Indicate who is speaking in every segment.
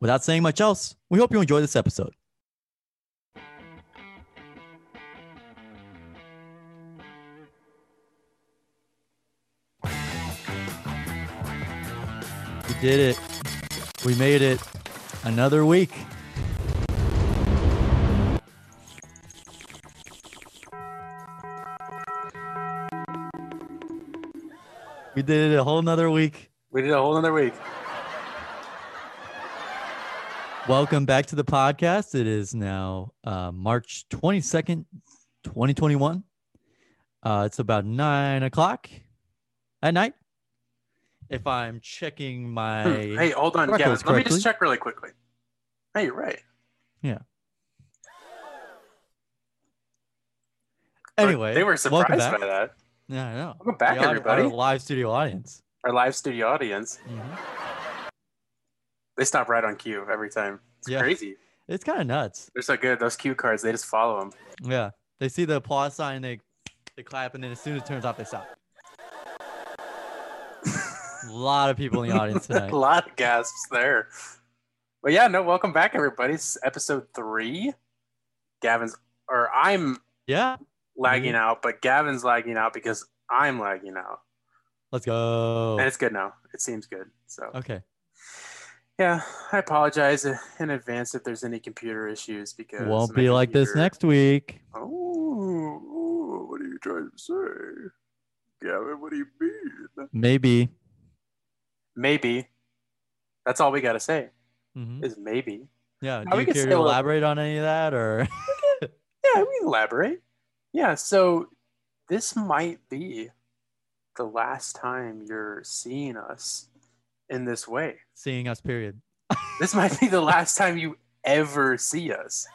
Speaker 1: Without saying much else, we hope you enjoy this episode. We did it. We made it. Another week. We did it a whole nother week.
Speaker 2: We did a whole another week.
Speaker 1: Welcome back to the podcast. It is now uh, March 22nd, 2021. Uh, it's about nine o'clock at night. If I'm checking my.
Speaker 2: Hmm. Hey, hold on,
Speaker 1: Mark
Speaker 2: Gavin.
Speaker 1: goes
Speaker 2: Let me just
Speaker 1: correctly.
Speaker 2: check really quickly. Hey, you're right.
Speaker 1: anyway,
Speaker 2: they were surprised
Speaker 1: welcome back.
Speaker 2: by that.
Speaker 1: Yeah, I know.
Speaker 2: Welcome back,
Speaker 1: The aud-
Speaker 2: everybody.
Speaker 1: Our live studio audience.
Speaker 2: Our live studio audience.
Speaker 1: Mhm.
Speaker 2: They stop right on cue every time. It's
Speaker 1: Yeah.
Speaker 2: crazy.
Speaker 1: It's kind of nuts.
Speaker 2: They're so good. Those cue cards, they just follow them.
Speaker 1: Yeah, they see the applause sign, they they clap, and then as soon as it turns off, they stop. a lot of people in the audience tonight.
Speaker 2: a lot of gasps there. But yeah, no, welcome back, everybody. It's episode three. Gavin's, or I'm
Speaker 1: Yeah,
Speaker 2: lagging
Speaker 1: Mm-hmm.
Speaker 2: out, but Gavin's lagging out because I'm lagging out.
Speaker 1: let's go.
Speaker 2: And it's good now. It seems good. So,
Speaker 1: Oh. Okay.
Speaker 2: yeah, I apologize in advance if there's any computer issues because.
Speaker 1: Won't
Speaker 2: my
Speaker 1: be like this
Speaker 2: computer-
Speaker 1: next week.
Speaker 2: Oh, oh, what are you trying to say? Gavin, what do you mean?
Speaker 1: Maybe.
Speaker 2: Maybe. That's all we got to say
Speaker 1: Mhm.
Speaker 2: is maybe.
Speaker 1: Yeah.
Speaker 2: Now
Speaker 1: Do
Speaker 2: we
Speaker 1: you
Speaker 2: can
Speaker 1: care
Speaker 2: say a
Speaker 1: to
Speaker 2: little-
Speaker 1: elaborate on any of that or?
Speaker 2: Yeah, we can elaborate. Yeah, so this might be the last time you're seeing us in this way.
Speaker 1: seeing us period
Speaker 2: This might be the last time you ever see us.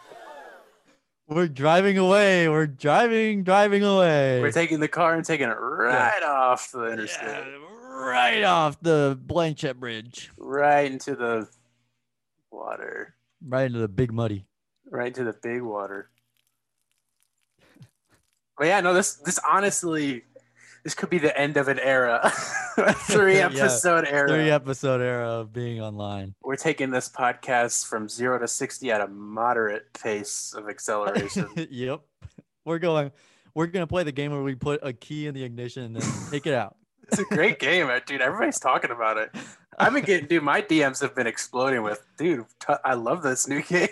Speaker 1: we're driving away we're driving driving away
Speaker 2: We're taking the car and taking it right off the interstate,
Speaker 1: Yeah, right off the blanchette bridge
Speaker 2: right into the water,
Speaker 1: right into the big muddy
Speaker 2: right into the big water. But yeah, no, this this honestly, this could be the end of an era, three
Speaker 1: Yeah.
Speaker 2: episode era.
Speaker 1: three episode era of being online
Speaker 2: We're taking this podcast from zero to 60 at a moderate pace of acceleration.
Speaker 1: yep we're going we're gonna play the game where we put a key in the ignition and then take it out
Speaker 2: it's a great game, uh, dude. Everybody's talking about it. I've been getting, dude, my DMs have been exploding with, dude, t- I love this new game.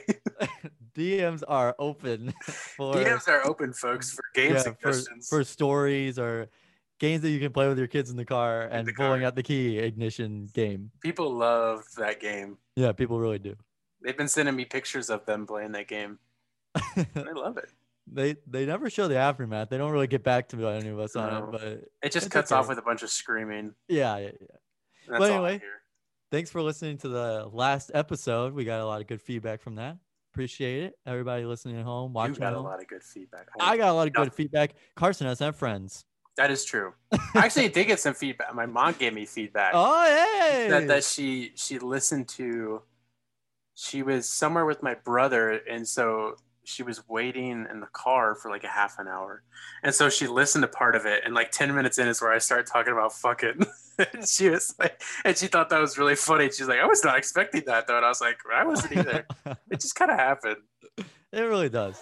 Speaker 1: dms are open for
Speaker 2: DMs are open, folks, for game
Speaker 1: yeah, for,
Speaker 2: suggestions.
Speaker 1: for stories or games that you can play with your kids in the car and
Speaker 2: the
Speaker 1: pulling
Speaker 2: car.
Speaker 1: out the key ignition game
Speaker 2: People love that game.
Speaker 1: yeah people really do
Speaker 2: They've been sending me pictures of them playing that game. I love it.
Speaker 1: they they never show the aftermath. They don't really get back to any of us on
Speaker 2: No.
Speaker 1: it, but
Speaker 2: It just
Speaker 1: It's
Speaker 2: cuts
Speaker 1: okay.
Speaker 2: off with a bunch of screaming.
Speaker 1: yeah, yeah, yeah.
Speaker 2: That's
Speaker 1: Well,
Speaker 2: all I
Speaker 1: anyway.
Speaker 2: hear.
Speaker 1: Thanks for listening to the last episode. We got a lot of good feedback from that. Appreciate it. Everybody listening at home, watching.
Speaker 2: You got
Speaker 1: at
Speaker 2: a
Speaker 1: home.
Speaker 2: lot of good feedback.
Speaker 1: I got a lot of good
Speaker 2: Nothing.
Speaker 1: feedback. Carson has have friends.
Speaker 2: That is true. I actually did get some feedback. My mom gave me feedback.
Speaker 1: Oh hey.
Speaker 2: that that she she listened to she was somewhere with my brother and so she was waiting in the car for like a half an hour and so she listened to part of it and like 10 minutes in is where i started talking about fucking and she was like and she thought that was really funny she's like i was not expecting that though and i was like i wasn't either it just kind of happened
Speaker 1: it really does.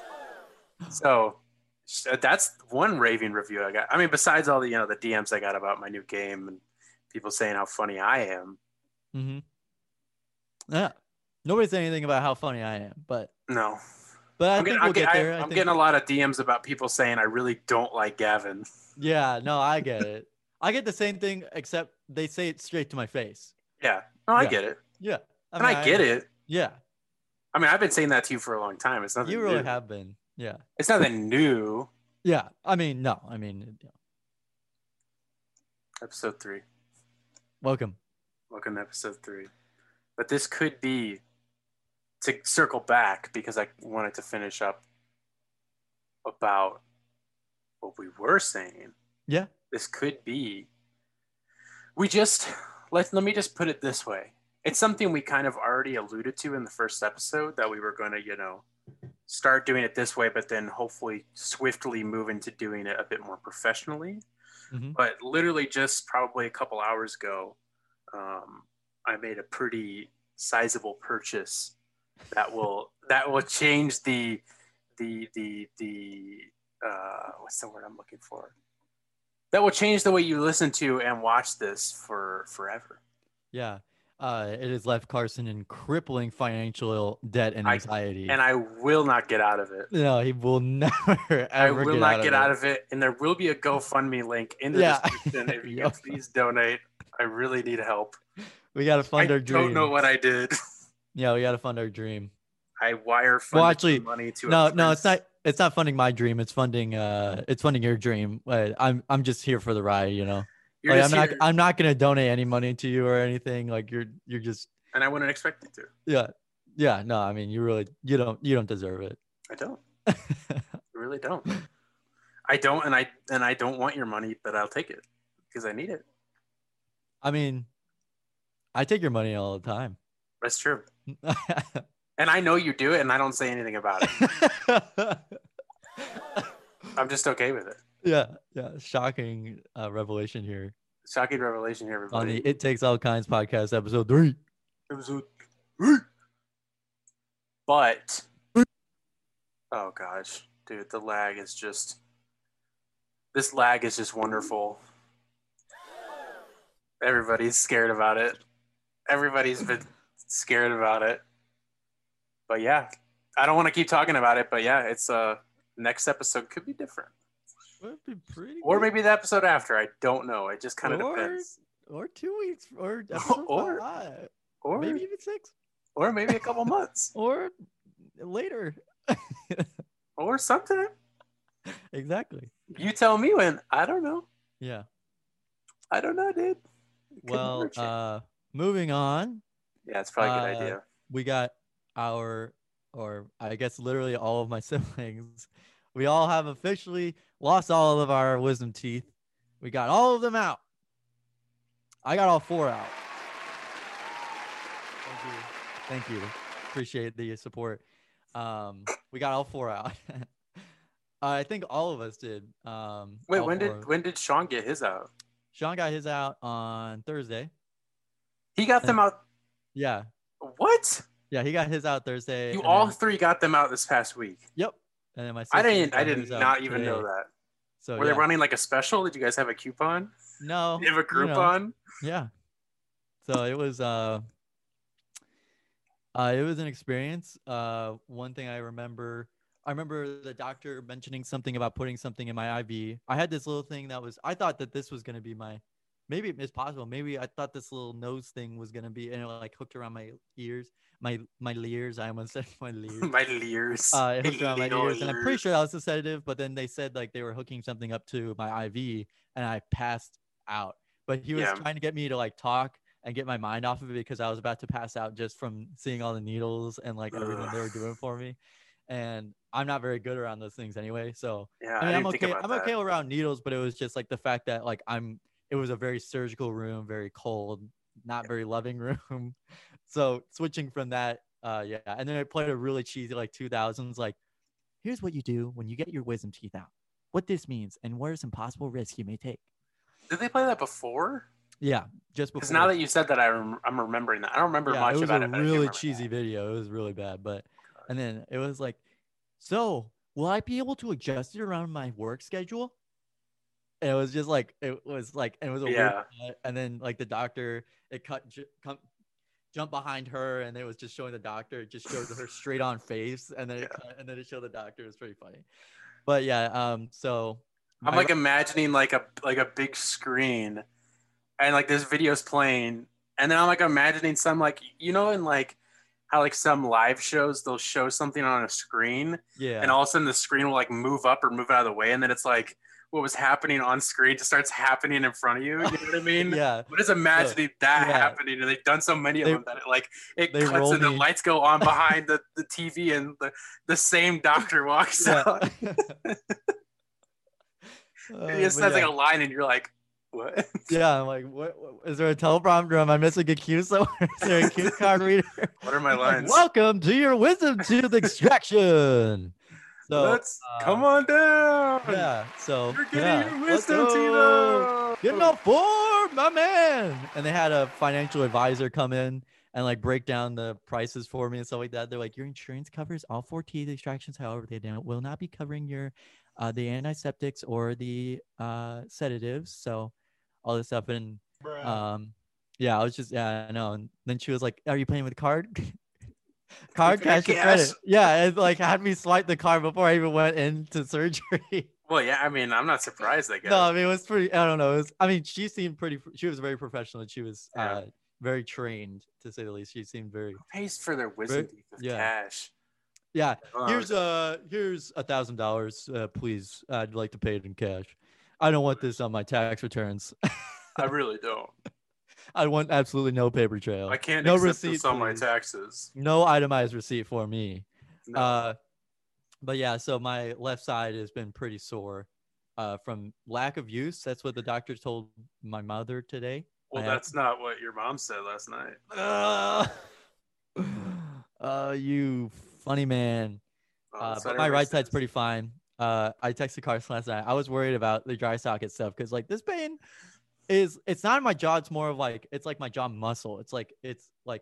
Speaker 2: so sh- uh, that's one raving review i got i mean besides all the you know the dms i got about my new game and people saying how funny i am
Speaker 1: hmm Yeah. Nobody said anything about how funny I am, but
Speaker 2: no
Speaker 1: but I
Speaker 2: I'm,
Speaker 1: think
Speaker 2: getting,
Speaker 1: we'll
Speaker 2: I'm, get-
Speaker 1: get there.
Speaker 2: I,
Speaker 1: I
Speaker 2: am
Speaker 1: think-
Speaker 2: getting a lot of DMs about people saying I really don't like Gavin.
Speaker 1: yeah, no, I get it. I get the same thing, except they say it straight to my face.
Speaker 2: Yeah, no, I
Speaker 1: Yeah.
Speaker 2: get it,
Speaker 1: Yeah, I
Speaker 2: and I, get it.
Speaker 1: Yeah,
Speaker 2: I mean, I've been saying that to you for a long time. It's nothing.
Speaker 1: you really
Speaker 2: new.
Speaker 1: have been. Yeah,
Speaker 2: It's nothing new.
Speaker 1: yeah. I mean, no, I mean, yeah.
Speaker 2: Episode three.
Speaker 1: welcome.
Speaker 2: Welcome to episode three. But this could be to circle back because I wanted to finish up about what we were saying.
Speaker 1: Yeah.
Speaker 2: This could be. We just let let me just put it this way. It's something we kind of already alluded to in the first episode that we were going to, you know, start doing it this way, but then hopefully swiftly move into doing it a bit more professionally.
Speaker 1: Mhm.
Speaker 2: But literally, just probably a couple hours ago, um, I made a pretty sizable purchase that will that will change the the the the uh, what's the word I'm looking for that will change the way you listen to and watch this for forever.
Speaker 1: Yeah. Uh, it has left Carson in crippling financial debt and
Speaker 2: I-
Speaker 1: anxiety.
Speaker 2: And I will not get out of it.
Speaker 1: no, he will never ever
Speaker 2: I will
Speaker 1: get
Speaker 2: not
Speaker 1: out
Speaker 2: get
Speaker 1: of
Speaker 2: out
Speaker 1: it.
Speaker 2: of it. And there will be a GoFundMe link in the
Speaker 1: Yeah.
Speaker 2: description if you
Speaker 1: Yeah.
Speaker 2: can please donate. I really need help.
Speaker 1: We gotta fund
Speaker 2: I
Speaker 1: our dream.
Speaker 2: don't know what I did.
Speaker 1: Yeah, we gotta fund our dream.
Speaker 2: I wire funded
Speaker 1: Well, actually,
Speaker 2: some money to a
Speaker 1: No, no, it's
Speaker 2: friend's-
Speaker 1: not. It's not funding my dream. It's funding. Uh, it's funding your dream. Uh, I'm I'm just here for the ride. You know,
Speaker 2: You're
Speaker 1: Like, oh, I'm
Speaker 2: just
Speaker 1: not
Speaker 2: here,
Speaker 1: I'm not gonna donate any money to you or anything. Like you're you're just
Speaker 2: and I wouldn't expect you to.
Speaker 1: yeah yeah no. I mean you really you don't you don't deserve it.
Speaker 2: I don't. I really don't. I don't, and I and I don't want your money, but I'll take it because I need it.
Speaker 1: I mean, I take your money all the time.
Speaker 2: That's true. And I know you do it, and I don't say anything about it. I'm just okay with it.
Speaker 1: yeah yeah shocking uh, revelation here
Speaker 2: Shocking revelation here,
Speaker 1: on
Speaker 2: everybody.
Speaker 1: the it takes all kinds podcast episode three
Speaker 2: Episode three. But oh gosh, dude, the lag is just this lag is just wonderful. Everybody's scared about it. Everybody's been scared about it. But yeah, I don't want to keep talking about it. But yeah, it's uh next episode could be different,
Speaker 1: Would be pretty
Speaker 2: or
Speaker 1: good.
Speaker 2: maybe the episode after. I don't know. It just kind of
Speaker 1: Or-
Speaker 2: depends.
Speaker 1: or two weeks or episode
Speaker 2: Or-
Speaker 1: five,
Speaker 2: Or
Speaker 1: maybe even six
Speaker 2: or maybe a couple months
Speaker 1: or later
Speaker 2: or something.
Speaker 1: exactly
Speaker 2: You tell me when. I don't know.
Speaker 1: yeah
Speaker 2: I don't know, dude. Could
Speaker 1: well
Speaker 2: never change.
Speaker 1: uh moving on
Speaker 2: yeah, it's probably a
Speaker 1: uh,
Speaker 2: good idea.
Speaker 1: we got our or i guess literally all of my siblings we all have officially lost all of our wisdom teeth we got all of them out i got all four out thank you thank you appreciate the support um we got all four out i think all of us did um
Speaker 2: Wait,
Speaker 1: all
Speaker 2: when
Speaker 1: four
Speaker 2: did
Speaker 1: of-
Speaker 2: when did Sean get his out?
Speaker 1: sean got his out on thursday
Speaker 2: He got them out.
Speaker 1: yeah
Speaker 2: What?
Speaker 1: yeah he got his out thursday
Speaker 2: You
Speaker 1: and
Speaker 2: all
Speaker 1: then-
Speaker 2: three got them out this past week.
Speaker 1: Yep. And then my
Speaker 2: I
Speaker 1: sister
Speaker 2: didn't. I
Speaker 1: got
Speaker 2: did
Speaker 1: hers out
Speaker 2: not even know
Speaker 1: today.
Speaker 2: that.
Speaker 1: So
Speaker 2: Were
Speaker 1: yeah.
Speaker 2: they running like a special? Did you guys have a coupon?
Speaker 1: no,
Speaker 2: Did you have a
Speaker 1: you know,
Speaker 2: Groupon?
Speaker 1: yeah. So it was uh, uh, it was an experience. Uh, one thing I remember, I remember the doctor mentioning something about putting something in my IV. I had this little thing that was. I thought that this was gonna be my. Maybe it's possible. Maybe I thought this little nose thing was gonna be, and it like hooked around my ears, my my leers. I almost said my leers.
Speaker 2: my leers.
Speaker 1: uh, it hooked
Speaker 2: My
Speaker 1: around my
Speaker 2: little
Speaker 1: ears, and I'm pretty
Speaker 2: ears.
Speaker 1: sure that was a sedative. But then they said like they were hooking something up to my IV, and I passed out. But he was
Speaker 2: Yeah.
Speaker 1: trying to get me to like talk and get my mind off of it because I was about to pass out just from seeing all the needles and like everything
Speaker 2: Ugh.
Speaker 1: they were doing for me. And I'm not very good around those things anyway, so
Speaker 2: Yeah,
Speaker 1: I mean,
Speaker 2: I
Speaker 1: I'm
Speaker 2: didn't
Speaker 1: okay.
Speaker 2: think
Speaker 1: I'm
Speaker 2: about
Speaker 1: okay
Speaker 2: that.
Speaker 1: around needles, but it was just like the fact that like I'm. It was a very surgical room, very cold, not very loving room. So switching from that, uh, yeah, and then I played a really cheesy like 2000s like, here's what you do when you get your wisdom teeth out, what this means, and what are some possible risks you may take.
Speaker 2: Did they play that before?
Speaker 1: Yeah, just
Speaker 2: Because
Speaker 1: before.
Speaker 2: now that you said that, I rem- I'm remembering that. I don't remember
Speaker 1: yeah,
Speaker 2: much
Speaker 1: it was
Speaker 2: about
Speaker 1: a
Speaker 2: it. but I do
Speaker 1: really
Speaker 2: remember
Speaker 1: cheesy
Speaker 2: that.
Speaker 1: video. It was really bad, but and then it was like, so will I be able to adjust it around my work schedule? And it was just like it was like and it was a
Speaker 2: Yeah.
Speaker 1: weird cut, and then like the doctor it cut ju- come jump behind her and it was just showing the doctor it just showed her straight on face and then it cut, and then it showed the doctor it was pretty funny but yeah um so
Speaker 2: I'm
Speaker 1: my-
Speaker 2: like imagining like a like a big screen, and like this video's playing, and then I'm like imagining some like you know in like how like some live shows they'll show something on a screen,
Speaker 1: yeah
Speaker 2: and all of a sudden the screen will like move up or move out of the way, and then it's like what was happening on screen just starts happening in front of you. You know what I mean?
Speaker 1: yeah.
Speaker 2: But just imagining that
Speaker 1: yeah.
Speaker 2: happening, and they've done so many of
Speaker 1: They-
Speaker 2: them that it like it
Speaker 1: they
Speaker 2: cuts
Speaker 1: roll
Speaker 2: and the
Speaker 1: me.
Speaker 2: lights go on behind the, the TV, and the, the same doctor walks out.
Speaker 1: yeah. Uh,
Speaker 2: It just
Speaker 1: but
Speaker 2: has like
Speaker 1: yeah.
Speaker 2: a line, and you're like, what?
Speaker 1: Yeah, I'm like, what, what is there a teleprompter? Am I missing a cue somewhere? Is there a cue card reader?
Speaker 2: What are my
Speaker 1: Like,
Speaker 2: lines?
Speaker 1: Welcome to your wisdom tooth extraction. So
Speaker 2: Let's
Speaker 1: uh,
Speaker 2: come on down.
Speaker 1: yeah, so
Speaker 2: You're getting
Speaker 1: yeah,
Speaker 2: your
Speaker 1: let's
Speaker 2: wisdom
Speaker 1: go.
Speaker 2: teeth.
Speaker 1: Good enough for my man. And they had a financial advisor come in and like break down the prices for me and stuff like that. They're like, your insurance covers all four teeth extractions. However, they don't, will not be covering your uh, the antiseptics or the uh, sedatives. So all this stuff and um yeah i was just yeah i know and then she was like are you paying with card card
Speaker 2: Pay
Speaker 1: cash or
Speaker 2: cash.
Speaker 1: credit yeah it like had me swipe the card before i even went into surgery
Speaker 2: Well, yeah, I mean, I'm not surprised. I guess.
Speaker 1: no i mean it was pretty i don't know it was i mean she seemed pretty she was very professional and she was
Speaker 2: Yeah.
Speaker 1: uh very trained to say the least she seemed very
Speaker 2: Pays for their wisdom
Speaker 1: Right?
Speaker 2: teeth with
Speaker 1: Yeah.
Speaker 2: cash.
Speaker 1: yeah
Speaker 2: Um,
Speaker 1: here's uh here's a thousand dollars uh please i'd like to pay it in cash i don't want this on my tax returns
Speaker 2: I really don't.
Speaker 1: i want absolutely no paper trail
Speaker 2: I can't
Speaker 1: no
Speaker 2: accept
Speaker 1: receipt,
Speaker 2: this on my
Speaker 1: please.
Speaker 2: taxes.
Speaker 1: no itemized receipt for me
Speaker 2: No.
Speaker 1: Uh, but yeah, so my left side has been pretty sore uh, from lack of use. That's what the doctor told my mother today.
Speaker 2: well,
Speaker 1: I-
Speaker 2: that's not what your mom said last night.
Speaker 1: Uh, uh, you funny man.
Speaker 2: Um,
Speaker 1: Uh,
Speaker 2: so
Speaker 1: but
Speaker 2: I
Speaker 1: my
Speaker 2: never
Speaker 1: right
Speaker 2: said-
Speaker 1: side's pretty fine. Uh, I texted Carson last night. I was worried about the dry socket stuff because like this pain is it's not in my jaw. It's more of like it's like my jaw muscle. It's like it's like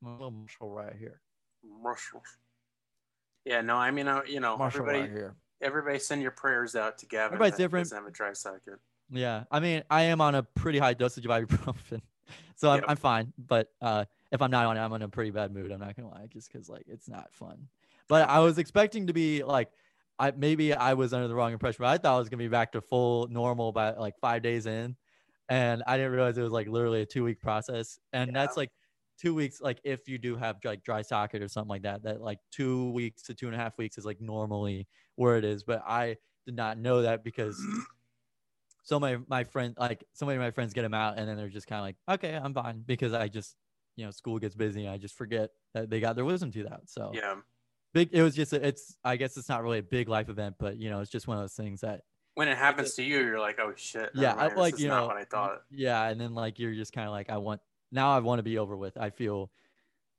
Speaker 1: my little muscle right here.
Speaker 2: Marshall. Yeah, no, I mean, I, you know,
Speaker 1: Muscle
Speaker 2: Oh, everybody,
Speaker 1: right here.
Speaker 2: everybody, send your prayers out to Gavin.
Speaker 1: Everybody's
Speaker 2: that
Speaker 1: different.
Speaker 2: doesn't have a dry socket.
Speaker 1: Yeah, I mean, I am on a pretty high dosage of ibuprofen, so I'm,
Speaker 2: Yep.
Speaker 1: I'm fine. But uh, if I'm not on it, I'm in a pretty bad mood. I'm not gonna lie, just because like it's not fun. But I was expecting to be like, I maybe I was under the wrong impression. But I thought I was gonna be back to full normal by like five days in, and I didn't realize it was like literally a two week process. And that's like two weeks. Like if you do have like dry socket or something like that, that like two weeks to two and a half weeks is like normally where it is. But I did not know that because so my my friend like so many of my friends get them out and then they're just kind of like okay i'm fine because i just you know school gets busy and i just forget that they got their wisdom teeth out so
Speaker 2: Yeah.
Speaker 1: big it was just a, it's i guess it's not really a big life event but you know it's just one of those things that
Speaker 2: When it happens to you, you're like, oh shit. never
Speaker 1: yeah I,
Speaker 2: mind, this
Speaker 1: like
Speaker 2: is
Speaker 1: you
Speaker 2: not
Speaker 1: know
Speaker 2: what I thought.
Speaker 1: yeah and then like you're just kind of like i want now i want to be over with i feel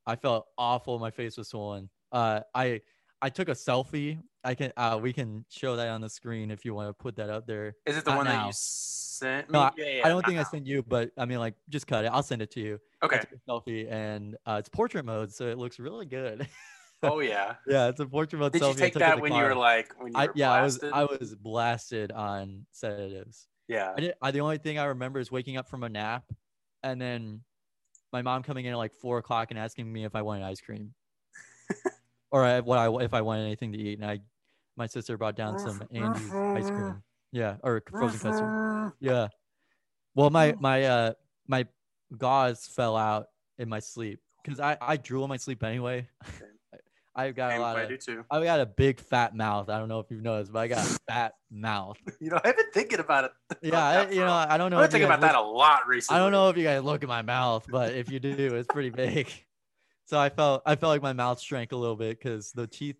Speaker 1: i felt awful my face was swollen uh i i took a selfie i can uh we can show that on the screen if you want to put that up there
Speaker 2: Is it the
Speaker 1: not
Speaker 2: one that
Speaker 1: now.
Speaker 2: you sent me?
Speaker 1: No,
Speaker 2: yeah,
Speaker 1: I don't think I sent you, but I mean, like, just cut it. I'll send it to you.
Speaker 2: I. Okay.
Speaker 1: I took a selfie, and uh, it's portrait mode, so it looks really good.
Speaker 2: Oh yeah.
Speaker 1: yeah, it's a portrait mode.
Speaker 2: Did
Speaker 1: selfie
Speaker 2: you
Speaker 1: I
Speaker 2: take
Speaker 1: took in
Speaker 2: that
Speaker 1: the
Speaker 2: when you were
Speaker 1: car.
Speaker 2: like when you
Speaker 1: I,
Speaker 2: were
Speaker 1: yeah,
Speaker 2: blasted?
Speaker 1: I was I was blasted on sedatives.
Speaker 2: yeah.
Speaker 1: I, did, I the only thing I remember is waking up from a nap, and then my mom coming in at like four o'clock and asking me if I wanted ice cream, or I, what I if I wanted anything to eat, and I my sister brought down some Andy's ice cream. Yeah, or frozen custard. Yeah. Well, my my uh my gauze fell out in my sleep because I I drool in my sleep anyway. I've got a
Speaker 2: Damn,
Speaker 1: lot
Speaker 2: I
Speaker 1: of
Speaker 2: do too.
Speaker 1: I got a big fat mouth. I don't know if you've noticed, but I got a fat mouth.
Speaker 2: You know, I've been thinking about it.
Speaker 1: Yeah, I,
Speaker 2: that
Speaker 1: you
Speaker 2: for a
Speaker 1: know I don't know.
Speaker 2: I've been
Speaker 1: if
Speaker 2: thinking
Speaker 1: you guys
Speaker 2: about that
Speaker 1: look-
Speaker 2: a lot recently.
Speaker 1: I don't know if you guys look at my mouth, but if you do, it's pretty big. So I felt I felt like my mouth shrank a little bit because the teeth,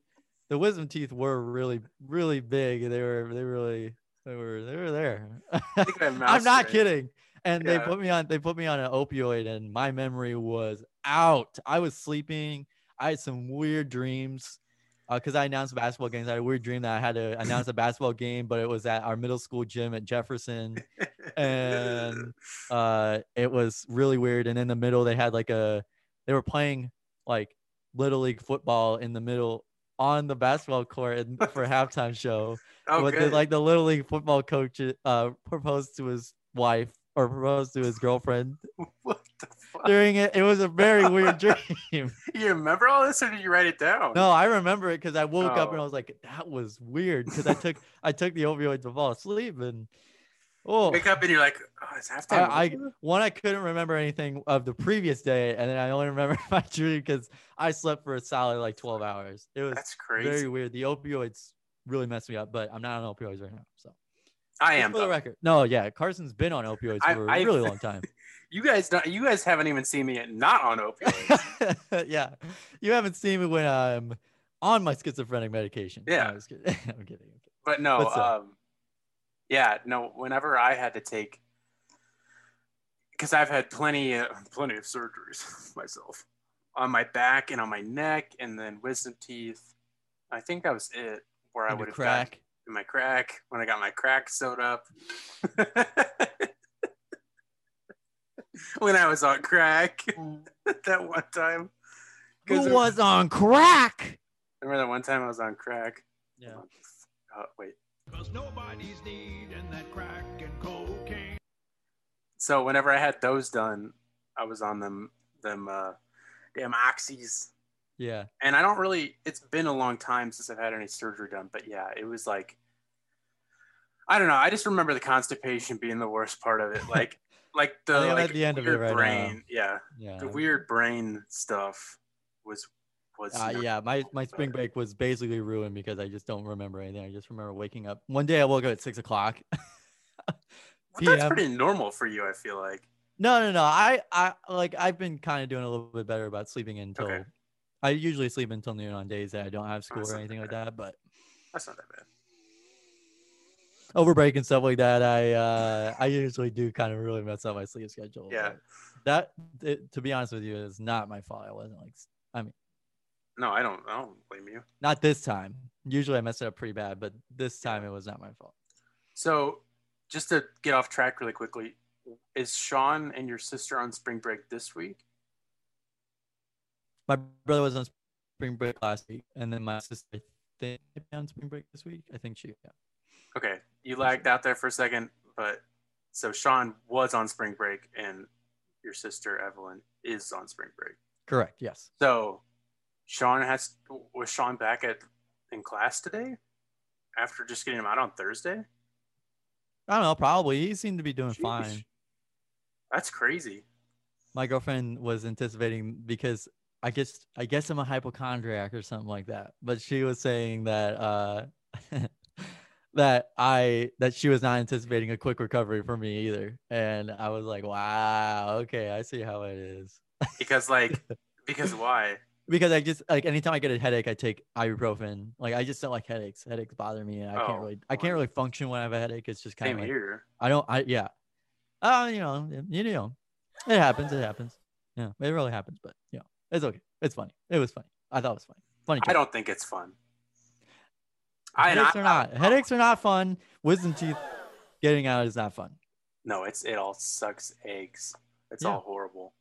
Speaker 1: the wisdom teeth were really really big. They were they really they were they were there.
Speaker 2: I think my
Speaker 1: I'm
Speaker 2: mouse
Speaker 1: not
Speaker 2: ran.
Speaker 1: kidding. And they
Speaker 2: Yeah.
Speaker 1: put me on they put me on an opioid and my memory was out. I was sleeping. I had some weird dreams. because I announced basketball games. I had a weird dream that I had to announce a basketball game, but it was at our middle school gym at Jefferson. And uh it was really weird. And in the middle they had like a they were playing like little league football in the middle on the basketball court and for a halftime show
Speaker 2: oh,
Speaker 1: what the,
Speaker 2: good.
Speaker 1: like the little league football coach uh, proposed to his wife or proposed to his girlfriend
Speaker 2: what the fuck?
Speaker 1: during it. It was a very weird dream.
Speaker 2: You remember all this, or did you write it down?
Speaker 1: No, I remember it because I woke up and
Speaker 2: Oh.
Speaker 1: I was like, "That was weird." Because I took I took the opioid to fall asleep, and oh,
Speaker 2: Wake up and you're like, oh, it's halftime.
Speaker 1: I, I one I couldn't remember anything of the previous day, and then I only remember my dream because I slept for a solid like twelve hours. It was
Speaker 2: That's crazy.
Speaker 1: very weird. The opioids really messed me up, but I'm not on opioids right now. So
Speaker 2: I
Speaker 1: Just
Speaker 2: am.
Speaker 1: for the
Speaker 2: Though.
Speaker 1: record. No, yeah, Carson's been on opioids
Speaker 2: I-
Speaker 1: for
Speaker 2: I-
Speaker 1: a really long time.
Speaker 2: You guys don't. You guys haven't even seen me not on opioids.
Speaker 1: yeah, you haven't seen me when I'm on my schizophrenic medication. No,
Speaker 2: Yeah.
Speaker 1: I was kidding. I'm kidding. I'm kidding.
Speaker 2: but no
Speaker 1: But so-
Speaker 2: um yeah no whenever i had to take because i've had plenty uh, plenty of surgeries myself on my back and on my neck and then wisdom teeth i think that was it where i
Speaker 1: Under
Speaker 2: would have
Speaker 1: crack.
Speaker 2: gotten my crack when i got my crack sewed up when i was on crack
Speaker 1: Mm.
Speaker 2: that one time 'Cause
Speaker 1: Who
Speaker 2: it-
Speaker 1: was on crack?
Speaker 2: remember that one time i was on crack
Speaker 1: Yeah.
Speaker 2: oh wait
Speaker 3: Cause nobody's needing that crack and cocaine.
Speaker 2: so whenever I had those done, I was on them them uh, damn oxys,
Speaker 1: Yeah.
Speaker 2: and I don't really. It's been a long time since I've had any surgery done, but yeah, it was like I don't know. I just remember the constipation being the worst part of it, like like the
Speaker 1: I think I'm
Speaker 2: like
Speaker 1: at the end of it
Speaker 2: weird
Speaker 1: right now.
Speaker 2: brain, yeah,
Speaker 1: Yeah.
Speaker 2: the weird brain stuff was was
Speaker 1: Uh,
Speaker 2: not-
Speaker 1: yeah, my, my spring break was basically ruined because I just don't remember anything. I just remember waking up. One day I woke up at six o'clock.
Speaker 2: But that's
Speaker 1: PM.
Speaker 2: pretty normal for you, I feel like.
Speaker 1: No, no, no. I, I like I've been kind of doing a little bit better about sleeping until
Speaker 2: Okay.
Speaker 1: I usually sleep until noon on days that I don't have school
Speaker 2: that's
Speaker 1: or
Speaker 2: not
Speaker 1: anything like that. But
Speaker 2: That's not that bad.
Speaker 1: over break and stuff like that, I uh, I usually do kind of really mess up my sleep schedule.
Speaker 2: Yeah.
Speaker 1: but That it, to be honest with you is not my fault. I wasn't like s-
Speaker 2: No, I don't. I don't blame you.
Speaker 1: not this time. Usually I mess it up pretty bad, but this time it was not my fault.
Speaker 2: So, just to get off track really quickly, is Sean and your sister on spring break this week?
Speaker 1: My brother was on spring break last week, and then my sister I think might be on spring break this week. I think she. Yeah.
Speaker 2: Okay, you lagged out there for a second, but so Sean was on spring break and your sister Evelyn is on spring break.
Speaker 1: Correct. Yes.
Speaker 2: So, Sean has was Sean back at in class today after just getting him out on Thursday?
Speaker 1: I don't know. Probably he seemed to be doing
Speaker 2: Sheesh.
Speaker 1: Uh, fine.
Speaker 2: That's crazy.
Speaker 1: my girlfriend was anticipating because I guess I guess I'm a hypochondriac or something like that. But she was saying that uh that I that she was not anticipating a quick recovery for me either. And I was like, wow, okay, I see how it is.
Speaker 2: Because like because why?
Speaker 1: Because I just like anytime I get a headache, I take ibuprofen. Like I just don't like headaches. Headaches bother me, and I
Speaker 2: Oh,
Speaker 1: can't really I
Speaker 2: well.
Speaker 1: can't really function when I have a headache. It's just kind
Speaker 2: Same
Speaker 1: of like,
Speaker 2: here.
Speaker 1: I don't I yeah. Oh, you know, you know, it happens. It happens. Yeah, it really happens. But you know, it's okay. It's funny. It was funny. I thought it was funny. Funny.
Speaker 2: I
Speaker 1: joke.
Speaker 2: don't think it's fun. I, and I
Speaker 1: headaches are not. headaches are not fun. Wisdom teeth getting out is not fun.
Speaker 2: no, it's it all sucks eggs. It's
Speaker 1: Yeah.
Speaker 2: all horrible.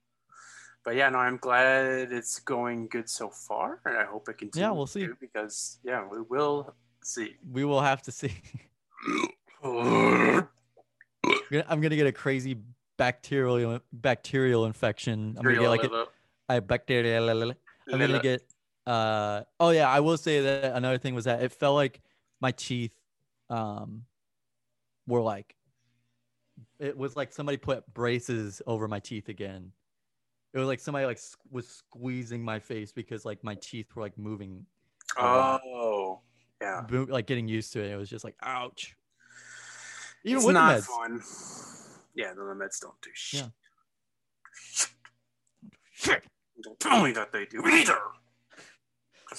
Speaker 2: But yeah, no, I'm glad it's going good so far, and I hope it continues.
Speaker 1: we'll see.
Speaker 2: to, because yeah, we will see.
Speaker 1: We will have to see.
Speaker 2: Bacterial
Speaker 1: I'm gonna- I'm gonna get a crazy bacterial bacterial infection. I'm gonna get like a,
Speaker 2: little-
Speaker 1: a bacterial. I'm
Speaker 2: little-
Speaker 1: gonna get. Uh oh yeah, I will say that another thing was that it felt like my teeth, um, were like. It was like somebody put braces over my teeth again. It was like somebody like s- was squeezing my face because like my teeth were like moving,
Speaker 2: oh yeah.
Speaker 1: bo- like getting used to it. It was just like ouch. Even
Speaker 2: it's
Speaker 1: with the
Speaker 2: not
Speaker 1: meds.
Speaker 2: fun. Yeah, no, the meds don't do shit.
Speaker 1: Shit.
Speaker 2: Don't tell me that they do either.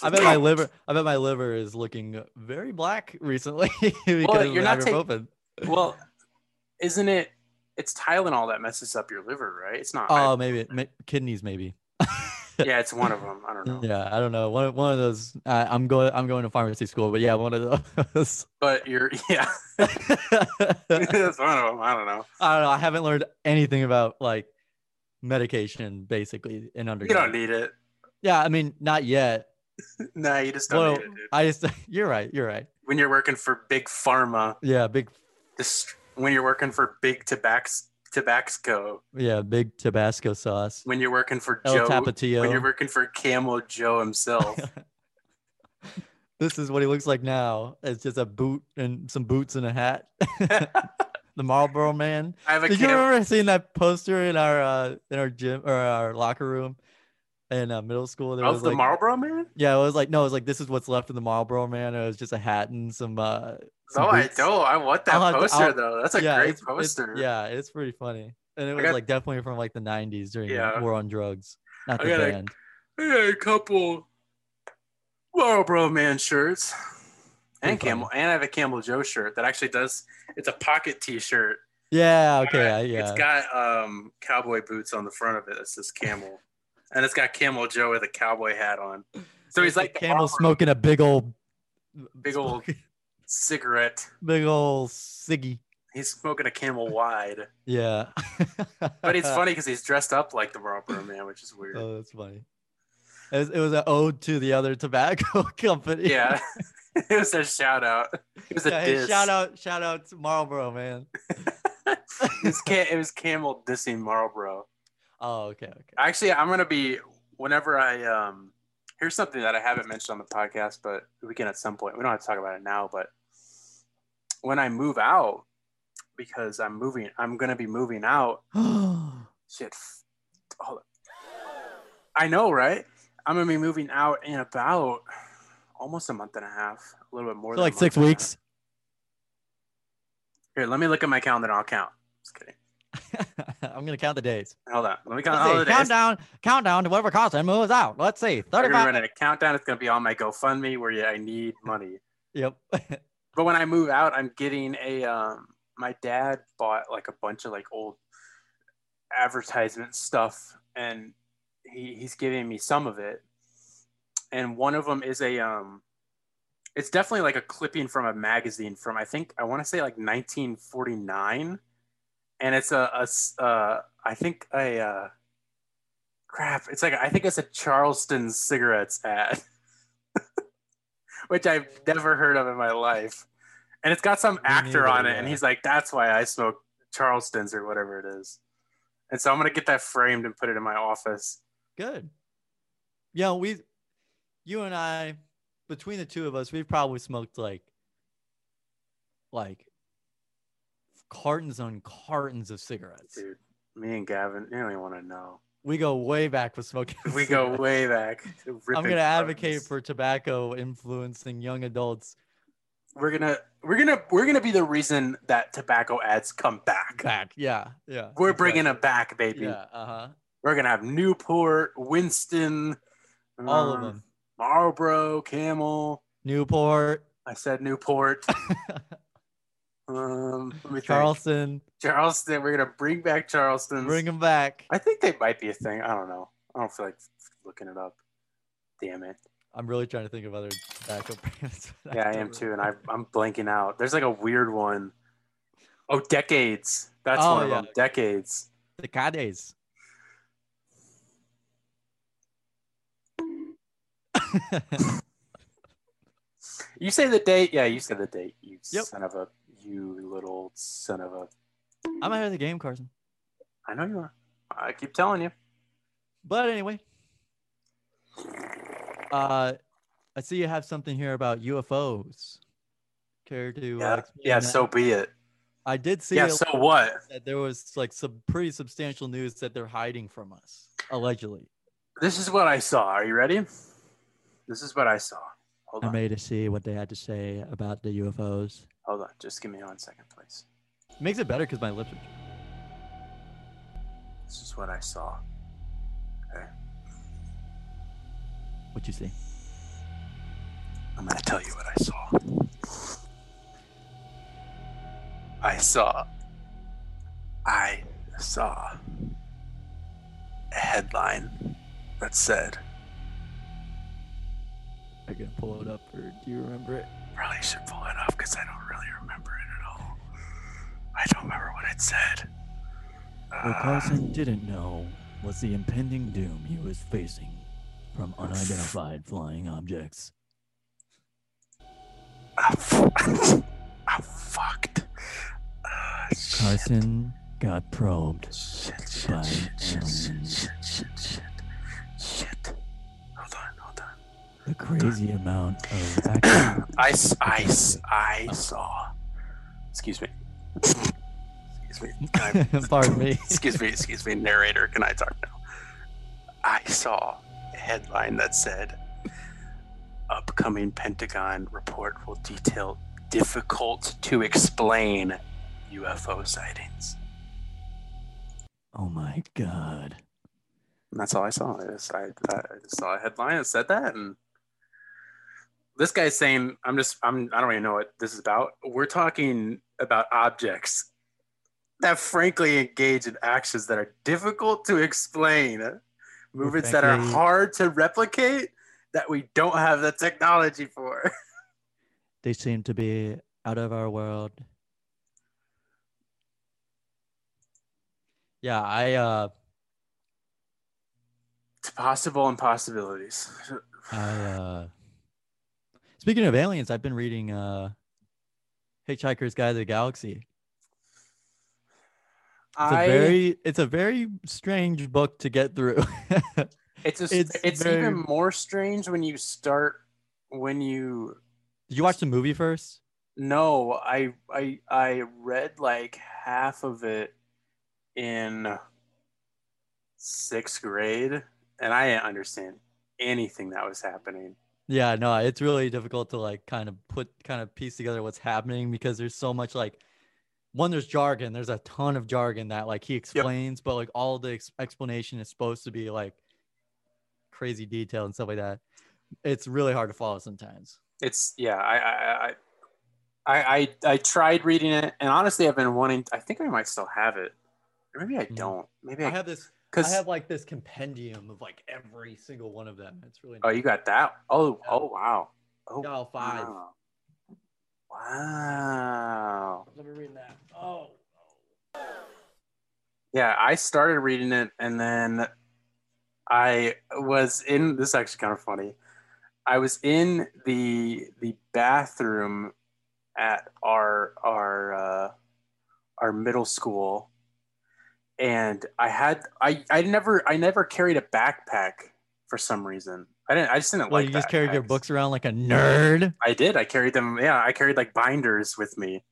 Speaker 1: I bet my liver. I bet my liver is looking very black recently because of
Speaker 2: you're
Speaker 1: the
Speaker 2: not taking-
Speaker 1: ibuprofen.
Speaker 2: Well, isn't it? It's Tylenol that messes up your liver, right? It's not.
Speaker 1: Oh, maybe ma- kidneys, maybe.
Speaker 2: yeah, it's one of them. I don't know.
Speaker 1: Yeah, I don't know. One one of those. Uh, I'm going. I'm going to pharmacy school, but yeah, one of those.
Speaker 2: But you're, yeah,
Speaker 1: I don't know.
Speaker 2: it's one of them. I don't know.
Speaker 1: I haven't learned anything about like medication basically in
Speaker 2: You
Speaker 1: undergrad.
Speaker 2: don't need it.
Speaker 1: yeah, I mean, not yet.
Speaker 2: No, you just don't
Speaker 1: Well,
Speaker 2: need it, dude.
Speaker 1: I just. You're right. You're right.
Speaker 2: When you're working for big pharma,
Speaker 1: Yeah, big.
Speaker 2: this, when you're working for big Tabax, Tabaxco,
Speaker 1: Yeah, big Tabasco sauce.
Speaker 2: when you're working for
Speaker 1: El
Speaker 2: Joe,
Speaker 1: Tapatio.
Speaker 2: when you're working for Camel Joe himself,
Speaker 1: this is what he looks like now. It's just a boot and some boots and a hat. the Marlboro Man.
Speaker 2: I have a
Speaker 1: Did you
Speaker 2: Cam-
Speaker 1: remember seeing that poster in our uh, in our gym or our locker room in uh, middle school. There
Speaker 2: Of
Speaker 1: was
Speaker 2: Oh, the
Speaker 1: like,
Speaker 2: Marlboro Man?
Speaker 1: yeah, it was like no, it was like this is what's left in the Marlboro man. It was just a hat and some. uh some
Speaker 2: No, I
Speaker 1: boots.
Speaker 2: don't. I want that
Speaker 1: I'll have to-
Speaker 2: poster
Speaker 1: I'll-
Speaker 2: though. That's a
Speaker 1: Yeah,
Speaker 2: great
Speaker 1: it's- it's-
Speaker 2: poster.
Speaker 1: yeah, it's pretty funny, and it was
Speaker 2: got-
Speaker 1: like definitely from like the '90s during
Speaker 2: Yeah.
Speaker 1: the war on drugs. Not
Speaker 2: I
Speaker 1: the
Speaker 2: got a-
Speaker 1: band.
Speaker 2: I got a couple Marlboro Man shirts and
Speaker 1: Pretty funny.
Speaker 2: Camel, and I have a Camel Joe shirt that actually does. It's a pocket T-shirt.
Speaker 1: Yeah. Okay. I-
Speaker 2: It's
Speaker 1: yeah.
Speaker 2: got um, cowboy boots on the front of it. It says Camel, and it's got Camel Joe with a cowboy hat on. So he's
Speaker 1: It's the
Speaker 2: like the
Speaker 1: camel
Speaker 2: Marlboro
Speaker 1: smoking a big old,
Speaker 2: Big old-
Speaker 1: smoking-
Speaker 2: cigarette.
Speaker 1: big old ciggy.
Speaker 2: He's smoking a Camel Wide,
Speaker 1: Yeah.
Speaker 2: but it's funny because he's dressed up like the Marlboro Man, which is weird.
Speaker 1: Oh, that's funny. It was, it was an ode to the other tobacco company.
Speaker 2: yeah, it was a shout out. It was a
Speaker 1: Yeah, hey,
Speaker 2: diss.
Speaker 1: shout out, shout out to Marlboro, man.
Speaker 2: It was, Cam- it was Camel dissing Marlboro.
Speaker 1: Oh, okay, okay.
Speaker 2: Actually, I'm gonna be whenever I um here's something that I haven't mentioned on the podcast, but we can at some point. We don't have to talk about it now, but when I move out, because I'm moving, I'm gonna be moving out. Shit, f- hold up. I know, right? I'm gonna be moving out in about almost a month and a half, a little bit more.
Speaker 1: so
Speaker 2: than a
Speaker 1: like
Speaker 2: month
Speaker 1: six
Speaker 2: and a half.
Speaker 1: weeks.
Speaker 2: Here, let me look at my calendar. and I'll count. Just kidding.
Speaker 1: I'm gonna count the days.
Speaker 2: Hold on. Let me count
Speaker 1: Let's
Speaker 2: all
Speaker 1: see,
Speaker 2: the days.
Speaker 1: countdown, countdown to whatever cost and moves out. Let's see,
Speaker 2: We're gonna
Speaker 1: 35.
Speaker 2: run a countdown. It's gonna be on my GoFundMe where yeah, I need money.
Speaker 1: Yep.
Speaker 2: but when I move out, I'm getting a. Um, my dad bought like a bunch of like old advertisement stuff, and he, he's giving me some of it. And one of them is a. Um, it's definitely like a clipping from a magazine from I think I want to say like 1949, and it's a, a s- uh, I think a. Uh, crap! It's like I think it's a Charleston cigarettes ad which I've never heard of in my life. And it's got some
Speaker 1: Me
Speaker 2: actor
Speaker 1: neither,
Speaker 2: on it, and
Speaker 1: yeah.
Speaker 2: he's like, "That's why I smoke Charleston's or whatever it is." And so I'm gonna get that framed and put it in my office.
Speaker 1: Good. You know, we, you and I, between the two of us, we've probably smoked like, like, cartons on cartons of cigarettes.
Speaker 2: Dude, me and Gavin, you don't even want to know.
Speaker 1: We go way back with smoking.
Speaker 2: We go
Speaker 1: cigarettes.
Speaker 2: way back. to
Speaker 1: I'm
Speaker 2: ripping
Speaker 1: gonna advocate
Speaker 2: cartons.
Speaker 1: for tobacco influencing young adults
Speaker 2: We're gonna, we're gonna, we're gonna be the reason that tobacco ads come back.
Speaker 1: back. Yeah, yeah.
Speaker 2: We're bringing
Speaker 1: exactly.
Speaker 2: them back, baby.
Speaker 1: Yeah, uh huh.
Speaker 2: We're gonna have Newport, Winston,
Speaker 1: All of
Speaker 2: um,
Speaker 1: them.
Speaker 2: Marlboro, Camel.
Speaker 1: Newport,
Speaker 2: I said Newport. Um, let me think.
Speaker 1: Charleston,
Speaker 2: Charleston. We're gonna bring back Charleston.
Speaker 1: bring them back.
Speaker 2: I think they might be a thing. I don't know. I don't feel like looking it up. Damn it.
Speaker 1: I'm really trying to think of other tobacco brands. but
Speaker 2: Yeah, I
Speaker 1: don't
Speaker 2: am too, and
Speaker 1: remember.
Speaker 2: I, I'm blanking out. There's like a weird one. Oh, decades. That's
Speaker 1: Oh,
Speaker 2: one of
Speaker 1: yeah.
Speaker 2: them. Decades.
Speaker 1: Decades.
Speaker 2: You say the date. Yeah, you said the date. You
Speaker 1: Yep.
Speaker 2: son of a. You little son of a.
Speaker 1: I'm ahead of the game, Carson.
Speaker 2: I know you are. I keep telling you.
Speaker 1: But anyway, uh, I see you have something here about UFOs. Care to? uh,
Speaker 2: Yeah.
Speaker 1: explain
Speaker 2: Yeah.
Speaker 1: that?
Speaker 2: So be it.
Speaker 1: I did see.
Speaker 2: Yeah.
Speaker 1: a-
Speaker 2: So what?
Speaker 1: that there was like some pretty substantial news that they're hiding from us, allegedly.
Speaker 2: This is what I saw. Are you ready? This is what I saw. Hold
Speaker 1: I'm
Speaker 2: on.
Speaker 1: ready to see what they had to say about the UFOs.
Speaker 2: Hold on. Just give me one second, please.
Speaker 1: Makes it better because my lips are.
Speaker 2: This is what I saw. Okay.
Speaker 1: What you see?
Speaker 2: I'm going to tell you what I saw. I saw. I saw a headline that said,
Speaker 1: Are you gonna pull it up, or do you remember it?
Speaker 2: probably should pull it off because I don't really remember it at all. I don't remember what it said.
Speaker 1: What
Speaker 2: Uh,
Speaker 1: Carson didn't know was the impending doom he was facing from unidentified flying objects.
Speaker 2: I'm, f- I'm fucked. Uh, shit.
Speaker 1: Carson got probed.
Speaker 2: Shit,
Speaker 1: by
Speaker 2: shit, shit, shit, shit,
Speaker 1: aliens.
Speaker 2: shit, shit, shit, shit. Hold on, hold
Speaker 1: The crazy amount of
Speaker 2: on.
Speaker 1: action.
Speaker 2: I, s- I, s- I saw. Excuse me. Excuse me. Can I-
Speaker 1: Pardon me.
Speaker 2: excuse me, excuse me, narrator. Can I talk now? I saw headline that said, "Upcoming Pentagon report will detail difficult to explain UFO sightings."
Speaker 1: Oh my god.
Speaker 2: And that's all I saw. I just, I, I just saw a headline that said that, and this guy's saying, "I'm just, I'm, I don't even know what this is about." We're talking about objects that frankly engage in actions that are difficult to explain, movements that are
Speaker 1: frankly-
Speaker 2: hard to replicate, that we don't have the technology for.
Speaker 1: They seem to be out of our world. Yeah, I uh
Speaker 2: It's possible impossibilities.
Speaker 1: I uh speaking of aliens, I've been reading uh Hitchhiker's Guide to the Galaxy. It's a
Speaker 2: I-
Speaker 1: very it's a very strange book to get through.
Speaker 2: it's a,
Speaker 1: it's
Speaker 2: it's,
Speaker 1: very-
Speaker 2: even more strange when you start when you
Speaker 1: Did you watch the movie first?
Speaker 2: No, I I I read like half of it in sixth grade, and I didn't understand anything that was happening.
Speaker 1: Yeah, no, it's really difficult to like kind of put kind of piece together what's happening because there's so much like one there's jargon, there's a ton of jargon that like he explains, but like all the ex- explanation is supposed to be like crazy detail and stuff like that. It's really hard to follow sometimes.
Speaker 2: It's yeah, I I I- I I, I tried reading it, and honestly, I've been wanting. I think I might still have it, or maybe I
Speaker 1: Mhm.
Speaker 2: don't. Maybe
Speaker 1: I
Speaker 2: I
Speaker 1: have this I
Speaker 2: because
Speaker 1: have like this compendium of like every single one of them. It's really
Speaker 2: oh, you got that. Oh oh wow. Oh
Speaker 1: no, five.
Speaker 2: wow. Wow.
Speaker 1: Let me read that. Oh,
Speaker 2: Yeah, I started reading it and then I was in this is actually kind of funny. I was in the the bathroom at our our uh, our middle school and I had I I never I never carried a backpack for some reason. I didn't I just didn't
Speaker 1: well,
Speaker 2: like
Speaker 1: you just carried your
Speaker 2: backpacks.
Speaker 1: books around like a nerd.
Speaker 2: I did. I carried them. Yeah, I carried like binders with me.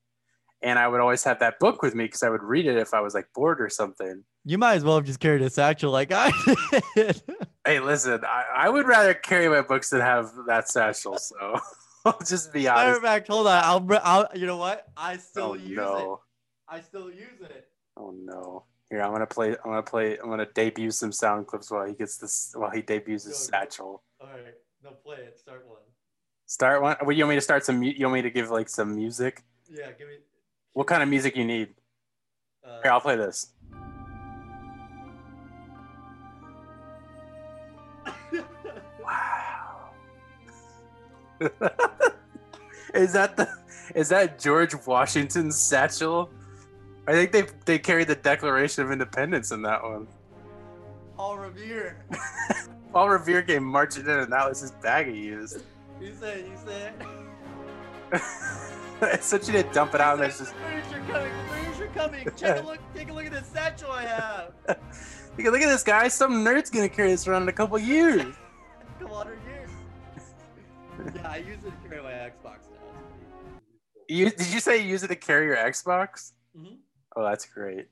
Speaker 2: And I would always have that book with me because I would read it if I was like bored or something.
Speaker 1: You might as well have just carried a satchel like I did.
Speaker 2: Hey, listen, I, I would rather carry my books than have that satchel. So I'll just be
Speaker 1: Matter
Speaker 2: honest.
Speaker 1: of fact, hold on. I'll, br- I'll. You know what? I still
Speaker 2: Oh
Speaker 1: use it.
Speaker 2: no!
Speaker 1: I still use it.
Speaker 2: Oh no! Here, I'm gonna play. I'm gonna play. I'm gonna debut some sound clips while he gets this. While he debuts his
Speaker 1: Go, go.
Speaker 2: satchel.
Speaker 1: All right. No, play it. Start one.
Speaker 2: Start one. Well, you want me to start some? mu- You want me to give like some music?
Speaker 1: Yeah. Give me.
Speaker 2: What kind of music you need?
Speaker 1: Uh,
Speaker 2: Here, I'll play this. Wow. is that the is that George Washington's satchel? I think they they carried the Declaration of Independence in that one.
Speaker 1: Paul Revere.
Speaker 2: Paul Revere came marching in, and that was his bag he used.
Speaker 1: You said. You said.
Speaker 2: so she didn't dump it out, and
Speaker 1: There's
Speaker 2: it's just
Speaker 1: furniture coming. The furniture coming. Check a look. Take a look at this satchel I have.
Speaker 2: "Look- look at this guy. Some nerd's gonna carry this around in a couple years.
Speaker 1: Come on, hundred years. yeah, I use it to carry my Xbox now.
Speaker 2: You, did you say you use it to carry your Xbox?
Speaker 1: Mhm.
Speaker 2: Oh, that's great.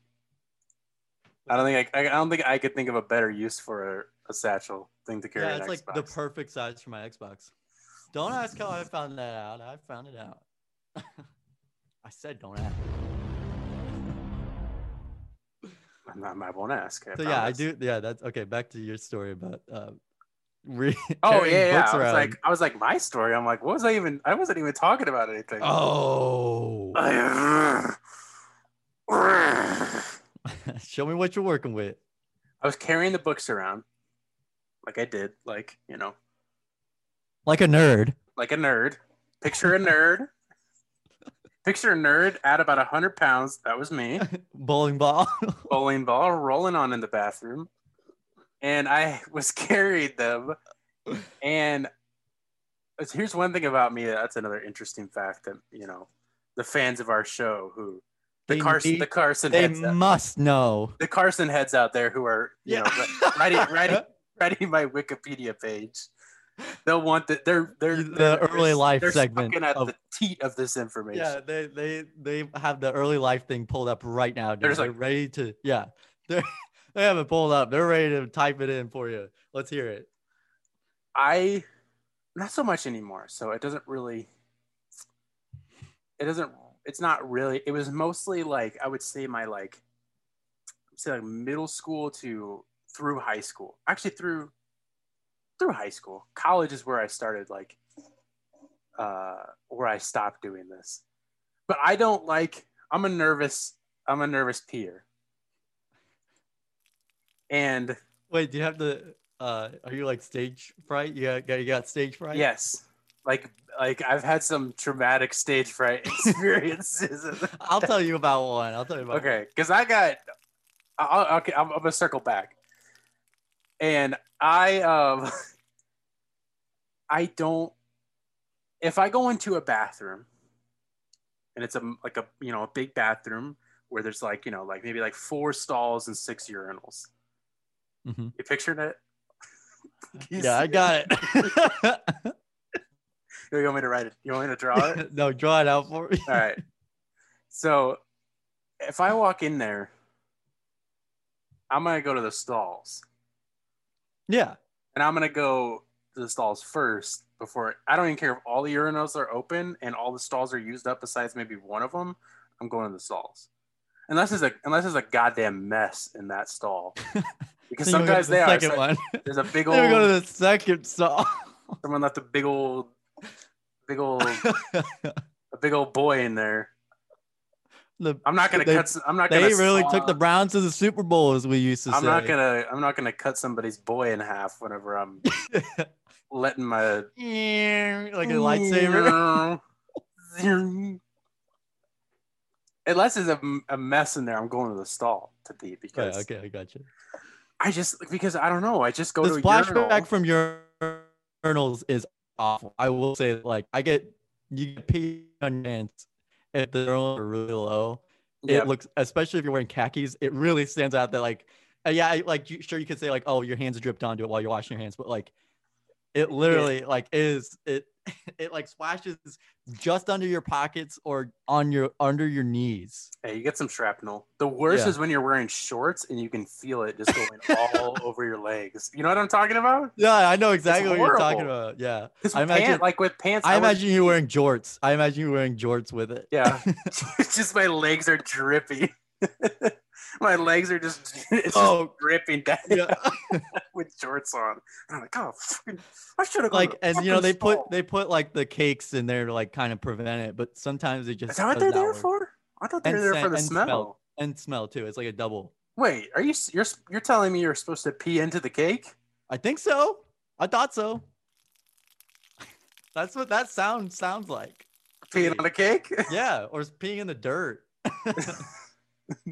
Speaker 2: I don't think I, I don't think I could think of a better use for a, a satchel thing to carry.
Speaker 1: Yeah,
Speaker 2: an
Speaker 1: it's like
Speaker 2: Xbox.
Speaker 1: the perfect size for my Xbox. Don't ask how I found that out. I found it out. I said don't ask.
Speaker 2: I'm not- I won't ask. I
Speaker 1: So yeah, I
Speaker 2: promise.
Speaker 1: do. Yeah, that's okay. Back to your story about uh, re-
Speaker 2: Oh
Speaker 1: carrying
Speaker 2: yeah, yeah.
Speaker 1: books
Speaker 2: I was
Speaker 1: around.
Speaker 2: like, I was like, my story. I'm like, what was I even? I wasn't even talking about anything.
Speaker 1: oh,
Speaker 2: I, uh,
Speaker 1: show me what you're working with.
Speaker 2: was carrying the books around, like I did, like you know,
Speaker 1: Like a nerd.
Speaker 2: like a nerd. Picture a nerd. Picture a nerd at about hundred pounds. That was me.
Speaker 1: Bowling ball.
Speaker 2: bowling ball rolling on in the bathroom and i was carried them and here's one thing about me that's another interesting fact that you know the fans of our show who the
Speaker 1: They
Speaker 2: carson
Speaker 1: need-
Speaker 2: the carson
Speaker 1: they
Speaker 2: heads out,
Speaker 1: must know.
Speaker 2: the carson heads out there who are uh, you know ri- writing, writing, writing my wikipedia page they'll want the they're they're
Speaker 1: The
Speaker 2: they're-
Speaker 1: early life
Speaker 2: they're
Speaker 1: segment
Speaker 2: sucking at
Speaker 1: of-
Speaker 2: the teat of this information
Speaker 1: Yeah, they they they have the early life thing pulled up right now. Dude. They're,
Speaker 2: They're just like-
Speaker 1: ready to yeah. They they have it pulled up. They're ready to type it in for you. Let's hear it.
Speaker 2: I not so much anymore. So it doesn't really it doesn't it's not really it was mostly like I would say my like say like middle school to through high school. Actually through through high school. College is where I started like uh where I stopped doing this. But I don't like I'm a nervous I'm a nervous peer. And
Speaker 1: Wait, do you have the? Uh, are you like stage fright? You got, got you got stage fright.
Speaker 2: yes, like like I've had some traumatic stage fright experiences.
Speaker 1: I'll tell you about one. I'll tell you about.
Speaker 2: okay, because I got I'll, okay. I'm, I'm gonna circle back, and I um I don't if I go into a bathroom, and it's a like a you know a big bathroom where there's like you know like maybe like four stalls and six urinals.
Speaker 1: One. Mhm.
Speaker 2: You picturing it? You
Speaker 1: Yeah, I
Speaker 2: see
Speaker 1: got it.
Speaker 2: You want me to write it? You want me to draw it?
Speaker 1: no, draw it out for me.
Speaker 2: All right. So if I walk in there, I'm gonna go to the stalls,
Speaker 1: Yeah.
Speaker 2: and I'm gonna go to the stalls first before I don't even care if all the urinals are open and all the stalls are used up, besides maybe one of them. I'm going to the stalls, unless it's a unless it's a goddamn mess in that stall, because
Speaker 1: Then
Speaker 2: some
Speaker 1: you'll go to
Speaker 2: guys
Speaker 1: the
Speaker 2: they are.
Speaker 1: second one.
Speaker 2: There's a big
Speaker 1: Then we go
Speaker 2: old
Speaker 1: to the second song.
Speaker 2: someone left a big old big old a big old boy in there.
Speaker 1: The-
Speaker 2: I'm not gonna
Speaker 1: They-
Speaker 2: cut. s- I'm not gonna.
Speaker 1: they really
Speaker 2: saw-
Speaker 1: took the Browns to the Super Bowl, as we used to
Speaker 2: I'm
Speaker 1: say.
Speaker 2: not gonna. I'm not gonna cut somebody's boy in half whenever I'm letting my
Speaker 1: like a lightsaber.
Speaker 2: Unless it's a, a mess in there, I'm going to the stall to pee
Speaker 1: Oh, Yeah,
Speaker 2: because
Speaker 1: okay, I got you.
Speaker 2: I just because I don't know. I just go
Speaker 1: the
Speaker 2: to a urinal.
Speaker 1: splashback from your urinals is awful. I will say, that, like, I get you get pee on your hands if the urinals are really low.
Speaker 2: yeah,
Speaker 1: It looks, especially if you're wearing khakis, it really stands out that, like, uh, yeah, I- like, you, sure, you could say, like, oh, your hands dripped onto it while you're washing your hands, but like, it literally, like, is it, it like splashes just under your pockets or on your under your knees.
Speaker 2: yeah, you get some shrapnel. The worst
Speaker 1: Yeah.
Speaker 2: is when you're wearing shorts and you can feel it just going all over your legs. You know what I'm talking about?
Speaker 1: Yeah, I know exactly what you're talking
Speaker 2: horrible.
Speaker 1: about. Yeah,
Speaker 2: 'Cause
Speaker 1: I
Speaker 2: pant-
Speaker 1: imagine-
Speaker 2: like with pants,
Speaker 1: I,
Speaker 2: I would-
Speaker 1: imagine you wearing jorts. I imagine you wearing jorts with it.
Speaker 2: Yeah. it's just my legs are drippy. my legs are just it's just
Speaker 1: Oh.
Speaker 2: dripping down
Speaker 1: yeah.
Speaker 2: with shorts on. And I'm like, oh, fucking, I should have
Speaker 1: like and you know they put they put like the cakes in there to like kind of prevent it, but sometimes it just
Speaker 2: Is that what
Speaker 1: does
Speaker 2: they're
Speaker 1: not
Speaker 2: there
Speaker 1: work.
Speaker 2: for? I thought they
Speaker 1: And
Speaker 2: were there
Speaker 1: scent-
Speaker 2: for the
Speaker 1: and
Speaker 2: smell.
Speaker 1: smell. and smell too. It's like a double.
Speaker 2: Wait, are you s- you're s- you're telling me you're supposed to pee into the cake?
Speaker 1: I think so. I thought so. That's what that sound sounds like.
Speaker 2: Peeing on a cake?
Speaker 1: Yeah, or it's peeing in the dirt.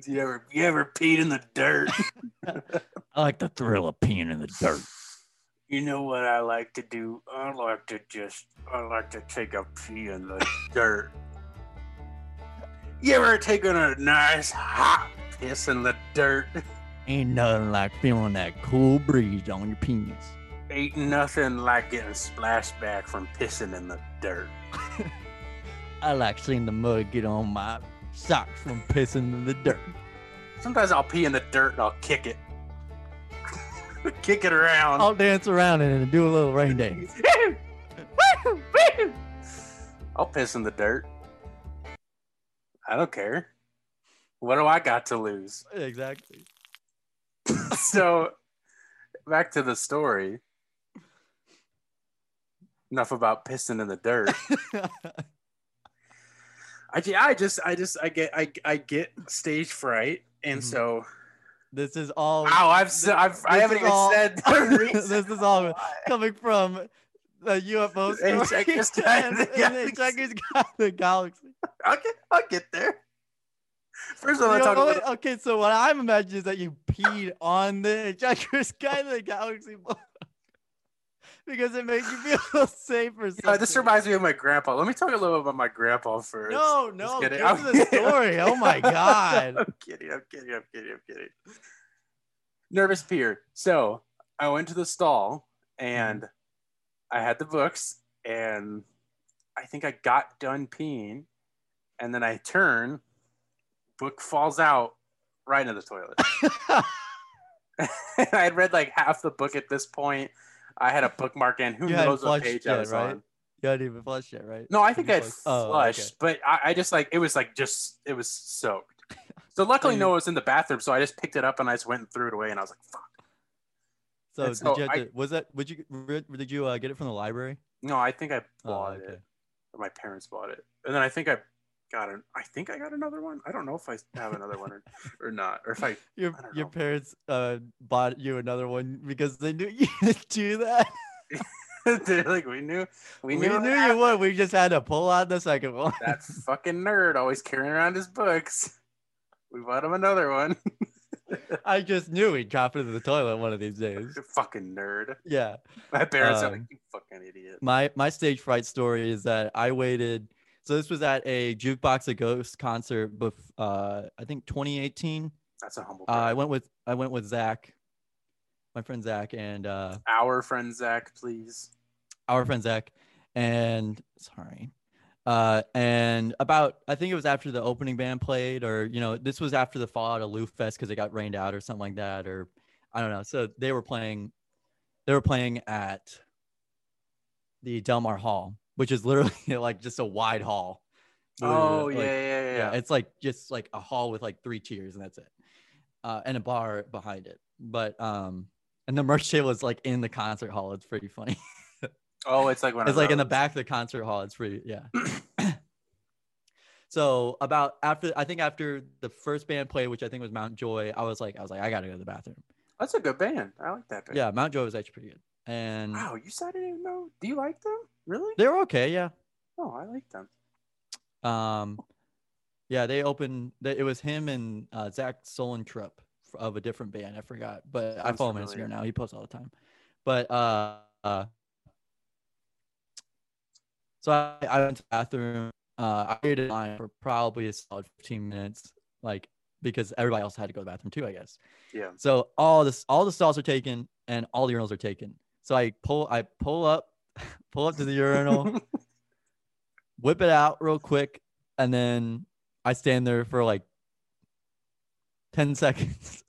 Speaker 2: you ever you ever peed in the dirt?
Speaker 1: I like the thrill of peeing in the dirt.
Speaker 2: You know what I like to do? I like to just, I like to take a pee in the dirt. You ever taken a nice hot piss in the dirt?
Speaker 1: Ain't nothing like feeling that cool breeze on your penis.
Speaker 2: Ain't nothing like getting splashed back from pissing in the dirt.
Speaker 1: I like seeing the mud get on my socks from pissing in the dirt.
Speaker 2: Sometimes I'll pee in the dirt and I'll kick it. kick it around.
Speaker 1: I'll dance around in it and do a little rain dance.
Speaker 2: I'll piss in the dirt. I don't care. What do I got to lose?
Speaker 1: Exactly.
Speaker 2: so back to the story. Enough about pissing in the dirt. I, ju- I just I just I get I, I get stage fright and
Speaker 1: Mhm.
Speaker 2: so
Speaker 1: this is all.
Speaker 2: wow I've s- I've I
Speaker 1: Oh,
Speaker 2: haven't
Speaker 1: This is
Speaker 2: even
Speaker 1: all-
Speaker 2: said the
Speaker 1: this
Speaker 2: reason.
Speaker 1: is all coming from the UFO story.
Speaker 2: And Hitchhiker's Guide to the
Speaker 1: and the
Speaker 2: Galaxy.
Speaker 1: Hitchhiker's Guide to the Galaxy.
Speaker 2: I'll get I'll get there. First of all, I
Speaker 1: You
Speaker 2: talk
Speaker 1: know
Speaker 2: about
Speaker 1: what? okay, so what I'm imagining is that you peed on the Hitchhiker's Guide to the Galaxy book because it makes you feel safe or something.
Speaker 2: you know, this reminds me of my grandpa. Let me talk a little bit about my grandpa first.
Speaker 1: No, no,
Speaker 2: kidding.
Speaker 1: this
Speaker 2: I'm
Speaker 1: is the
Speaker 2: kidding.
Speaker 1: story. Oh my god.
Speaker 2: I'm kidding. I'm kidding. I'm kidding. I'm kidding. Nervous peer. So I went to the stall
Speaker 1: Mm-hmm.
Speaker 2: and I had the books, and I think I got done peeing, and then I turn, book falls out right into the toilet. I had read like half the book at this point. I had a bookmark and who
Speaker 1: You hadn't
Speaker 2: knows what
Speaker 1: flushed
Speaker 2: page I
Speaker 1: yet,
Speaker 2: was
Speaker 1: right?
Speaker 2: on.
Speaker 1: You hadn't even flushed yet, right?
Speaker 2: No, I think I
Speaker 1: Did
Speaker 2: had
Speaker 1: you Oh,
Speaker 2: flushed, but I, I just like it was like just it was soaked. So luckily,
Speaker 1: you-
Speaker 2: no, it was in the bathroom, so I just picked it up and I just went and threw it away, and I was like, "Fuck!"
Speaker 1: So,
Speaker 2: And so
Speaker 1: did you have
Speaker 2: I-
Speaker 1: to, was that would you re- did you uh, get it from the library?
Speaker 2: No, I think I
Speaker 1: Oh,
Speaker 2: bought
Speaker 1: okay.
Speaker 2: it, or my parents bought it, and then I think I got an. I think I got another one. I don't know if I have another one or, or not, or if I.
Speaker 1: Your
Speaker 2: I don't
Speaker 1: your
Speaker 2: know.
Speaker 1: parents uh, bought you another one because they knew you would do that.
Speaker 2: They're like we knew, we
Speaker 1: We
Speaker 2: knew,
Speaker 1: knew,
Speaker 2: that.
Speaker 1: you would. We just had to pull out the second one.
Speaker 2: that fucking nerd always carrying around his books. We bought him another one.
Speaker 1: I just knew we'd drop it into the toilet one of these days.
Speaker 2: fucking nerd.
Speaker 1: Yeah.
Speaker 2: My parents are
Speaker 1: Um,
Speaker 2: like, you fucking idiot.
Speaker 1: my my stage fright story is that I waited. So this was at a jukebox of ghosts concert, bef- uh, I think 2018.
Speaker 2: That's a humble.
Speaker 1: Uh, I
Speaker 2: brag.
Speaker 1: went with I went with Zach, my friend Zach, and uh,
Speaker 2: Our friend Zach, please.
Speaker 1: our friend Zach, and sorry, uh, and about I think it was after the opening band played, or you know this was after the fallout of Loof Fest because it got rained out or something like that, or I don't know. So they were playing, they were playing at the Delmar Hall, which is literally like just a wide hall.
Speaker 2: Oh
Speaker 1: Like,
Speaker 2: yeah, yeah, yeah,
Speaker 1: yeah,
Speaker 2: yeah.
Speaker 1: it's like just like a hall with like three tiers and that's it uh, and a bar behind it but um and the merch table is like in the concert hall it's pretty funny
Speaker 2: Oh, it's like when
Speaker 1: it's like in the back of the concert hall it's pretty yeah so about after i think after the first band played which i think was mount joy i was like i was like i gotta go to the bathroom
Speaker 2: That's a good band. I like that band.
Speaker 1: yeah mount joy was actually pretty good and
Speaker 2: Wow, you said I didn't even know. Do you like them? Really?
Speaker 1: they were okay yeah
Speaker 2: Oh, I like them.
Speaker 1: Um, yeah, they opened. They, it was him and uh, Zach Solentrup f- of a different band. I forgot, but I
Speaker 2: Sounds
Speaker 1: follow him on
Speaker 2: familiar.
Speaker 1: Instagram now. He posts all the time. But uh, uh so I, I went to the bathroom. Uh, I waited in line for probably a solid fifteen minutes, like because everybody else had to go to the bathroom too, I guess.
Speaker 2: Yeah.
Speaker 1: So all this, all the stalls are taken, and all the urinals are taken. So I pull, I pull up, pull up to the urinal whip it out real quick, and then I stand there for like 10 seconds.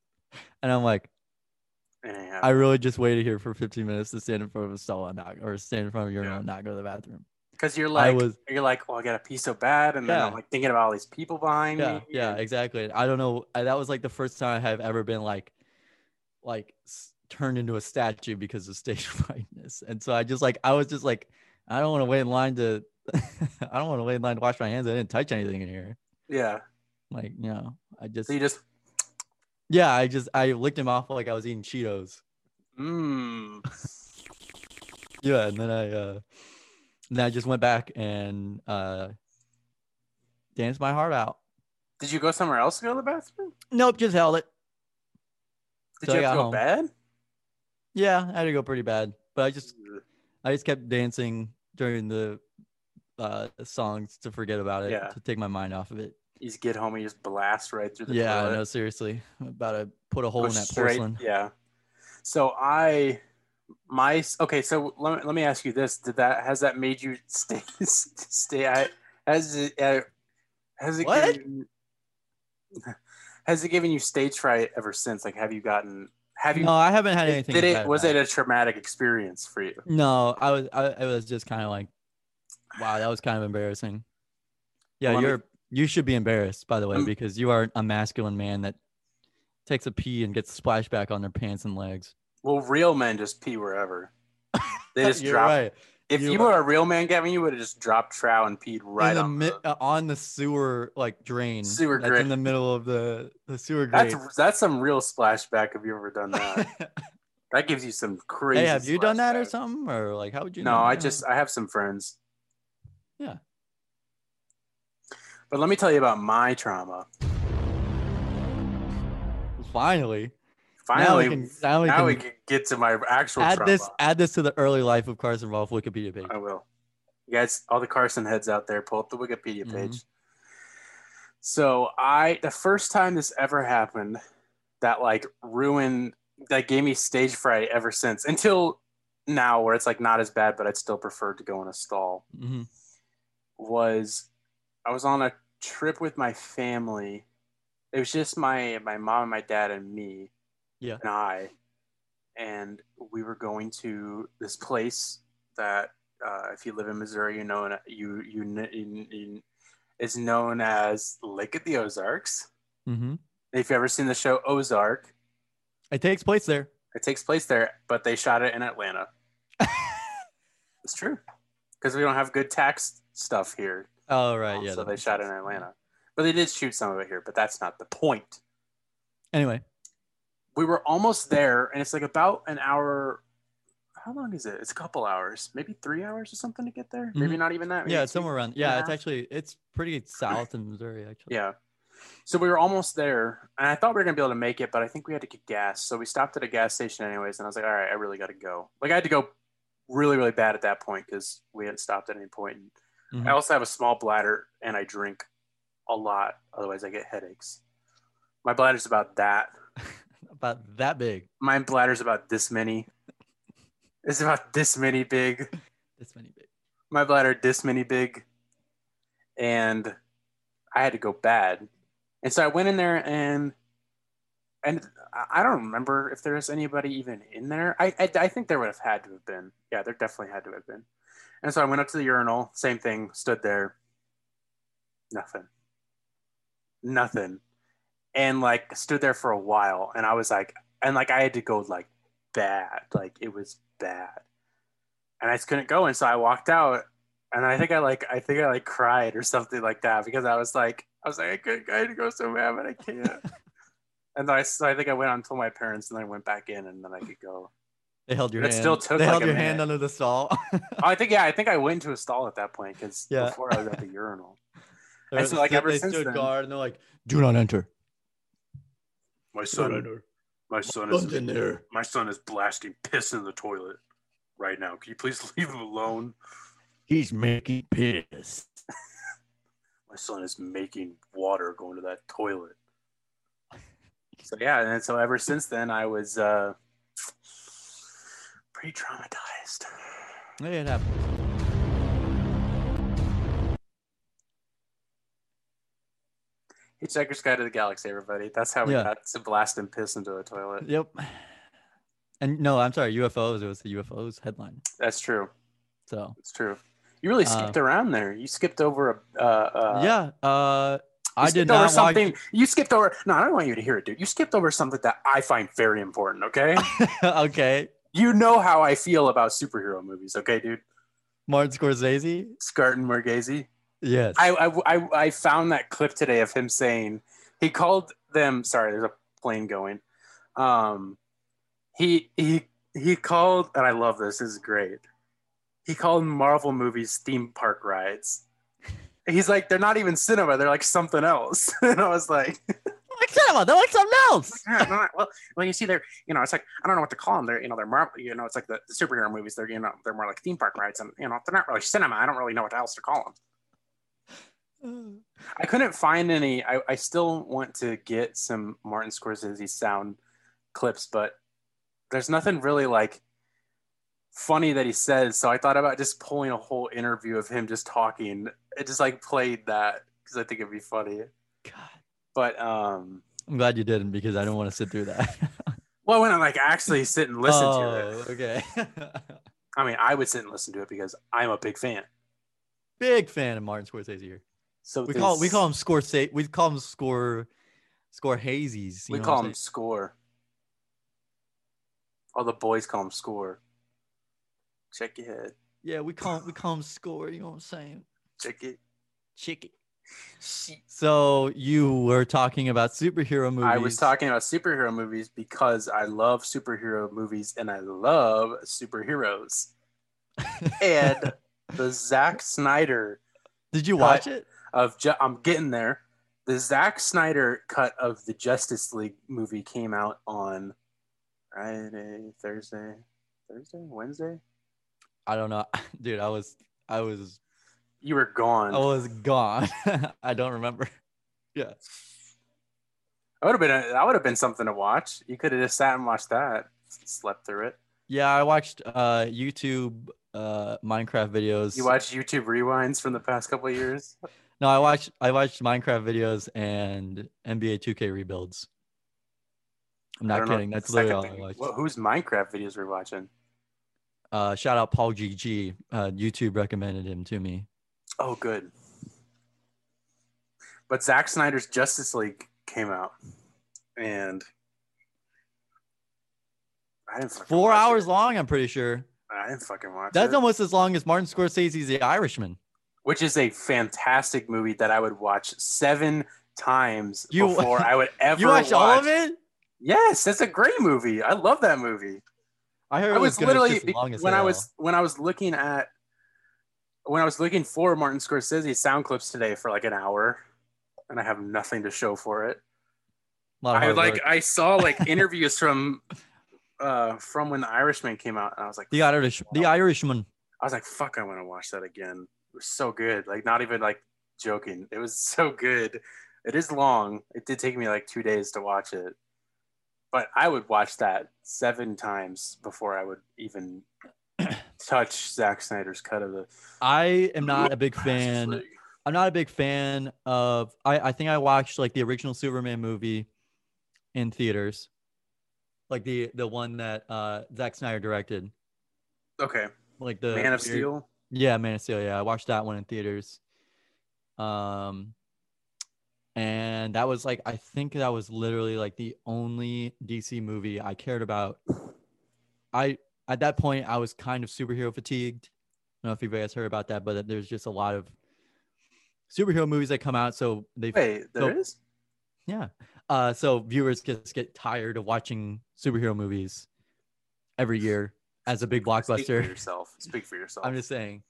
Speaker 1: And I'm like,
Speaker 2: Anyhow,
Speaker 1: I really just waited here for 15 minutes to stand in front of a stall and not, or stand in front of your urinal and not go to the bathroom.
Speaker 2: because you're like,
Speaker 1: was-
Speaker 2: you're like, well, I got to pee so bad, and then
Speaker 1: Yeah.
Speaker 2: I'm like thinking about all these people behind
Speaker 1: Yeah,
Speaker 2: me.
Speaker 1: yeah,
Speaker 2: and-
Speaker 1: exactly. I don't know. I, that was like the first time I have ever been like, like s- turned into a statue because of stage frightness. And so I just like, I was just like, I don't want to wait in line to, I don't want to wait in line to wash my hands. I didn't touch anything in here.
Speaker 2: yeah.
Speaker 1: Like, you know, I just,
Speaker 2: So you just,
Speaker 1: Yeah, I just I licked him off like I was eating Cheetos.
Speaker 2: mmm.
Speaker 1: Yeah, and then I uh and then I just went back and uh danced my heart out.
Speaker 2: Did you go somewhere else to go to the bathroom?
Speaker 1: Nope, just held it.
Speaker 2: Did
Speaker 1: So I
Speaker 2: you have
Speaker 1: got
Speaker 2: to go
Speaker 1: home.
Speaker 2: bad?
Speaker 1: Yeah, I had to go pretty bad, but I just I just kept dancing during the uh songs to forget about it,
Speaker 2: Yeah.
Speaker 1: to take my mind off of it.
Speaker 2: You just get home and you just blast right through the
Speaker 1: yeah,
Speaker 2: toilet.
Speaker 1: no, seriously, I'm about to put a
Speaker 2: Go
Speaker 1: hole in that
Speaker 2: straight-
Speaker 1: porcelain.
Speaker 2: Yeah. So I, my okay. So let me, let me ask you this: Did that has that made you stay stay? I has it uh, has it
Speaker 1: What?
Speaker 2: given, has it given you stage fright ever since? Like, have you gotten have you?
Speaker 1: No, I haven't had anything.
Speaker 2: did it
Speaker 1: bad
Speaker 2: was
Speaker 1: about
Speaker 2: it a traumatic experience for you?
Speaker 1: No, I was I, I was just kind of like, wow, that was kind of embarrassing. Yeah,
Speaker 2: Well, let me-
Speaker 1: you're you should be embarrassed by the way
Speaker 2: Um,
Speaker 1: because you are a masculine man that takes a pee and gets splashed back on their pants and legs.
Speaker 2: Well, real men just pee wherever. They just
Speaker 1: you're
Speaker 2: drop.
Speaker 1: right.
Speaker 2: If you,
Speaker 1: You're
Speaker 2: were a real man, Gavin, you would have just dropped trow and peed
Speaker 1: Right
Speaker 2: right
Speaker 1: in the
Speaker 2: on
Speaker 1: mi-
Speaker 2: the.
Speaker 1: uh, on the sewer like drain.
Speaker 2: Sewer
Speaker 1: that's
Speaker 2: grate.
Speaker 1: in the middle of the the sewer grate.
Speaker 2: That's that's some real splashback. Have you ever done that? That gives you some crazy.
Speaker 1: hey, have you done that or
Speaker 2: flashbacks.
Speaker 1: something or like how would you?
Speaker 2: No,
Speaker 1: know?
Speaker 2: I just I have some friends.
Speaker 1: Yeah.
Speaker 2: But let me tell you about my trauma.
Speaker 1: finally
Speaker 2: Finally,
Speaker 1: now we can now we
Speaker 2: now
Speaker 1: can
Speaker 2: we can get to my actual
Speaker 1: add
Speaker 2: trauma.
Speaker 1: this add this to the early life of Carson Rolf Wikipedia page.
Speaker 2: I will. You guys, all the Carson heads out there, pull up the Wikipedia
Speaker 1: Mhm.
Speaker 2: page. So I, the first time this ever happened, that like ruined, that gave me stage fright ever since until now, where it's like not as bad, but I'd still prefer to go in a stall.
Speaker 1: hmm
Speaker 2: was I was on a trip with my family. It was just my my mom and my dad and me.
Speaker 1: Yeah.
Speaker 2: And I. and we were going to this place that uh, if you live in Missouri, you know, and you you, kn- you, you is known as Lake of the Ozarks.
Speaker 1: Mm-hmm.
Speaker 2: If you've ever seen the show Ozark,
Speaker 1: It takes place there.
Speaker 2: it takes place there, but they shot it in Atlanta. it's true because we don't have good tax stuff here,
Speaker 1: Oh right, yeah.
Speaker 2: so
Speaker 1: that
Speaker 2: they
Speaker 1: makes
Speaker 2: shot it
Speaker 1: sense.
Speaker 2: in Atlanta. But they did shoot some of it here, but that's not the point.
Speaker 1: Anyway,
Speaker 2: we were almost there and it's like about an hour how long is it it's a couple hours maybe three hours or something to get there maybe not even that maybe
Speaker 1: Mm-hmm. yeah, it's
Speaker 2: two.
Speaker 1: somewhere around. Yeah, it's
Speaker 2: Yeah.
Speaker 1: actually it's pretty south in Missouri actually.
Speaker 2: yeah so we were almost there and i thought we were gonna be able to make it but i think we had to get gas so we stopped at a gas station anyways and i was like all right i really gotta go like i had to go really really bad at that point because we hadn't stopped at any point point.
Speaker 1: Mhm.
Speaker 2: i also have a small bladder and i drink a lot otherwise i get headaches my bladder's about that
Speaker 1: About that big.
Speaker 2: my bladder's about this many it's about this many big
Speaker 1: This many big.
Speaker 2: my bladder this many big and i had to go bad and so i went in there and and I- i don't remember if there was anybody even in there I, I i think there would have had to have been yeah there definitely had to have been and so i went up to the urinal same thing stood there nothing nothing and like stood there for a while and i was like and like i had to go like bad like it was bad and I just couldn't go. And so I walked out and I think I like I think I like cried or something like that because I was like I was like I could I had to go so bad but I can't. and then I so I think I went on and told my parents and then I went back in and then I could go.
Speaker 1: They held your
Speaker 2: It
Speaker 1: hand.
Speaker 2: still took
Speaker 1: they
Speaker 2: like
Speaker 1: held
Speaker 2: a
Speaker 1: your hand
Speaker 2: minute.
Speaker 1: under the stall.
Speaker 2: Oh, I think yeah I think I went into a stall at that point because
Speaker 1: Yeah.
Speaker 2: before I was at the urinal.
Speaker 1: They're
Speaker 2: so, like,
Speaker 1: sti-
Speaker 2: ever
Speaker 1: they
Speaker 2: since
Speaker 1: stood
Speaker 2: then-
Speaker 1: guard and they're like, "Do not enter."
Speaker 2: My my son
Speaker 1: there.
Speaker 2: my son is blasting piss in the toilet right now. Can you please leave him alone?
Speaker 1: He's making piss.
Speaker 2: my son is making water going to that toilet. So yeah, and so ever since then I was uh pretty traumatized.
Speaker 1: It happens.
Speaker 2: Hitchhiker's Guide to the Galaxy, everybody. That's how we
Speaker 1: Yeah.
Speaker 2: got to blast and piss into a toilet.
Speaker 1: Yep. And no, I'm sorry. UFOs. It was the UFOs headline.
Speaker 2: That's true.
Speaker 1: So
Speaker 2: That's true. You really skipped around there. You skipped over a uh, uh you
Speaker 1: Uh, yeah, uh, I
Speaker 2: skipped
Speaker 1: did not
Speaker 2: over
Speaker 1: watch-
Speaker 2: something. You skipped over. No, I don't want you to hear it, dude. You skipped over something that I find very important. Okay,
Speaker 1: okay,
Speaker 2: you know how I feel about superhero movies. Okay, dude.
Speaker 1: Martin Scorsese.
Speaker 2: Scarton Morghese.
Speaker 1: Yes.
Speaker 2: I, I, I, I found that clip today of him saying he called them. Sorry, there's a plane going. Um, he he he called, and I love this. This is great. He called Marvel movies theme park rides. He's like, they're not even cinema; they're like something else. and I was like,
Speaker 1: like cinema. They're like something else.
Speaker 2: yeah, they're not- well, well, you see, they're you know, it's like I don't know what to call them. They're you know, they're Marvel. You know, it's like the, the superhero movies. They're you know, they're more like theme park rides, and you know, they're not really cinema. I don't really know what else to call them. I couldn't find any. I, I still want to get some Martin Scorsese sound clips, but there's nothing really like funny that he says. So I thought about just pulling a whole interview of him just talking. It just like played that because I think it'd be funny.
Speaker 1: God,
Speaker 2: But um,
Speaker 1: I'm glad you didn't because I don't want to sit through that.
Speaker 2: well, when I like actually sit and listen to it,
Speaker 1: oh, okay.
Speaker 2: I mean, I would sit and listen to it because I'm a big fan.
Speaker 1: Big fan of Martin Scorsese here.
Speaker 2: So
Speaker 1: We call we
Speaker 2: this-
Speaker 1: call him Scorsese. We call him Score Score Hazies.
Speaker 2: we call him score. All the boys call him score. Check your head.
Speaker 1: Yeah, we call him, we call him Score. You know what I'm saying?
Speaker 2: Check it.
Speaker 1: Chicken.
Speaker 2: She-
Speaker 1: So you were talking about superhero movies.
Speaker 2: I was talking about superhero movies because I love superhero movies and I love superheroes. and the Zack Snyder
Speaker 1: Did you watch it?
Speaker 2: of Ju- I'm getting there. The Zack Snyder cut of the Justice League movie came out on Friday, Thursday, Thursday, Wednesday.
Speaker 1: I don't know, dude. I was I was
Speaker 2: You were gone.
Speaker 1: I was gone. I don't remember.
Speaker 2: I would have been. A, that would have been something to watch. You could have just sat and watched that. Slept through it.
Speaker 1: Yeah, I watched uh YouTube uh Minecraft videos.
Speaker 2: You watched YouTube rewinds from the past couple of years.
Speaker 1: No, I watched I watched Minecraft videos and NBA 2K rebuilds.
Speaker 2: I
Speaker 1: I'm not
Speaker 2: don't know
Speaker 1: kidding.
Speaker 2: what
Speaker 1: That's
Speaker 2: the second
Speaker 1: literally all I
Speaker 2: thing-
Speaker 1: watched.
Speaker 2: Wha- whose Minecraft videos we're watching?
Speaker 1: Uh, shout out Paul GG. Uh, YouTube recommended him to me.
Speaker 2: Oh, good. But Zack Snyder's Justice League came out, and I didn't fucking
Speaker 1: Four
Speaker 2: watch
Speaker 1: hours
Speaker 2: it.
Speaker 1: long, I'm pretty sure.
Speaker 2: I didn't fucking watch
Speaker 1: That's
Speaker 2: it,
Speaker 1: almost as long as Martin Scorsese's The Irishman.
Speaker 2: which is a fantastic movie that I would watch seven times
Speaker 1: You-
Speaker 2: before I would ever.
Speaker 1: You watched all of
Speaker 2: watch-
Speaker 1: it?
Speaker 2: Yes, that's a great movie. I love that movie.
Speaker 1: I heard
Speaker 2: I
Speaker 1: it was,
Speaker 2: was literally
Speaker 1: just long as
Speaker 2: when I
Speaker 1: hell.
Speaker 2: was when I was looking at when I was looking for Martin Scorsese sound clips today for like an hour, and I have nothing to show for it.
Speaker 1: A lot of
Speaker 2: I
Speaker 1: Oh, hard
Speaker 2: like
Speaker 1: work.
Speaker 2: I saw like interviews from uh from when The Irishman came out, and I was like,
Speaker 1: the Irish, The Irishman.
Speaker 2: I was like, fuck, I want to watch that again. It was so good. Like, not even like joking. It was so good. It is long. It did take me like two days to watch it, but I would watch that seven times before I would even touch Zack Snyder's cut of the.
Speaker 1: I am not a big fan. I'm not a big fan of. I, I think I watched like the original Superman movie in theaters, like the the one that uh Zack Snyder directed,
Speaker 2: Okay,
Speaker 1: like the
Speaker 2: Man of
Speaker 1: weird-
Speaker 2: Steel.
Speaker 1: Yeah, Man of Steel. Yeah, I watched that one in theaters. Um, and that was like I think that was literally like the only DC movie I cared about. I at that point I was kind of superhero fatigued. I don't know if you guys heard about that, but there's just a lot of superhero movies that come out, so they
Speaker 2: Wait, there is.
Speaker 1: So- yeah. Uh, so viewers just get tired of watching superhero movies every year as a
Speaker 2: Speak
Speaker 1: big
Speaker 2: for
Speaker 1: blockbuster.
Speaker 2: yourself. Speak for yourself.
Speaker 1: I'm just saying.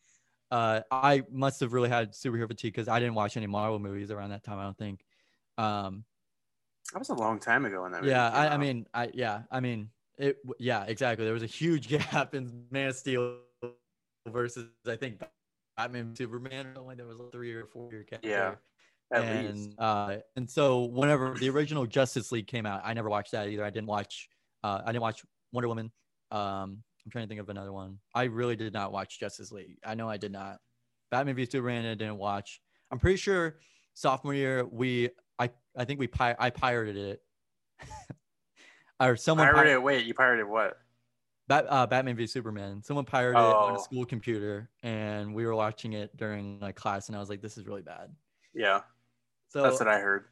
Speaker 1: Uh, I must have really had superhero fatigue because I didn't watch any Marvel movies around that time. I don't think. Um,
Speaker 2: that was a long time ago when that. movie
Speaker 1: yeah,
Speaker 2: came
Speaker 1: I, I
Speaker 2: out.
Speaker 1: mean, I yeah, I mean, it. w- Yeah, exactly. There was a huge gap in Man of Steel versus I think Batman Superman. Only there was a three or four year gap.
Speaker 2: Yeah,
Speaker 1: there.
Speaker 2: at
Speaker 1: and
Speaker 2: least.
Speaker 1: uh, and so whenever the original Justice League came out, I never watched that either. I didn't watch. Uh, I didn't watch Wonder Woman. Um, I'm trying to think of another one. I really did not watch Justice League. I know I did not. Batman v Superman. I didn't watch. I'm pretty sure sophomore year we. I I think we pi- I pirated it. or someone
Speaker 2: Pirated.
Speaker 1: pirated
Speaker 2: wait, you pirated what?
Speaker 1: Bat, uh, Batman v Superman. Someone pirated it on a
Speaker 2: Oh.
Speaker 1: school computer, and we were watching it during like class, and I was like, "This is really bad."
Speaker 2: Yeah,
Speaker 1: So
Speaker 2: that's what I heard.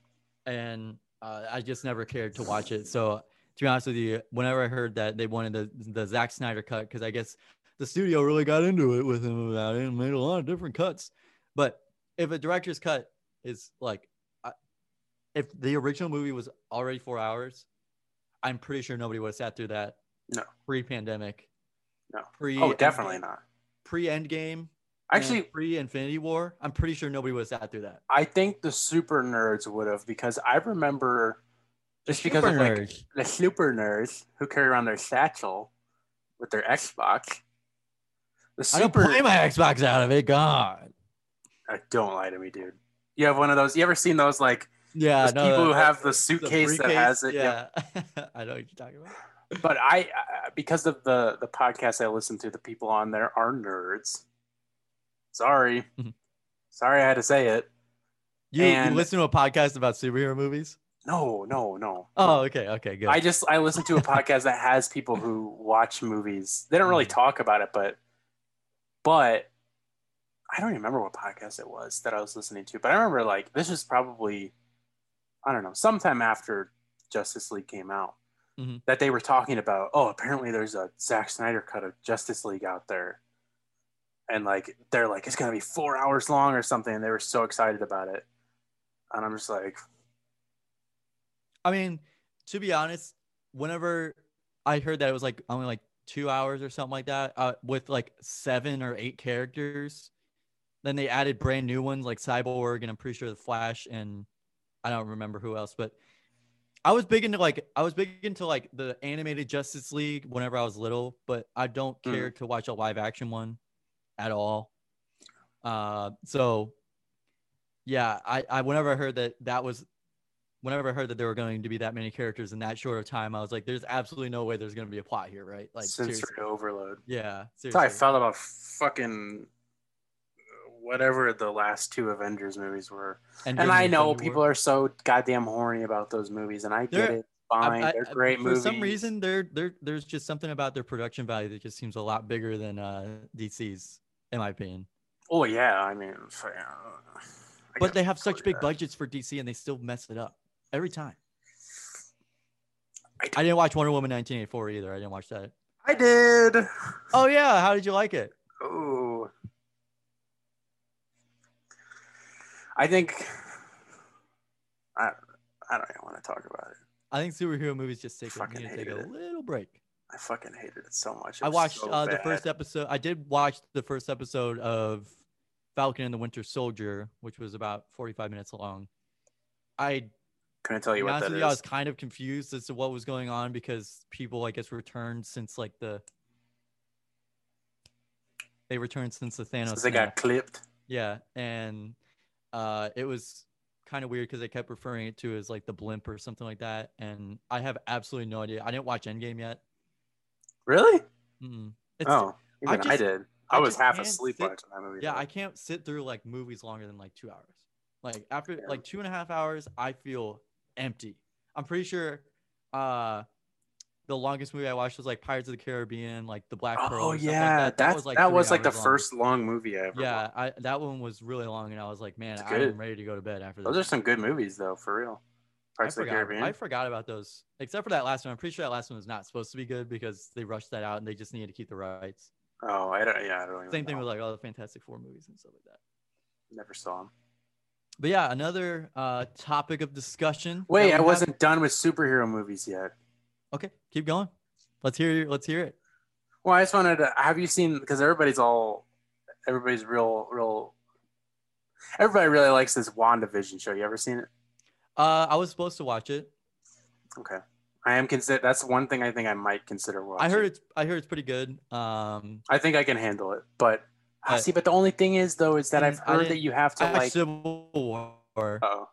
Speaker 1: and uh, I just never cared to watch it. So to be honest with you, whenever I heard that they wanted the the Zack Snyder cut, because I guess the studio really got into it with him about it and made a lot of different cuts. But if a director's cut is like, I, if the original movie was already four hours, I'm pretty sure nobody would have sat through that.
Speaker 2: No.
Speaker 1: Pre-pandemic.
Speaker 2: No.
Speaker 1: Pre.
Speaker 2: Oh, definitely not.
Speaker 1: Pre-Endgame.
Speaker 2: Actually,
Speaker 1: pre-Infinity War. I'm pretty sure nobody would have sat through that.
Speaker 2: I think the super nerds would have because I remember just because
Speaker 1: Super
Speaker 2: of like
Speaker 1: nerds.
Speaker 2: the super nerds who carry around their satchel with their Xbox. The
Speaker 1: I don't
Speaker 2: super
Speaker 1: play my Xbox out of it. God.
Speaker 2: Uh, don't lie to me, dude. You have one of those. You ever seen those like
Speaker 1: Yeah,
Speaker 2: Those
Speaker 1: no,
Speaker 2: people
Speaker 1: that-
Speaker 2: who
Speaker 1: that-
Speaker 2: have the
Speaker 1: the
Speaker 2: suitcase that
Speaker 1: briefcase,
Speaker 2: has it,
Speaker 1: Yeah, I know what you're talking about.
Speaker 2: but I uh, because of the the podcast I listen to, the people on there are nerds. Sorry.
Speaker 1: Mhm.
Speaker 2: Sorry I had to say it.
Speaker 1: You,
Speaker 2: And-
Speaker 1: you listen to a podcast about superhero movies?
Speaker 2: No, no, no.
Speaker 1: Oh, okay, okay, good.
Speaker 2: I just I listen to a podcast that has people who watch movies. They don't really
Speaker 1: Mhm.
Speaker 2: talk about it, but but I don't remember what podcast it was that I was listening to. But I remember like this was probably I don't know sometime after Justice League came out
Speaker 1: Mhm.
Speaker 2: that they were talking about. Oh, apparently there's a Zack Snyder cut of Justice League out there, and like they're like it's gonna be four hours long or something. And they were so excited about it, and I'm just like,
Speaker 1: I mean, to be honest, whenever I heard that it was like only like two hours or something like that, uh, with like seven or eight characters, then they added brand new ones like Cyborg and I'm pretty sure the Flash and I don't remember who else, but I was big into like I was big into like the animated Justice League whenever I was little, but I don't
Speaker 2: Mm.
Speaker 1: care to watch a live action one at all. Uh, so yeah, I, I whenever I heard that that was whenever I heard that there were going to be that many characters in that short of time, I was like, there's absolutely no way there's going to be a plot here, right? Like,
Speaker 2: sensory
Speaker 1: seriously.
Speaker 2: overload.
Speaker 1: yeah,
Speaker 2: That's how I
Speaker 1: seriously.
Speaker 2: felt about fucking whatever the last two Avengers movies were. And
Speaker 1: Avengers
Speaker 2: I know
Speaker 1: Infinity War.
Speaker 2: people are so goddamn horny about those movies, and I get
Speaker 1: They're-
Speaker 2: it. fine.
Speaker 1: I- I-
Speaker 2: They're great
Speaker 1: for
Speaker 2: movies.
Speaker 1: some reason, there there there's just something about their production value that just seems a lot bigger than uh, DC's, in my opinion.
Speaker 2: Oh yeah, I mean, f- uh, I
Speaker 1: But they
Speaker 2: guess-
Speaker 1: have such big
Speaker 2: yeah.
Speaker 1: budgets for DC, and they still mess it up every time.
Speaker 2: I
Speaker 1: I didn't watch Wonder Woman 1984 either. I didn't watch that.
Speaker 2: I did.
Speaker 1: Oh yeah, how did you like it?
Speaker 2: Oh. I think I I don't even want to talk about it.
Speaker 1: I think superhero movies just take, a,
Speaker 2: Fucking
Speaker 1: need to take
Speaker 2: hated
Speaker 1: a
Speaker 2: it.
Speaker 1: little break.
Speaker 2: I fucking hated it so much. It
Speaker 1: I
Speaker 2: was
Speaker 1: watched
Speaker 2: so
Speaker 1: uh, the
Speaker 2: bad.
Speaker 1: first episode. I did watch the first episode of Falcon and the Winter Soldier, which was about 45 minutes long. I
Speaker 2: Can I tell you
Speaker 1: honestly,
Speaker 2: what that is?
Speaker 1: I was kind of confused as to what was going on because people, I guess, returned since like the they returned since the Thanos.
Speaker 2: Since they got
Speaker 1: snap.
Speaker 2: clipped.
Speaker 1: Yeah, and uh, it was kind of weird because they kept referring it to as like the blimp or something like that, and I have absolutely no idea. I didn't watch Endgame yet.
Speaker 2: Really?
Speaker 1: Mm-mm. It's,
Speaker 2: oh,
Speaker 1: I
Speaker 2: even I,
Speaker 1: just-
Speaker 2: did. I, was
Speaker 1: just
Speaker 2: half
Speaker 1: can't
Speaker 2: asleep
Speaker 1: sit-
Speaker 2: watching that movie.
Speaker 1: Yeah,
Speaker 2: though.
Speaker 1: I can't sit through like movies longer than like two hours. Like after
Speaker 2: Yeah.
Speaker 1: like two and a half hours, I feel empty. I'm pretty sure uh the longest movie I watched was like Pirates of the Caribbean, like the Black Pearl.
Speaker 2: Oh
Speaker 1: or something like
Speaker 2: yeah,
Speaker 1: that.
Speaker 2: that's
Speaker 1: was like,
Speaker 2: that
Speaker 1: three
Speaker 2: was like the
Speaker 1: hours long.
Speaker 2: first long movie I ever.
Speaker 1: Yeah,
Speaker 2: watched.
Speaker 1: I, that one was really long, and I was like, man,
Speaker 2: It's good.
Speaker 1: I'm ready to go to bed after
Speaker 2: those
Speaker 1: this.
Speaker 2: are some good movies though, for real.
Speaker 1: I
Speaker 2: Parts of the
Speaker 1: forgot,
Speaker 2: Caribbean.
Speaker 1: I forgot about those, except for that last one. I'm pretty sure that last one was not supposed to be good because they rushed that out and they just needed to keep the rights.
Speaker 2: oh, I don't. Yeah, I don't. Even
Speaker 1: Same thing
Speaker 2: know.
Speaker 1: with like all the Fantastic Four movies and stuff like that.
Speaker 2: Never saw him.
Speaker 1: But yeah, another uh, topic of discussion. that we
Speaker 2: Wait, I
Speaker 1: have-
Speaker 2: wasn't done with superhero movies yet.
Speaker 1: Okay, keep going. Let's hear. your- Let's hear it.
Speaker 2: Well, I just wanted to. Have you seen? Because everybody's all, everybody's real, real. Everybody really likes this WandaVision show. You ever seen it?
Speaker 1: Uh, I was supposed to watch it.
Speaker 2: Okay, I am consider. That's one thing I think I might consider watching.
Speaker 1: I heard it's. I heard it's pretty good. Um,
Speaker 2: I think I can handle it, but Ah,
Speaker 1: But-
Speaker 2: see. But the only thing is, though, is that
Speaker 1: I
Speaker 2: I've
Speaker 1: didn't- I
Speaker 2: heard that
Speaker 1: didn't-
Speaker 2: you have to
Speaker 1: I watched
Speaker 2: like.
Speaker 1: Civil War.
Speaker 2: Oh,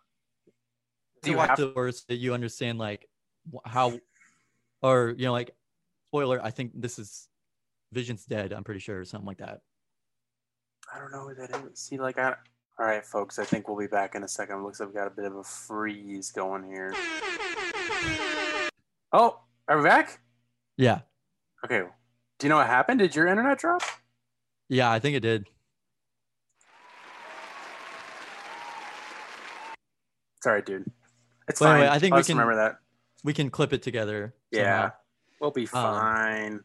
Speaker 2: do
Speaker 1: you
Speaker 2: you
Speaker 1: watch
Speaker 2: have
Speaker 1: the worst that you understand like wh- how, or you know, like spoiler. I think this is Vision's dead. I'm pretty sure or something like that.
Speaker 2: I don't know who that is. See, like I. All right, folks. I think we'll be back in a second. Looks like we got a bit of a freeze going here. Oh, are we back?
Speaker 1: Yeah,
Speaker 2: Okay. Do you know what happened? Did your internet drop?
Speaker 1: yeah, I think it did.
Speaker 2: Sorry, dude. It's
Speaker 1: Wait,
Speaker 2: fine.
Speaker 1: wait, I think we
Speaker 2: Let's
Speaker 1: can-
Speaker 2: remember that.
Speaker 1: We can clip it together.
Speaker 2: Yeah,
Speaker 1: somehow.
Speaker 2: we'll
Speaker 1: um,
Speaker 2: be fine.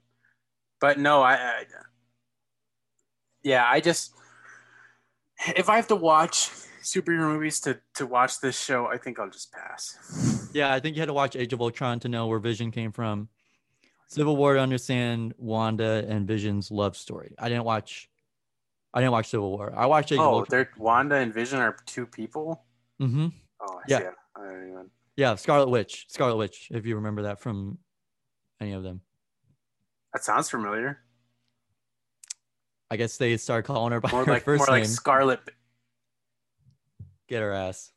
Speaker 2: but no, I, I. Yeah, I just. If I have to watch superhero movies to to watch this show, I think I'll just pass.
Speaker 1: Yeah, I think you had to watch Age of Ultron to know where Vision came from. Civil War to understand Wanda and Vision's love story. I didn't watch. I didn't watch Civil War. I watched Age of
Speaker 2: Oh,
Speaker 1: Ultron.
Speaker 2: they're Wanda and Vision are two people.
Speaker 1: hmm
Speaker 2: Oh, I
Speaker 1: Yeah.
Speaker 2: see. it. I don't even.
Speaker 1: Yeah, Scarlet Witch. Scarlet Witch. If you remember that from any of them,
Speaker 2: That sounds familiar.
Speaker 1: I guess they started calling her by
Speaker 2: More
Speaker 1: her
Speaker 2: like more
Speaker 1: first
Speaker 2: like
Speaker 1: name.
Speaker 2: Scarlet.
Speaker 1: Get her ass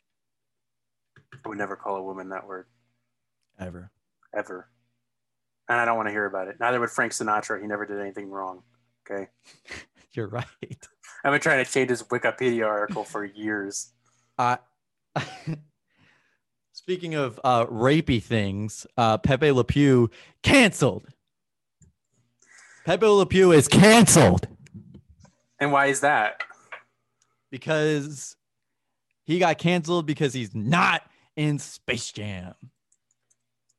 Speaker 2: I would never call a woman that word
Speaker 1: ever.
Speaker 2: ever, and I don't want to hear about it. Neither would Frank Sinatra. He never did anything wrong. Okay.
Speaker 1: You're right.
Speaker 2: I've been trying to change his Wikipedia article for years.
Speaker 1: I. Speaking of uh, rapey things, uh, Pepe Le Pew canceled. Pepe Le Pew is canceled.
Speaker 2: And why is that?
Speaker 1: because he got canceled because he's not in Space Jam.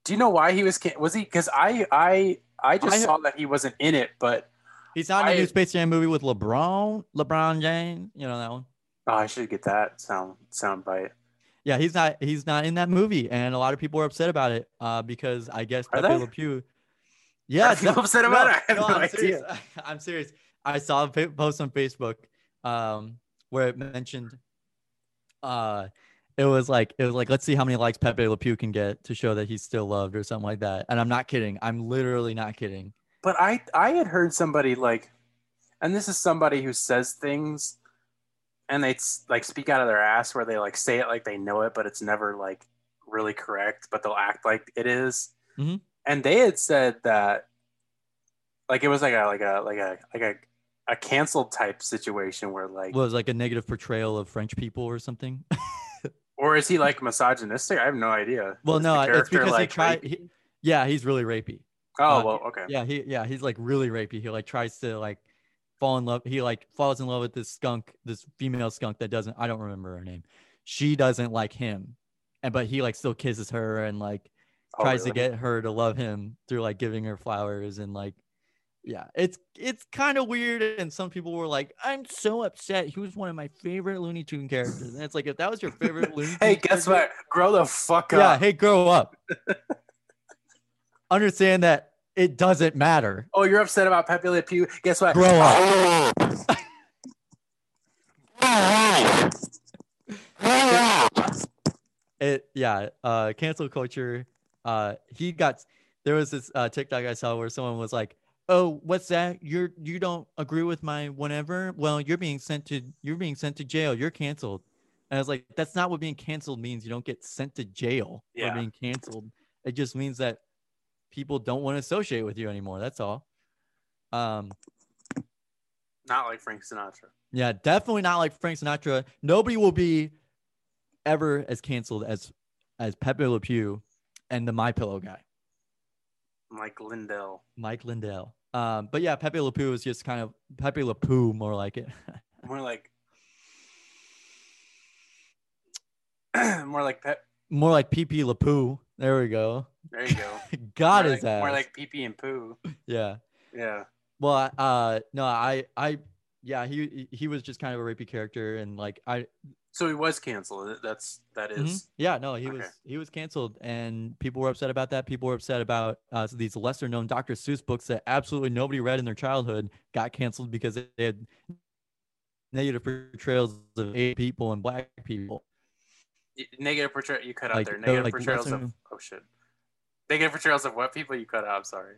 Speaker 2: Do you know why he was can- was he cuz I I I just
Speaker 1: I-
Speaker 2: saw that he wasn't in it, but
Speaker 1: He's not in a
Speaker 2: I-
Speaker 1: new Space Jam movie with LeBron, LeBron James. You know that one.
Speaker 2: oh, I should get that sound sound bite.
Speaker 1: Yeah, he's not. He's not in that movie, and a lot of people are upset about it uh, because I guess
Speaker 2: Are
Speaker 1: Pepe
Speaker 2: they?
Speaker 1: Le Pew. Yeah,
Speaker 2: Are people upset about it? I have no
Speaker 1: I'm
Speaker 2: idea.
Speaker 1: Serious. I'm serious. I saw a fa- post on Facebook um, where it mentioned uh, it was like it was like let's see how many likes Pepe Le Pew can get to show that he's still loved or something like that. And I'm not kidding. I'm literally not kidding.
Speaker 2: But I I had heard somebody like and this is somebody who says things and they s- like speak out of their ass where they like say it like they know it but it's never like really correct but they'll act like it is.
Speaker 1: Mhm.
Speaker 2: And they had said that like it was like a like a like a like a a canceled type situation where like
Speaker 1: Well, it was like a negative portrayal of French people or something.
Speaker 2: Or is he like misogynistic? I have no idea.
Speaker 1: Well,
Speaker 2: Is
Speaker 1: no,
Speaker 2: the
Speaker 1: it's
Speaker 2: character,
Speaker 1: because
Speaker 2: like,
Speaker 1: he tried.
Speaker 2: rapey?
Speaker 1: he- yeah, he's really rapey.
Speaker 2: Oh
Speaker 1: uh,
Speaker 2: well, okay.
Speaker 1: Yeah, he yeah he's like really rapey. He like tries to like fall in love. He like falls in love with this skunk, this female skunk that doesn't. I don't remember her name. She doesn't like him, and but he like still kisses her and like
Speaker 2: Oh,
Speaker 1: tries
Speaker 2: really?
Speaker 1: to get her to love him through like giving her flowers and like yeah it's it's kind of weird and some people were like i'm so upset he was one of my favorite looney tune characters and it's like if that was your favorite looney
Speaker 2: Hey,
Speaker 1: Tune
Speaker 2: guess
Speaker 1: character-
Speaker 2: what? Grow the fuck
Speaker 1: yeah
Speaker 2: up.
Speaker 1: hey grow up understand that it doesn't matter
Speaker 2: Oh, you're upset about Pepe Le Pew. Guess what?
Speaker 1: Grow
Speaker 2: up.
Speaker 1: it yeah uh cancel culture uh he got there was this uh tiktok i saw where someone was like oh what's that you're you don't agree with my whatever well you're being sent to you're being sent to jail you're canceled and i was like that's not what being canceled means you don't get sent to jail
Speaker 2: Yeah.
Speaker 1: for being canceled it just means that people don't want to associate with you anymore that's all um
Speaker 2: Not like Frank Sinatra.
Speaker 1: yeah, definitely not like Frank Sinatra. Nobody will be ever as canceled as as Pepe Le Pew and the My Pillow guy,
Speaker 2: Like Lindell.
Speaker 1: Mike Lindell. Um, but yeah, Pepe Le Pew is just kind of Pepe Le Pew, more like it.
Speaker 2: More like more like Pep.
Speaker 1: more like PP Le Pew. There we go.
Speaker 2: There you go.
Speaker 1: God
Speaker 2: more
Speaker 1: is
Speaker 2: like, more
Speaker 1: ass.
Speaker 2: like pee pee and poo.
Speaker 1: yeah.
Speaker 2: Yeah.
Speaker 1: Well, uh, no, I, I, yeah, he he was just kind of a rapey character, and like I,
Speaker 2: So he was canceled. That's that
Speaker 1: Mhm.
Speaker 2: is-
Speaker 1: Yeah, no, he
Speaker 2: Okay.
Speaker 1: was he was canceled, and people were upset about that. People were upset about uh, these lesser known Dr. Seuss books that absolutely nobody read in their childhood got canceled because they had negative portrayals of gay people and black people.
Speaker 2: negative portrayal you cut out
Speaker 1: Like,
Speaker 2: there.
Speaker 1: no,
Speaker 2: Negative
Speaker 1: like,
Speaker 2: portrayals
Speaker 1: lesser-
Speaker 2: of oh shit. Negative portrayals of what people you cut out. I'm sorry.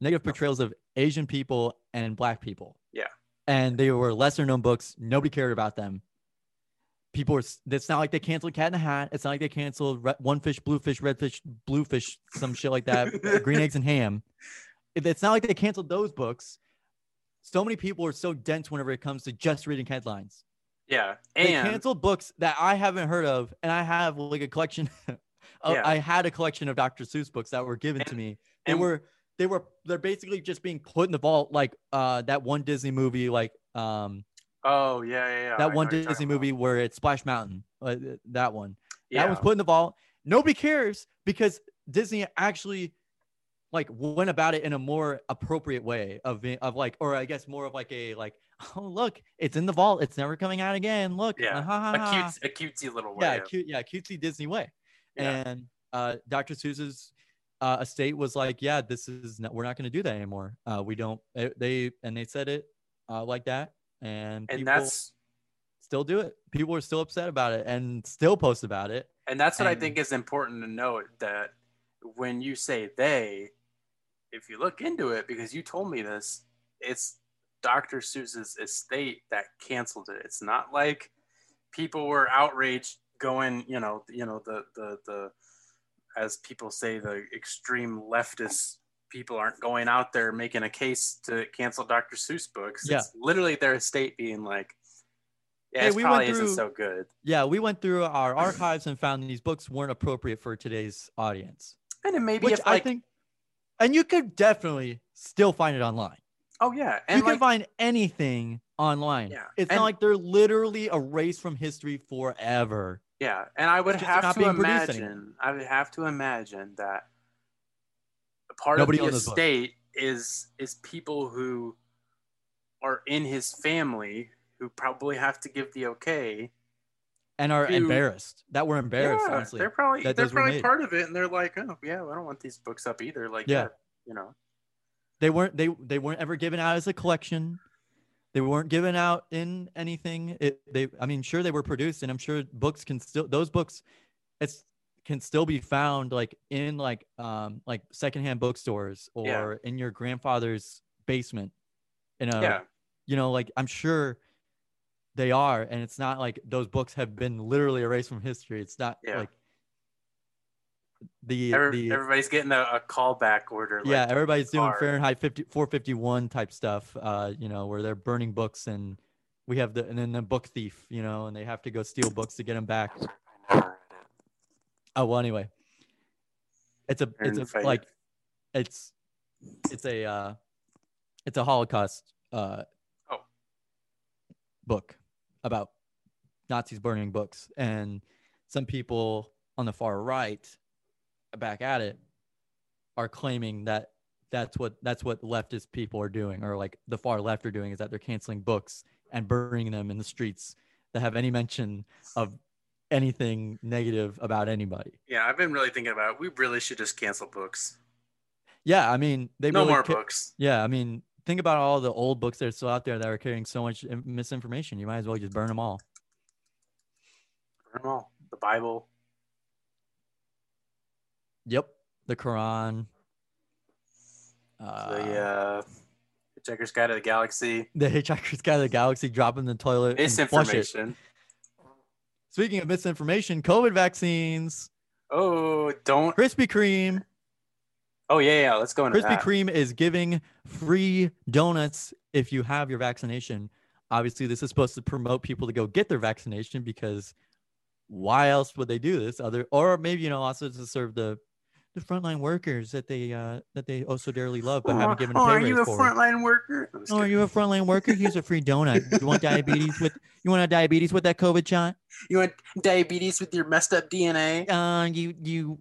Speaker 1: Negative portrayals of Asian people and black people.
Speaker 2: Yeah.
Speaker 1: and they were lesser known books. Nobody cared about them. People were. s- It's not like they canceled Cat in the Hat. It's not like they canceled Re- One Fish, Blue Fish, Red Fish, Blue Fish, some shit like that. green eggs and ham It- it's not like they canceled those books so many people are so dense whenever it comes to just reading headlines
Speaker 2: Yeah.
Speaker 1: they
Speaker 2: And
Speaker 1: canceled books that i haven't heard of and i have like a collection of,
Speaker 2: Yeah.
Speaker 1: i had a collection of dr seuss books that were given to
Speaker 2: And-
Speaker 1: me they
Speaker 2: and-
Speaker 1: were they were they're basically just being put in the vault like uh that one disney movie like um
Speaker 2: oh yeah, yeah, yeah. I know
Speaker 1: that one
Speaker 2: what you're talking
Speaker 1: disney
Speaker 2: about.
Speaker 1: movie where it's splash mountain uh, that one
Speaker 2: Yeah.
Speaker 1: that was put in the vault. Nobody cares because Disney actually like went about it in a more appropriate way of being of like, or I guess more of like a like, oh look, it's in the vault, it's never coming out again. Look,
Speaker 2: Yeah,
Speaker 1: uh, ha,
Speaker 2: a
Speaker 1: ha, ha."
Speaker 2: cute, a cutesy little way.
Speaker 1: yeah,
Speaker 2: of-
Speaker 1: cute, yeah, cutesy Disney way.
Speaker 2: yeah.
Speaker 1: And uh, Dr. Seuss's uh, estate was like, yeah, this is not, we're not going to do that anymore. Uh, we don't. They, they and they said it uh, like that, and,
Speaker 2: and
Speaker 1: people
Speaker 2: that's
Speaker 1: still do it. People are still upset about it and still post about it.
Speaker 2: and that's what I
Speaker 1: and-
Speaker 2: think is important to note that when you say they, if you look into it, because you told me this, it's Dr. Seuss's estate that canceled it. It's not like people were outraged going, you know, you know, the the the as people say, the extreme leftist people aren't going out there making a case to cancel Dr. Seuss books.
Speaker 1: Yeah.
Speaker 2: It's literally their estate being like, yeah,
Speaker 1: Hey,
Speaker 2: it
Speaker 1: we went
Speaker 2: probably isn't
Speaker 1: through-
Speaker 2: so good.
Speaker 1: Yeah, we went through our archives and found these books weren't appropriate for today's audience,
Speaker 2: And it maybe
Speaker 1: which
Speaker 2: if
Speaker 1: I
Speaker 2: like,
Speaker 1: think, and you could definitely still find it online.
Speaker 2: oh yeah, and
Speaker 1: you
Speaker 2: like,
Speaker 1: can find anything online.
Speaker 2: Yeah,
Speaker 1: It's
Speaker 2: and-
Speaker 1: not like they're literally erased from history forever.
Speaker 2: Yeah, and I would
Speaker 1: just
Speaker 2: have
Speaker 1: not
Speaker 2: to
Speaker 1: being produced anymore.
Speaker 2: imagine. I would have to imagine that a part
Speaker 1: Nobody
Speaker 2: of
Speaker 1: owned
Speaker 2: the
Speaker 1: those books.
Speaker 2: estate is is people who are in his family who probably have to give the okay.
Speaker 1: And are
Speaker 2: Dude.
Speaker 1: embarrassed that we're embarrassed,
Speaker 2: yeah,
Speaker 1: honestly.
Speaker 2: they're probably
Speaker 1: that
Speaker 2: they're
Speaker 1: those were
Speaker 2: probably
Speaker 1: made.
Speaker 2: part of it, and they're like, oh yeah, I don't want these books up either. Like
Speaker 1: Yeah.
Speaker 2: yeah, you know,
Speaker 1: They weren't they they weren't ever given out as a collection. They weren't given out in anything. It, they I mean sure they were produced and I'm sure books can still those books it's can still be found like in like um like secondhand bookstores or
Speaker 2: Yeah.
Speaker 1: in your grandfather's basement in a
Speaker 2: yeah,
Speaker 1: you know like I'm sure they are and it's not like those books have been literally erased from history. It's not
Speaker 2: Yeah.
Speaker 1: like the
Speaker 2: Every-
Speaker 1: the
Speaker 2: everybody's getting a, a callback order. Like,
Speaker 1: yeah everybody's doing
Speaker 2: are-
Speaker 1: fahrenheit 50, 451 type stuff uh you know where they're burning books and we have the and then the book thief you know and they have to go steal books to get them back
Speaker 2: I never
Speaker 1: Oh well, anyway, it's a
Speaker 2: Iron
Speaker 1: it's a
Speaker 2: Fire.
Speaker 1: like it's it's a uh it's a Holocaust uh
Speaker 2: Oh.
Speaker 1: book about Nazis burning books and some people on the far right back at it are claiming that that's what that's what leftist people are doing or like the far left are doing is that they're canceling books and burning them in the streets that have any mention of anything negative about anybody.
Speaker 2: Yeah, I've been really thinking about it. we really should just cancel books.
Speaker 1: Yeah, I mean, they
Speaker 2: no
Speaker 1: really
Speaker 2: more
Speaker 1: ca-
Speaker 2: books.
Speaker 1: Yeah, I mean, think about all the old books that are still out there that are carrying so much in- misinformation. You might as well just burn them all.
Speaker 2: Burn 'em all. The Bible.
Speaker 1: Yep, the Quran. Uh,
Speaker 2: the uh, Hitchhiker's Guide to the Galaxy.
Speaker 1: The Hitchhiker's Guide to the Galaxy, drop 'em in the toilet. And flush it.
Speaker 2: Misinformation.
Speaker 1: Speaking of misinformation, COVID vaccines,
Speaker 2: Oh, don't.
Speaker 1: Krispy Kreme.
Speaker 2: Oh yeah, yeah. Let's go into
Speaker 1: Krispy
Speaker 2: that.
Speaker 1: Kreme is giving free donuts if you have your vaccination. Obviously, this is supposed to promote people to go get their vaccination because why else would they do this? Other or maybe you know also to serve the the frontline workers that they uh that they also dearly love but haven't given a pay
Speaker 2: Oh, are
Speaker 1: raise
Speaker 2: you a
Speaker 1: for.
Speaker 2: frontline worker? I'm just
Speaker 1: Oh, are
Speaker 2: kidding.
Speaker 1: you a frontline worker? Here's a free donut. You want diabetes with you want a diabetes with that COVID shot?
Speaker 2: you want diabetes with your messed up DNA?
Speaker 1: Uh, you you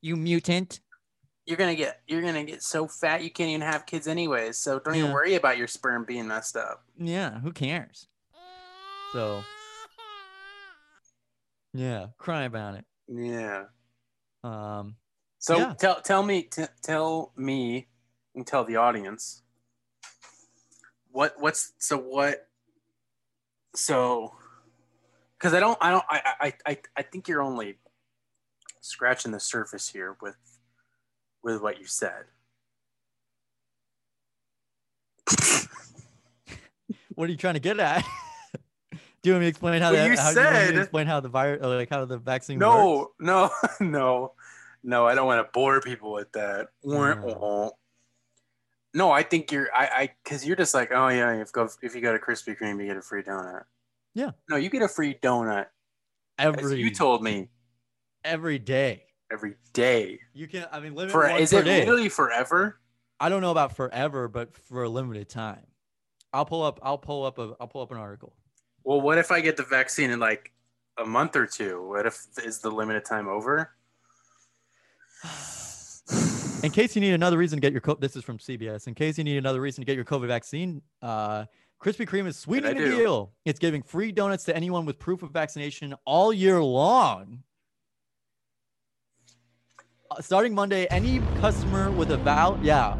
Speaker 1: you mutant.
Speaker 2: You're gonna get you're gonna get so fat you can't even have kids anyways. So don't even
Speaker 1: Yeah.
Speaker 2: worry about your sperm being messed up.
Speaker 1: Yeah, who cares? So yeah, cry about it.
Speaker 2: Yeah.
Speaker 1: Um,
Speaker 2: So
Speaker 1: Yeah.
Speaker 2: tell tell me t- tell me and tell the audience what what's so what so because I don't I don't I I I I think you're only scratching the surface here with with what you said.
Speaker 1: what are you trying to get at? Do you want me to explain how
Speaker 2: Well,
Speaker 1: that?
Speaker 2: you
Speaker 1: how, do want me to
Speaker 2: said-
Speaker 1: explain how the virus, like how the vaccine works.
Speaker 2: No, no, no, no. I don't want to bore people with that. Wah,
Speaker 1: Yeah.
Speaker 2: wah. No, I think you're. I, I, because you're just like, oh yeah, if go if you go to Krispy Kreme, you get a free donut.
Speaker 1: Yeah.
Speaker 2: No, you get a free donut. as
Speaker 1: every
Speaker 2: you told me
Speaker 1: every day.
Speaker 2: every day.
Speaker 1: You can. I mean, limit
Speaker 2: For
Speaker 1: one
Speaker 2: is
Speaker 1: per
Speaker 2: it
Speaker 1: day.
Speaker 2: really forever?
Speaker 1: I don't know about forever, but for a limited time. I'll pull up. I'll pull up a. I'll pull up an article.
Speaker 2: Well, what if I get the vaccine in like a month or two? What if is the limited time over?
Speaker 1: In case you need another reason to get your co- this is from CBS. In case you need another reason to get your COVID vaccine, uh, Krispy Kreme is sweetening
Speaker 2: I
Speaker 1: the
Speaker 2: do.
Speaker 1: deal. It's giving free donuts to anyone with proof of vaccination all year long. Uh, starting Monday, any customer with a valid yeah,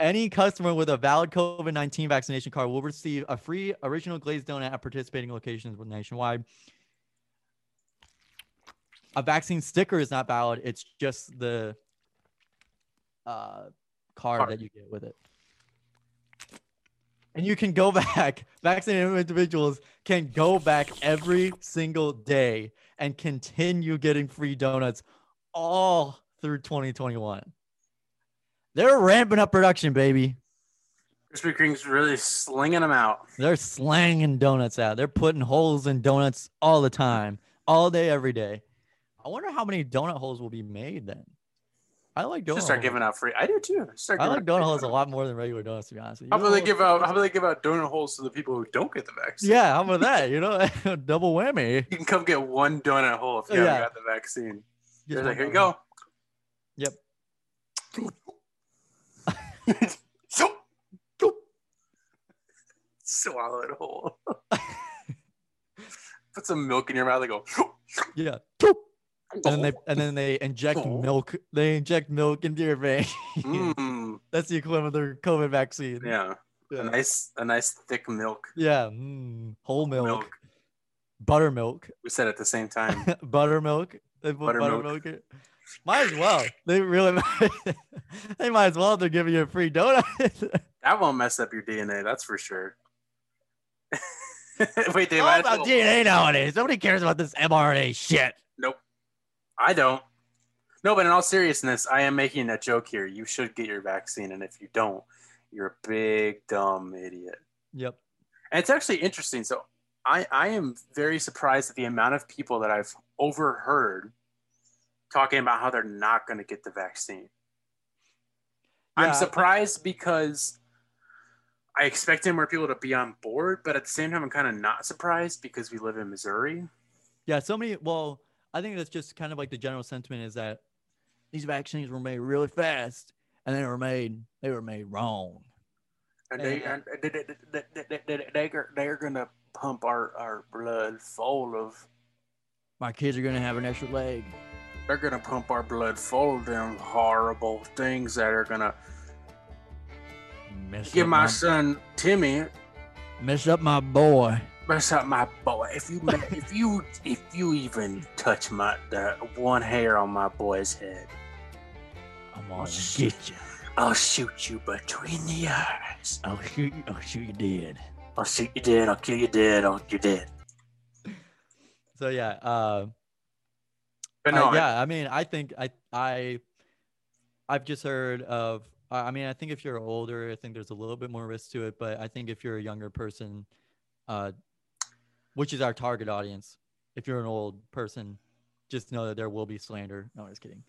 Speaker 1: any customer with a valid COVID nineteen vaccination card will receive a free original glazed donut at participating locations nationwide. A vaccine sticker is not valid. It's just the uh, card
Speaker 2: Card.
Speaker 1: that you get with it. And you can go back. Vaccinated individuals can go back every single day and continue getting free donuts all through 2021. They're ramping up production, baby.
Speaker 2: Krispy Kreme's really slinging them out.
Speaker 1: They're slanging donuts out. They're putting holes in donuts all the time, all day, every day. I wonder how many donut holes will be made then. I like donut.
Speaker 2: Just start
Speaker 1: holes.
Speaker 2: giving out free. I do too. Start
Speaker 1: I
Speaker 2: giving
Speaker 1: like
Speaker 2: out
Speaker 1: donut
Speaker 2: free
Speaker 1: holes a lot more than regular donuts, to be honest. With
Speaker 2: How
Speaker 1: you.
Speaker 2: about they
Speaker 1: Donut
Speaker 2: give out?
Speaker 1: holes-
Speaker 2: How about they give out donut holes to the people who don't get the vaccine?
Speaker 1: Yeah, how about that? You know, double whammy.
Speaker 2: You can come get one donut hole if you
Speaker 1: Yeah.
Speaker 2: haven't got the vaccine. They're
Speaker 1: Just
Speaker 2: like,
Speaker 1: one
Speaker 2: here you
Speaker 1: donut
Speaker 2: go.
Speaker 1: hole. Yep.
Speaker 2: so, swallow it whole. Put some milk in your mouth. They go.
Speaker 1: Yeah. And then they and then they inject
Speaker 2: Oh.
Speaker 1: milk. They inject milk into your vein.
Speaker 2: Mm,
Speaker 1: That's the equivalent of their COVID vaccine.
Speaker 2: yeah, a
Speaker 1: Yeah.
Speaker 2: nice, a nice thick milk.
Speaker 1: Yeah, mm, whole milk,
Speaker 2: Milk.
Speaker 1: buttermilk,
Speaker 2: We said at the same time.
Speaker 1: buttermilk. They put
Speaker 2: Buttermilk.
Speaker 1: buttermilk. in. Might as well. They really might. they might as well. They're giving you a free donut.
Speaker 2: that won't mess up your DNA. That's for sure. Wait, they
Speaker 1: All
Speaker 2: might.
Speaker 1: about DNA nowadays. Nobody cares about this mRNA shit.
Speaker 2: I don't. No, but in all seriousness, I am making a joke here. You should get your vaccine, and if you don't, you're a big dumb idiot.
Speaker 1: Yep.
Speaker 2: And it's actually interesting. So I, I am very surprised at the amount of people that I've overheard talking about how they're not going to get the vaccine.
Speaker 1: Yeah.
Speaker 2: I'm surprised because I expected more people to be on board, but at the same time, I'm kind of not surprised because we live in Missouri.
Speaker 1: Yeah, so many. Well, I think that's just kind of like the general sentiment is that these vaccines were made really fast, and they were made they were made wrong.
Speaker 2: And they,
Speaker 1: Yeah.
Speaker 2: and they, they, they, they, they, they're, they're going to pump our, our blood full of,
Speaker 1: My kids are gonna have an extra leg.
Speaker 2: they're going to pump our blood full of them horrible things that are going to
Speaker 1: Mess
Speaker 2: give
Speaker 1: up
Speaker 2: my son Timmy
Speaker 1: mess up my boy.
Speaker 2: That's not my boy. If you ma- if you if you even touch my the one hair on my boy's head,
Speaker 1: I'm gonna
Speaker 2: shit.
Speaker 1: get you.
Speaker 2: I'll shoot you between the eyes.
Speaker 1: I'll shoot. I'll shoot you dead.
Speaker 2: I'll shoot you dead. I'll kill you dead. I'll you dead.
Speaker 1: So yeah, uh,
Speaker 2: But
Speaker 1: I-
Speaker 2: no,
Speaker 1: Uh, yeah. I mean, I think I I I've just heard of. I I mean, I think if you're older, I think there's a little bit more risk to it. But I think if you're a younger person, uh, which is our target audience, if you're an old person, just know that there will be slander. No, I'm just kidding.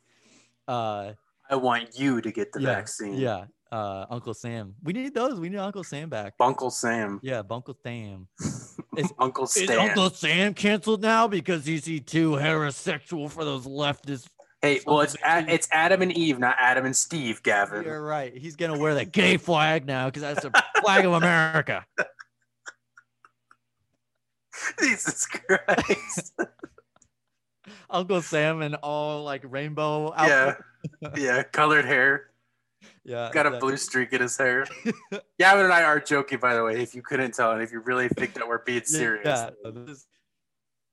Speaker 1: Uh,
Speaker 2: I, I want you to get the
Speaker 1: yeah,
Speaker 2: vaccine.
Speaker 1: Yeah, uh, Uncle Sam. We need those. We need Uncle Sam back.
Speaker 2: Uncle Sam.
Speaker 1: yeah, Uncle Sam.
Speaker 2: Uncle
Speaker 1: Is
Speaker 2: Stan.
Speaker 1: Uncle Sam canceled now because he's he too heterosexual for those leftist?
Speaker 2: hey, well, it's
Speaker 1: Uncle
Speaker 2: a, it's Adam and Eve, not Adam and Steve, Gavin.
Speaker 1: You're right. He's gonna wear the gay flag now because that's the flag of America.
Speaker 2: Jesus Christ.
Speaker 1: Uncle Sam and all like rainbow
Speaker 2: yeah,
Speaker 1: outfit.
Speaker 2: yeah, colored hair.
Speaker 1: Yeah,
Speaker 2: Got a
Speaker 1: Uh, exactly.
Speaker 2: blue streak in his hair. Gavin and I are joking, by the way. If you couldn't tell, and if you really think that we're being
Speaker 1: Yeah,
Speaker 2: serious,
Speaker 1: Yeah, no, this is,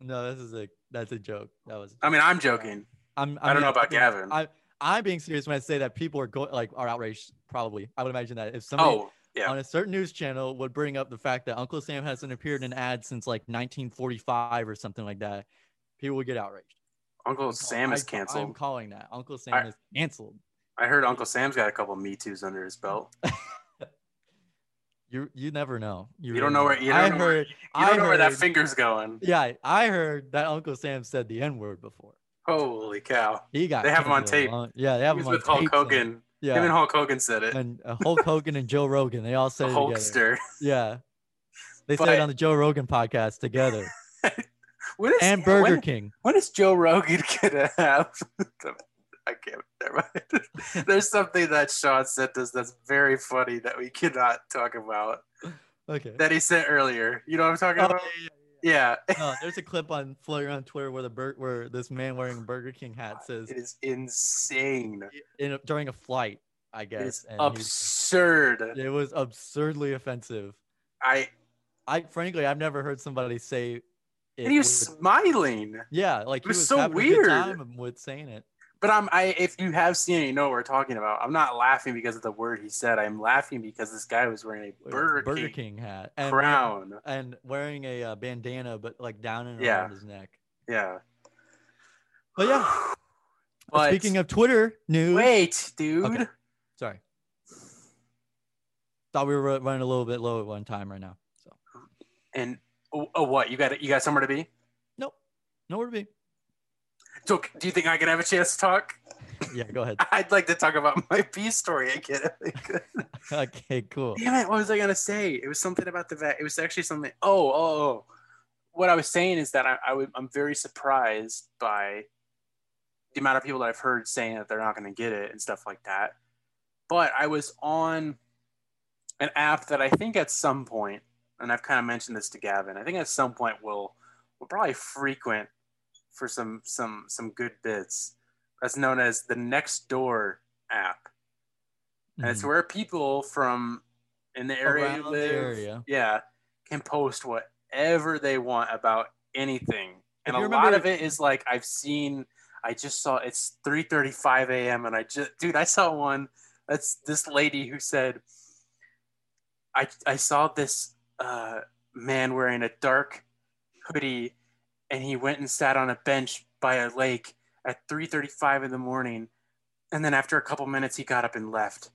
Speaker 1: no, this is a that's a joke. That was.
Speaker 2: I mean, I'm joking.
Speaker 1: I'm.
Speaker 2: I, don't
Speaker 1: mean,
Speaker 2: know about
Speaker 1: people-
Speaker 2: Gavin.
Speaker 1: I I'm being serious when I say that people are going like are outraged. Probably, I would imagine that if somebody
Speaker 2: oh, yeah.
Speaker 1: on a certain news channel would bring up the fact that Uncle Sam hasn't appeared in an ad since like 1945 or something like that, people would get outraged.
Speaker 2: Uncle
Speaker 1: I'm call-
Speaker 2: Sam is
Speaker 1: I- I'm
Speaker 2: canceled.
Speaker 1: calling that. Uncle Sam
Speaker 2: I-
Speaker 1: is canceled.
Speaker 2: I heard Uncle Sam's got a couple Me Too's under his belt.
Speaker 1: You you never know.
Speaker 2: You don't know where- you don't
Speaker 1: I
Speaker 2: know where-
Speaker 1: heard.
Speaker 2: You don't
Speaker 1: I
Speaker 2: know where that
Speaker 1: heard-
Speaker 2: finger's going.
Speaker 1: Yeah, I heard that Uncle Sam said the N word before.
Speaker 2: Holy cow.
Speaker 1: He got.
Speaker 2: They have him on
Speaker 1: canceled a
Speaker 2: tape.
Speaker 1: long- yeah, they
Speaker 2: He
Speaker 1: have
Speaker 2: was
Speaker 1: him on
Speaker 2: with Hulk
Speaker 1: tape saying-
Speaker 2: Hogan. Him and
Speaker 1: Yeah,
Speaker 2: Hulk Hogan said it.
Speaker 1: and uh, Hulk Hogan and Joe Rogan. They all
Speaker 2: The
Speaker 1: said it together.
Speaker 2: Hulkster.
Speaker 1: Yeah, they said
Speaker 2: But-
Speaker 1: it on the Joe Rogan podcast together
Speaker 2: When is,
Speaker 1: and Burger
Speaker 2: when-
Speaker 1: King.
Speaker 2: when is Joe Rogan gonna have? the- I can't. Never mind. There's something that Sean said this that's very funny that we cannot talk about.
Speaker 1: Okay.
Speaker 2: that he said earlier. You know what I'm talking
Speaker 1: Oh,
Speaker 2: about?
Speaker 1: yeah, yeah, yeah.
Speaker 2: Yeah,
Speaker 1: no, there's a clip on floating around Twitter where the bur- where this man wearing a Burger King hat says
Speaker 2: it is insane.
Speaker 1: in a, during a flight, I
Speaker 2: It is
Speaker 1: guess. and he was-
Speaker 2: absurd.
Speaker 1: it was absurdly offensive.
Speaker 2: I
Speaker 1: I frankly, I've never heard somebody say it.
Speaker 2: and he was
Speaker 1: with-
Speaker 2: smiling.
Speaker 1: yeah, like
Speaker 2: was
Speaker 1: he was
Speaker 2: so
Speaker 1: having a
Speaker 2: weird.
Speaker 1: good time with saying it.
Speaker 2: But I'm I if you have seen it, you know what we're talking about. I'm not laughing because of the word he said. I'm laughing because this guy was wearing a
Speaker 1: with a
Speaker 2: Burger, King,
Speaker 1: uh, hat and um, wearing-
Speaker 2: crown.
Speaker 1: and wearing a uh, bandana, but like down and
Speaker 2: Yeah.
Speaker 1: around his neck.
Speaker 2: Yeah.
Speaker 1: But yeah,
Speaker 2: But
Speaker 1: speaking of Twitter news,
Speaker 2: wait, dude.
Speaker 1: Okay. sorry, thought we were running a little bit low at one time right now. So
Speaker 2: And oh, oh, what you got? You got somewhere to be?
Speaker 1: nope, nowhere to be.
Speaker 2: So, do you think I can have a chance to talk?
Speaker 1: Yeah, go ahead.
Speaker 2: I'd like to talk about my peace story again. if I could.
Speaker 1: okay, cool.
Speaker 2: Damn it! What was I gonna say? It was something about the vac. It was actually something. Oh, oh, oh. What I was saying is that I, I would, I'm very surprised by the amount of people that I've heard saying that they're not gonna get it and stuff like that. But I was on an app that I think at some point, and I've kind of mentioned this to Gavin. I think at some point we'll we'll probably frequent for some some some good bits. That's known as the Next Door app. And it's
Speaker 1: Mhm.
Speaker 2: where people from in the area you
Speaker 1: Around the
Speaker 2: live,
Speaker 1: area.
Speaker 2: yeah, can post whatever they want about anything. And a
Speaker 1: you
Speaker 2: lot
Speaker 1: remember-
Speaker 2: of it is like I've seen. I just saw it's 3:35 a.m. and I just, dude, I saw one. That's this lady who said, I I saw this uh, man wearing a dark hoodie, and he went and sat on a bench by a lake at 3:35 in the morning, and then after a couple minutes he got up and left,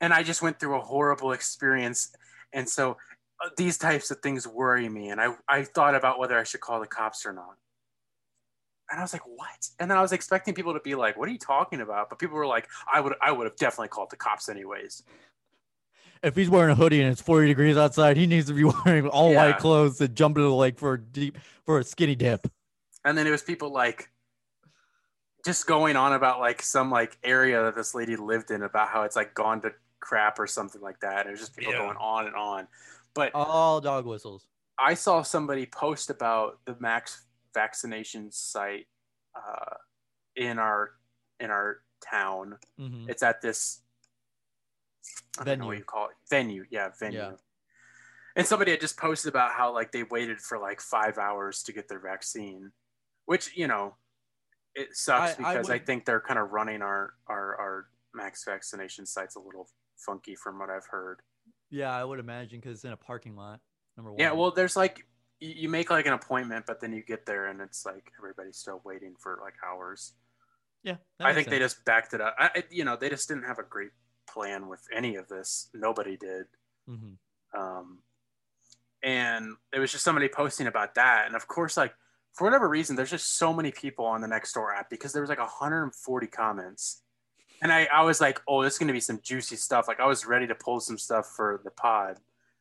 Speaker 2: and I just went through a horrible experience, and so uh, these types of things worry me, and I I thought about whether I should call the cops or not. and I was like, "What?" And then I was expecting people to be like, "What are you talking about?" But people were like, "I would, I would have definitely called the cops anyways."
Speaker 1: If he's wearing a hoodie and it's 40 degrees outside, he needs to be wearing all
Speaker 2: Yeah.
Speaker 1: white clothes to jump into the lake for a deep for a skinny dip.
Speaker 2: And then it was people like just going on about like some like area that this lady lived in about how it's like gone to crap or something like that. And it was just people
Speaker 1: Yeah.
Speaker 2: going on and on. But
Speaker 1: All dog whistles.
Speaker 2: I saw somebody post about the max vaccination site uh, in our in our town.
Speaker 1: Mhm.
Speaker 2: It's at this I don't know what
Speaker 1: Venue.
Speaker 2: you call it venue. Yeah, venue.
Speaker 1: Yeah.
Speaker 2: And somebody had just posted about how like they waited for like five hours to get their vaccine, which you know it sucks
Speaker 1: I- I
Speaker 2: because I,
Speaker 1: would-
Speaker 2: think they're kind of running our our our max vaccination sites a little funky from what I've heard.
Speaker 1: Yeah, I would imagine because it's in a parking lot. Number one.
Speaker 2: Yeah, well, there's like y- you make like an appointment, but then you get there and it's like everybody's still waiting for like hours.
Speaker 1: yeah. that
Speaker 2: I
Speaker 1: makes
Speaker 2: think they
Speaker 1: sense.
Speaker 2: just backed it up. I, I- you know, they just didn't have a great plan with any of this. Nobody did.
Speaker 1: Mhm.
Speaker 2: Um, and it was just somebody posting about that. And of course, like for whatever reason, there's just so many people on the Nextdoor app because there was like 140 comments. And I, I was like, oh, this is going to be some juicy stuff. Like I was ready to pull some stuff for the pod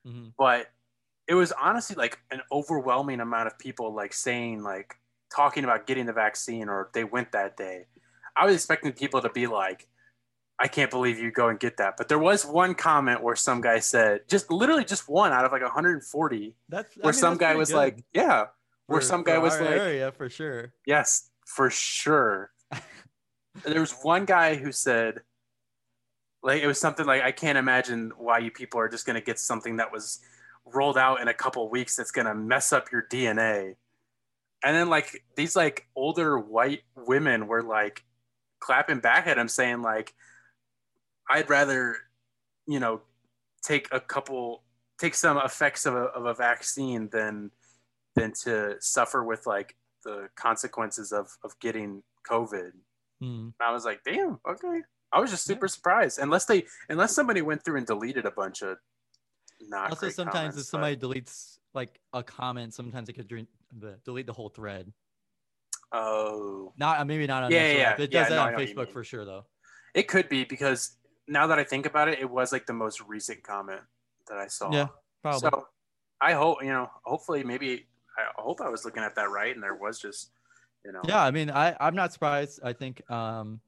Speaker 1: Mhm.
Speaker 2: but it was honestly like an overwhelming amount of people like saying like talking about getting the vaccine or they went that day i was expecting people to be like i can't believe you go and get that but there was one comment where some guy said just literally just one out of like 140
Speaker 1: That's I
Speaker 2: where
Speaker 1: mean,
Speaker 2: some
Speaker 1: that's
Speaker 2: guy
Speaker 1: pretty
Speaker 2: was
Speaker 1: good
Speaker 2: like yeah where
Speaker 1: for-
Speaker 2: some
Speaker 1: for
Speaker 2: guy was
Speaker 1: our
Speaker 2: like-
Speaker 1: area for sure.
Speaker 2: yes for sure there was one guy who said like it was something like i can't imagine why you people are just going to get something that was rolled out in a couple weeks that's going to mess up your dna and then like these like older white women were like clapping back at him saying like i'd rather you know take a couple take some effects of a, of a vaccine than than to suffer with like the consequences of of getting covid
Speaker 1: Mhm.
Speaker 2: and I was like, damn, okay. I was just super surprised. Unless they, unless somebody went through and deleted a bunch of not.
Speaker 1: Also,
Speaker 2: great
Speaker 1: sometimes
Speaker 2: comments,
Speaker 1: if somebody deletes like a comment, sometimes it could dre- the- delete the whole thread.
Speaker 2: but- oh,
Speaker 1: Not maybe not on
Speaker 2: Yeah,
Speaker 1: Nextdoor
Speaker 2: yeah,
Speaker 1: app. It
Speaker 2: yeah,
Speaker 1: does
Speaker 2: no, I
Speaker 1: that
Speaker 2: know
Speaker 1: on
Speaker 2: what you
Speaker 1: Facebook
Speaker 2: mean.
Speaker 1: for sure though.
Speaker 2: it could be because now that I think about it, it was like the most recent comment that I saw.
Speaker 1: Yeah, Probably.
Speaker 2: So I hope you know. Hopefully, maybe I hope I was looking at that right, and there was just you know.
Speaker 1: yeah, I mean, I I'm not surprised. I think um,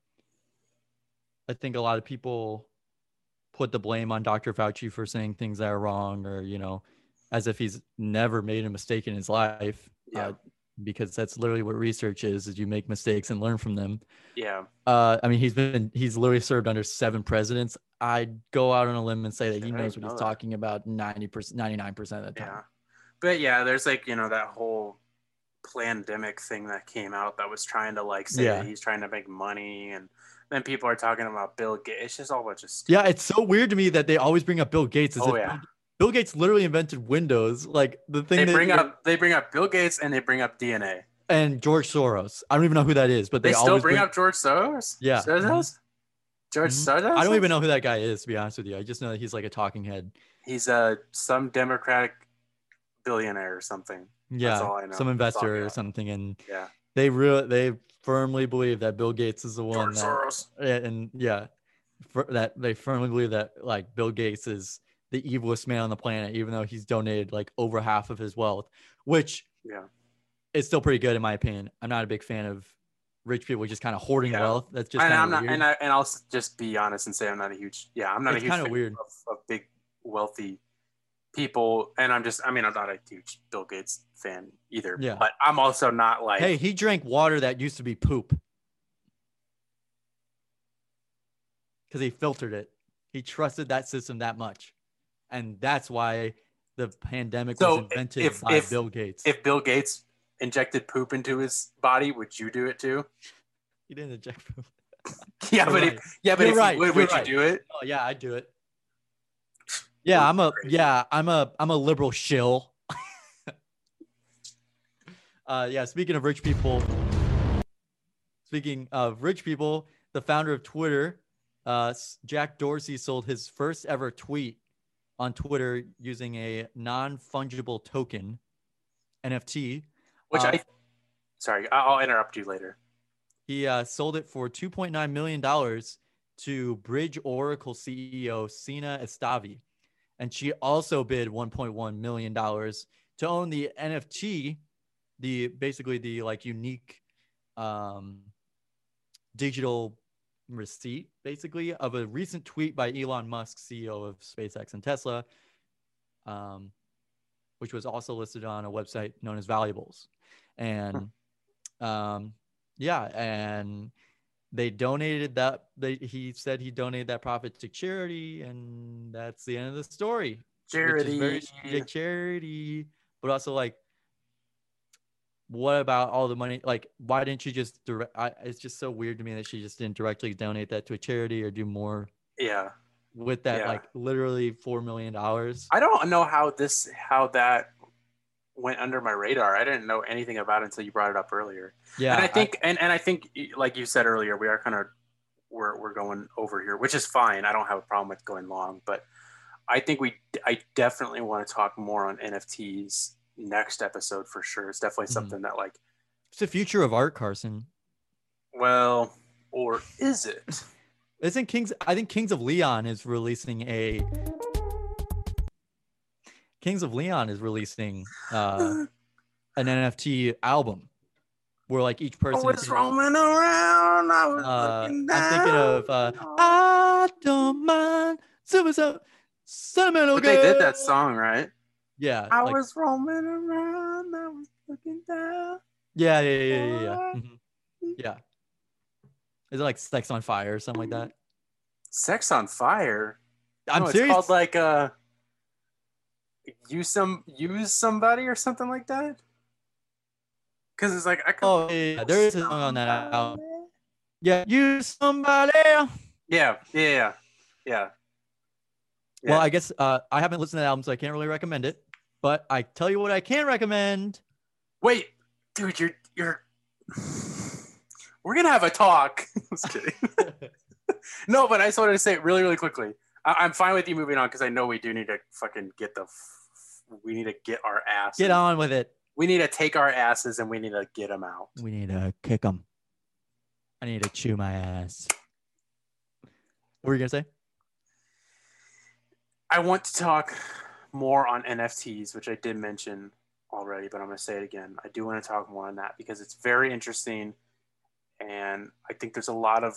Speaker 1: I think a lot of people put the blame on Dr. Fauci for saying things that are wrong, or you know, as if he's never made a mistake in his life. uh,
Speaker 2: Yeah.
Speaker 1: because that's literally what research is: is you make mistakes and learn from them.
Speaker 2: Yeah.
Speaker 1: Uh, I mean, he's been he's literally served under seven presidents. I'd go out on a limb and say that he
Speaker 2: Shit, I
Speaker 1: knows
Speaker 2: didn't
Speaker 1: what he's
Speaker 2: know that.
Speaker 1: talking about ninety percent, ninety nine percent of the
Speaker 2: Yeah.
Speaker 1: time.
Speaker 2: But yeah, there's like, you know, that whole pandemic thing that came out that was trying to like say
Speaker 1: Yeah.
Speaker 2: that he's trying to make money and then people are talking about Bill Gates. It's just all a bunch of stuff.
Speaker 1: Yeah. it's so weird to me that they always bring up Bill Gates. As
Speaker 2: Oh,
Speaker 1: if
Speaker 2: yeah.
Speaker 1: Bill Gates literally invented Windows. Like the thing
Speaker 2: They
Speaker 1: that-
Speaker 2: bring up they bring up Bill Gates and they bring up DNA.
Speaker 1: and George Soros. I don't even know who that is, but
Speaker 2: They,
Speaker 1: they,
Speaker 2: still
Speaker 1: always
Speaker 2: bring, up George Soros?
Speaker 1: Yeah.
Speaker 2: Soros? George
Speaker 1: Mhm.
Speaker 2: Soros?
Speaker 1: I don't even know who that guy is, to be honest with you. I just know that he's like a talking head.
Speaker 2: He's uh some democratic billionaire or something.
Speaker 1: Yeah,
Speaker 2: all I know.
Speaker 1: some
Speaker 2: That's all I
Speaker 1: investor
Speaker 2: know.
Speaker 1: or something, and
Speaker 2: Yeah.
Speaker 1: they really they firmly believe that Bill Gates is the one
Speaker 2: George
Speaker 1: that
Speaker 2: Soros.
Speaker 1: Yeah, Eh, and yeah, for that they firmly believe that like Bill Gates is the evilest man on the planet, even though he's donated like over half of his wealth, which
Speaker 2: Yeah.
Speaker 1: is still pretty good in my opinion. I'm not a big fan of rich people just kind of hoarding
Speaker 2: Yeah.
Speaker 1: wealth. That's just
Speaker 2: and
Speaker 1: kind
Speaker 2: I'm
Speaker 1: of
Speaker 2: not,
Speaker 1: weird.
Speaker 2: and I and I'll s- just be honest and say I'm not a huge yeah I'm not
Speaker 1: It's
Speaker 2: a huge
Speaker 1: kinda
Speaker 2: fan
Speaker 1: weird.
Speaker 2: Of, of big wealthy people, and I'm just I mean I'm not a huge Bill Gates fan either.
Speaker 1: Yeah.
Speaker 2: but I'm also not like
Speaker 1: hey, he drank water that used to be poop because he filtered it. He trusted that system that much, and that's why the pandemic
Speaker 2: So,
Speaker 1: was invented
Speaker 2: if-
Speaker 1: by
Speaker 2: if-
Speaker 1: Bill Gates.
Speaker 2: if Bill Gates injected poop into his body, would you do it too?
Speaker 1: he didn't inject poop.
Speaker 2: Yeah,
Speaker 1: You're
Speaker 2: but
Speaker 1: right.
Speaker 2: if, yeah, but
Speaker 1: You're
Speaker 2: if you
Speaker 1: right.
Speaker 2: would,
Speaker 1: You're
Speaker 2: would
Speaker 1: right.
Speaker 2: you do it?
Speaker 1: Oh yeah, I do it. Yeah, I'm a
Speaker 2: crazy.
Speaker 1: yeah, I'm a I'm a liberal shill. uh yeah, speaking of rich people. Speaking of rich people, the founder of Twitter, uh S- Jack Dorsey sold his first ever tweet on Twitter using a non-fungible token NFT.
Speaker 2: Which
Speaker 1: Uh,
Speaker 2: I Sorry, I- I'll interrupt you later.
Speaker 1: He uh, sold it for 2.9 million dollars to Bridge Oracle CEO Sina Estavi, and she also bid 1.1 million dollars to own the NFT, the basically the like unique um, digital receipt, basically of a recent tweet by Elon Musk, CEO of SpaceX and Tesla, um, which was also listed on a website known as Valuables, and um, yeah, and they donated that. They he said he donated that profit to charity, and that's the end of the story which is
Speaker 2: Charity.
Speaker 1: very- yeah, charity, but also like, what about all the money? Like, why didn't she just direct? I, it's just so weird to me that she just didn't directly donate that to a charity or do more
Speaker 2: yeah.
Speaker 1: with that.
Speaker 2: Yeah.
Speaker 1: Like, literally four million dollars.
Speaker 2: I don't know how this how that went under my radar. I didn't know anything about it until you brought it up earlier.
Speaker 1: Yeah,
Speaker 2: and I think and, and I think like you said earlier, we are kind of we're we're going over here, which is fine. I don't have a problem with going long, but I think we I definitely want to talk more on NFTs next episode for sure. It's definitely
Speaker 1: Mhm.
Speaker 2: something that like
Speaker 1: it's the future of art, Carson.
Speaker 2: well or is it?
Speaker 1: Isn't Kings? I think Kings of Leon is releasing a. Kings of Leon is releasing uh, an NFT album, where like each person.
Speaker 2: What's
Speaker 1: can-
Speaker 2: rolling around? I was
Speaker 1: Uh,
Speaker 2: looking
Speaker 1: I'm thinking of uh,
Speaker 2: down.
Speaker 1: I don't mind super so sentimental
Speaker 2: but they did that
Speaker 1: girl.
Speaker 2: song, right?
Speaker 1: Yeah,
Speaker 2: I
Speaker 1: like-
Speaker 2: was roaming around. I was looking down.
Speaker 1: yeah, yeah, yeah, yeah, yeah.
Speaker 2: Ah.
Speaker 1: mhm. Yeah. Is it like Sex on Fire or something like that?
Speaker 2: Sex on Fire.
Speaker 1: I'm
Speaker 2: No, it's
Speaker 1: serious.
Speaker 2: called like uh, use some use somebody or something like that. Because it's like I could.
Speaker 1: oh, yeah, yeah, yeah, there is a song on that album. Yeah, you somebody.
Speaker 2: Yeah, yeah, yeah, yeah. Yeah.
Speaker 1: Well, I guess uh, I haven't listened to that album, so I can't really recommend it. But I tell you what, I can recommend.
Speaker 2: Wait, dude, you're you're. We're gonna have a talk. Just kidding. no, but I just wanted to say it really, really quickly. I- I'm fine with you moving on because I know we do need to fucking get the. F- we need to get our ass.
Speaker 1: Get
Speaker 2: in-
Speaker 1: on with it.
Speaker 2: We need to take our asses and we need to get them out.
Speaker 1: We need to kick them. I need to chew my ass. What were you gonna say?
Speaker 2: I want to talk more on NFTs, which I did mention already, but I'm going to say it again. I do want to talk more on that because it's very interesting, and I think there's a lot of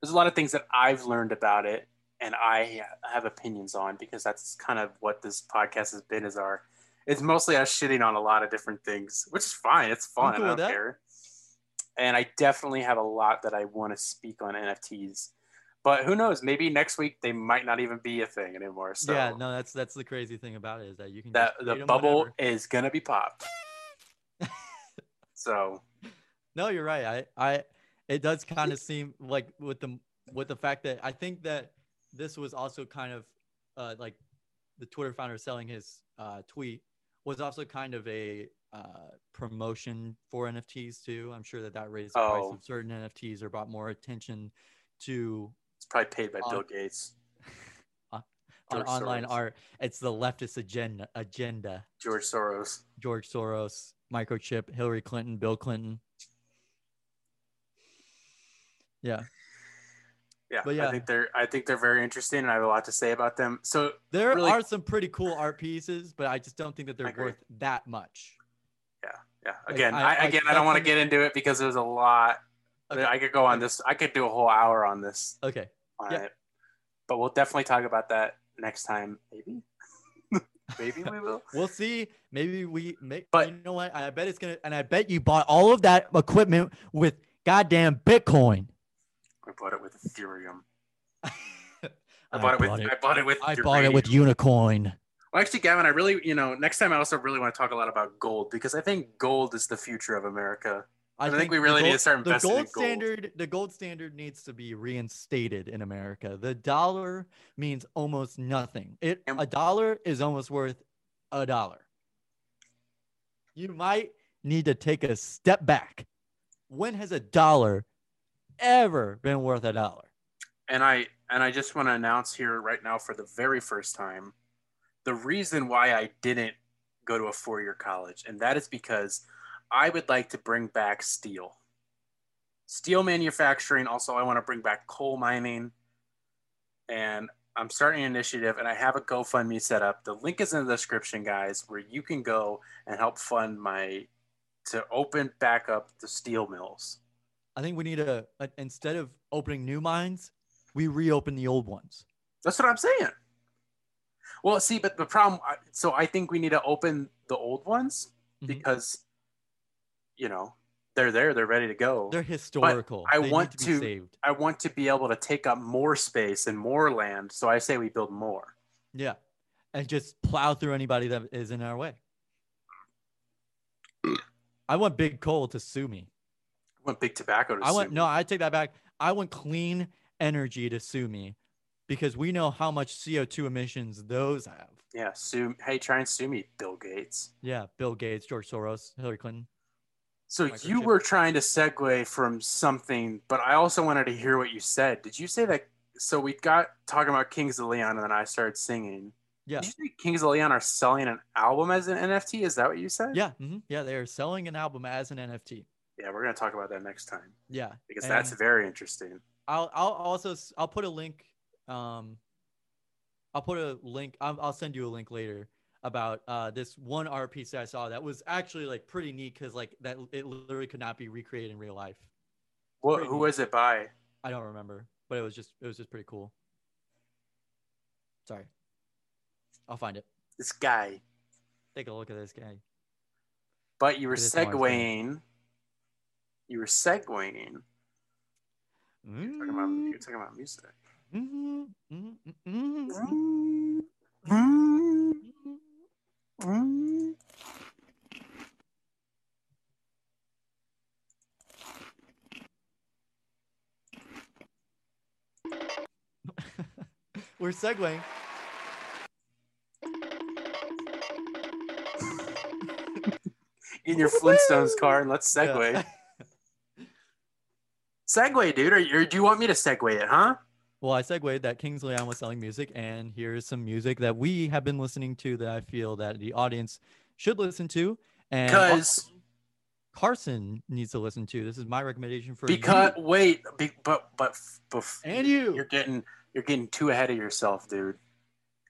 Speaker 2: there's a lot of things that I've learned about it, and I have opinions on because that's kind of what this podcast has been. Is our it's mostly us shitting on a lot of different things, which is fine. It's fun.
Speaker 1: cool
Speaker 2: I
Speaker 1: with
Speaker 2: don't
Speaker 1: that.
Speaker 2: care. And I definitely have a lot that I want to speak on NFTs. But who knows? Maybe next week they might not even be a thing anymore. So
Speaker 1: yeah, no, that's that's the crazy thing about it is that you can
Speaker 2: that
Speaker 1: just
Speaker 2: the
Speaker 1: tweet 'em
Speaker 2: bubble
Speaker 1: whenever.
Speaker 2: is gonna be popped. so
Speaker 1: No, you're right. I I it does kind of seem like with the with the fact that I think that this was also kind of uh, like the Twitter founder selling his uh, tweet was also kind of a uh, promotion for NFTs too. I'm sure that that raised the price
Speaker 2: Oh.
Speaker 1: of certain NFTs or brought more attention to
Speaker 2: it's probably paid by
Speaker 1: On-
Speaker 2: Bill Gates,
Speaker 1: on
Speaker 2: George
Speaker 1: online
Speaker 2: Soros.
Speaker 1: art. It's the leftist agenda agenda.
Speaker 2: George Soros.
Speaker 1: George Soros, microchip, Hillary Clinton, Bill Clinton. Yeah,
Speaker 2: Yeah,
Speaker 1: But yeah.
Speaker 2: I think they're I think they're very interesting, and I have a lot to say about them. So
Speaker 1: there
Speaker 2: Really-
Speaker 1: are some pretty cool art pieces, but I just don't think
Speaker 2: I
Speaker 1: that they're
Speaker 2: agree.
Speaker 1: worth that much.
Speaker 2: yeah,
Speaker 1: Like,
Speaker 2: again,
Speaker 1: I-
Speaker 2: I,
Speaker 1: I-
Speaker 2: again I,
Speaker 1: that's
Speaker 2: don't want to
Speaker 1: something-
Speaker 2: get into it because there's a lot.
Speaker 1: Okay.
Speaker 2: I could go on
Speaker 1: Okay.
Speaker 2: this. I could do a whole hour on this
Speaker 1: Okay,
Speaker 2: on
Speaker 1: Yeah.
Speaker 2: it, but we'll definitely talk about that next time, maybe. maybe we will.
Speaker 1: we'll see. Maybe we make.
Speaker 2: But-
Speaker 1: you know what? I bet it's gonna. And I bet you bought all of that equipment with goddamn Bitcoin.
Speaker 2: I bought it with Ethereum.
Speaker 1: I,
Speaker 2: I bought it with I bought it with
Speaker 1: I bought
Speaker 2: uranium.
Speaker 1: it with Unicoin.
Speaker 2: Well, actually, Gavin, I really, you know, next time I also really want to talk a lot about gold because I think gold is the future of America. I think we
Speaker 1: the
Speaker 2: really need to
Speaker 1: gold-
Speaker 2: start investing
Speaker 1: the
Speaker 2: in
Speaker 1: gold
Speaker 2: gold.
Speaker 1: standard. The gold standard needs to be reinstated in America. The dollar means almost nothing. It
Speaker 2: And-
Speaker 1: a dollar is almost worth a dollar. You might need to take a step back. When has a dollar ever been worth a dollar?
Speaker 2: And I and I just want to announce here right now for the very first time the reason why I didn't go to a four-year college, and that is because I would like to bring back steel, steel manufacturing. Also, I want to bring back coal mining, and I'm starting an initiative, and I have a GoFundMe set up. The link is in the description, guys, where you can go and help fund my to open back up the steel mills.
Speaker 1: I think we need a, a instead of opening new mines, we reopen the old ones.
Speaker 2: That's what I'm saying. Well, see, but the problem. I- So I think we need to open the old ones
Speaker 1: Mhm.
Speaker 2: because, you know, they're there. They're ready to go.
Speaker 1: They're historical.
Speaker 2: I
Speaker 1: They need
Speaker 2: want
Speaker 1: be
Speaker 2: to-
Speaker 1: saved.
Speaker 2: I want to be able to take up more space and more land. So I say we build more.
Speaker 1: Yeah. And just plow through anybody that is in our way. I want Big Coal to sue me.
Speaker 2: I want big tobacco to.
Speaker 1: I want
Speaker 2: sue
Speaker 1: no,
Speaker 2: me.
Speaker 1: I take that back. I want clean energy to sue me because we know how much CO2 emissions those have.
Speaker 2: Yeah, sue. Hey, try and sue me, Bill Gates.
Speaker 1: Yeah, Bill Gates, George Soros, Hillary Clinton.
Speaker 2: So you
Speaker 1: Microchip.
Speaker 2: were trying to segue from something, but I also wanted to hear what you said. Did you say that? So we got talking about Kings of Leon, and then I started singing.
Speaker 1: Yeah.
Speaker 2: Did you say Kings of Leon are selling an album as an NFT? Is that what you said?
Speaker 1: Yeah, mhm, yeah, they are selling an album as an NFT.
Speaker 2: Yeah, we're gonna talk about that next time
Speaker 1: Yeah,
Speaker 2: because that's
Speaker 1: And-
Speaker 2: very interesting.
Speaker 1: I'll I'll also s- I'll put a link. Um, I'll put a link. I'll, I'll send you a link later about uh, this one art piece that I saw that was actually like pretty neat because like that it literally could not be recreated in real life.
Speaker 2: What?
Speaker 1: Pretty
Speaker 2: Who
Speaker 1: neat.
Speaker 2: was it by?
Speaker 1: I don't remember, but it was just it was just pretty cool. Sorry, I'll find it.
Speaker 2: This guy.
Speaker 1: Take a look at this guy.
Speaker 2: But you were
Speaker 1: It is Mars, baby.
Speaker 2: segueing. You were segueing. Talking about, you were talking about music.
Speaker 1: Mhm, mhm, mhm, mhm. Mm-hmm. We're segueing.
Speaker 2: In your Flintstones car, and let's segue.
Speaker 1: Yeah.
Speaker 2: Segue, dude. Or, or do you want me to segue it, huh?
Speaker 1: Well, I segued that Kings Leon was selling music, and here's some music that we have been listening to that I feel that the audience should listen to, and Al-
Speaker 2: Because
Speaker 1: Carson needs to listen to. This is my recommendation for
Speaker 2: because wait, be, but but but
Speaker 1: you and you.
Speaker 2: you're getting you're getting too ahead of yourself, dude.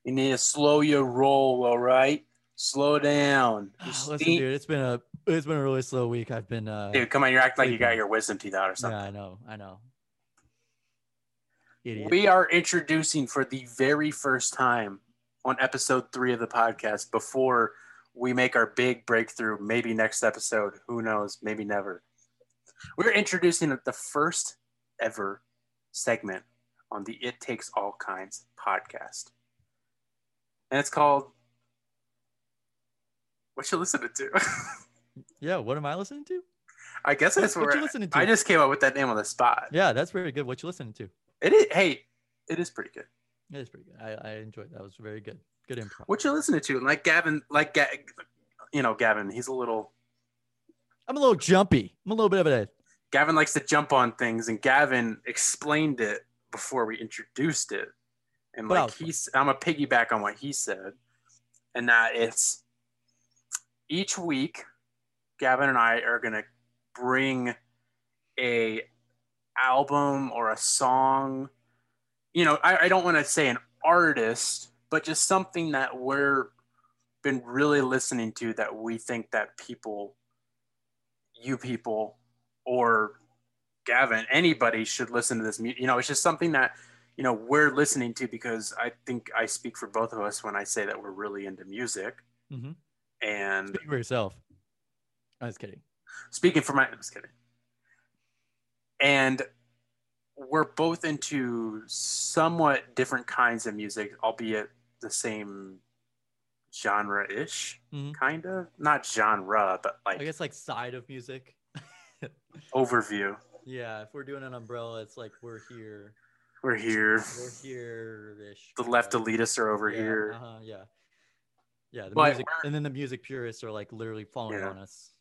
Speaker 2: You need to slow your roll, all right? Slow down. You
Speaker 1: Listen,
Speaker 2: stink-
Speaker 1: dude, it's been a it's been a really slow week. I've been uh,
Speaker 2: Dude, come on, you're acting like you got
Speaker 1: Sleeping.
Speaker 2: your wisdom teeth out or
Speaker 1: yeah,
Speaker 2: something.
Speaker 1: I know, I know. Idiot.
Speaker 2: We are introducing for the very first time on episode three of the podcast before we make our big breakthrough, maybe next episode, who knows, maybe never. We're introducing the first ever segment on the It Takes All Kinds podcast. And it's called What You Listening To.
Speaker 1: yeah, what am I listening to?
Speaker 2: I guess
Speaker 1: What,
Speaker 2: that's
Speaker 1: what
Speaker 2: where
Speaker 1: you listening to?
Speaker 2: I just came up with that name on the spot.
Speaker 1: yeah, that's very good. What you listening to?
Speaker 2: It is, hey, it is pretty good.
Speaker 1: That is pretty good. I, I enjoyed. That was very good. Good improv.
Speaker 2: what you're listening to. And like Gavin, like Ga- you know, Gavin, he's a little
Speaker 1: I'm a little jumpy. I'm a little bit of a
Speaker 2: Gavin likes to jump on things, and Gavin explained it before we introduced it. And
Speaker 1: But I
Speaker 2: like
Speaker 1: was fine.
Speaker 2: he's, I'm a piggyback on what he said, and now it's each week, Gavin and I are gonna bring a album or a song. You know, I, I don't want to say an artist, but just something that we're been really listening to that we think that people, you people, or Gavin, anybody should listen to this music. You know, it's just something that you know we're listening to because I think I speak for both of us when I say that we're really into music.
Speaker 1: Mhm.
Speaker 2: And
Speaker 1: Speak for yourself. I was kidding.
Speaker 2: speaking for my I'm just kidding. And we're both into somewhat different kinds of music, albeit the same genre-ish,
Speaker 1: Mhm.
Speaker 2: kind of not genre, but
Speaker 1: I
Speaker 2: like
Speaker 1: guess like side of music.
Speaker 2: overview.
Speaker 1: yeah, if we're doing an umbrella, it's like we're here,
Speaker 2: We're here.
Speaker 1: we're here ish.
Speaker 2: The left elitists are over
Speaker 1: yeah,
Speaker 2: here.
Speaker 1: Uh-huh, yeah, yeah. The
Speaker 2: But
Speaker 1: music,
Speaker 2: we're-
Speaker 1: and then the music purists are like literally falling
Speaker 2: Yeah.
Speaker 1: on us.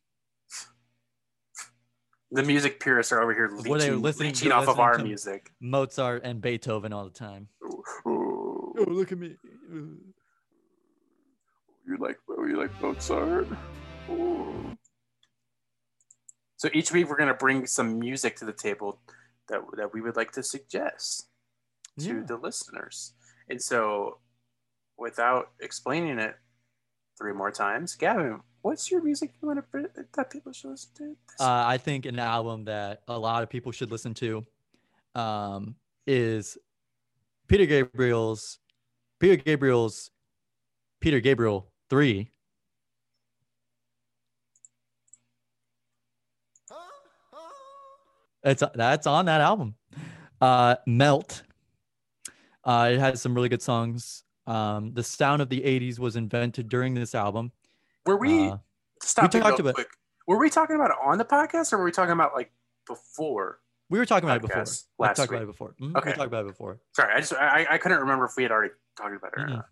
Speaker 2: The music purists are over here leeching,
Speaker 1: What are they listening to?
Speaker 2: leeching off of
Speaker 1: Listening
Speaker 2: our
Speaker 1: to-
Speaker 2: music.
Speaker 1: Mozart and Beethoven all the time.
Speaker 2: Ooh,
Speaker 1: Oh, look at me.
Speaker 2: you like you like Mozart? Ooh. So each week we're going to bring some music to the table that that we would like to suggest to
Speaker 1: Yeah.
Speaker 2: the listeners. And so, without explaining it three more times, Gavin, what's your music you want to bring that people should listen to? this
Speaker 1: Uh, I think an album that a lot of people should listen to um, is Peter Gabriel's Peter Gabriel's Peter Gabriel three. It's that's on that album. Uh, Melt. Uh, it has some really good songs. Um, the sound of the '80s was invented during this album.
Speaker 2: Were we
Speaker 1: Uh,
Speaker 2: stop
Speaker 1: we
Speaker 2: it
Speaker 1: talked
Speaker 2: real
Speaker 1: about-
Speaker 2: quick? Were we talking about it on the podcast, or were we talking about like before?
Speaker 1: we were talking about it before.
Speaker 2: Podcast
Speaker 1: We
Speaker 2: last
Speaker 1: talked about
Speaker 2: week.
Speaker 1: it before. Mhm,
Speaker 2: Okay.
Speaker 1: We talked about it before.
Speaker 2: Sorry, I just I, I couldn't remember if we had already talked about it. Or
Speaker 1: Mm-mm.
Speaker 2: not.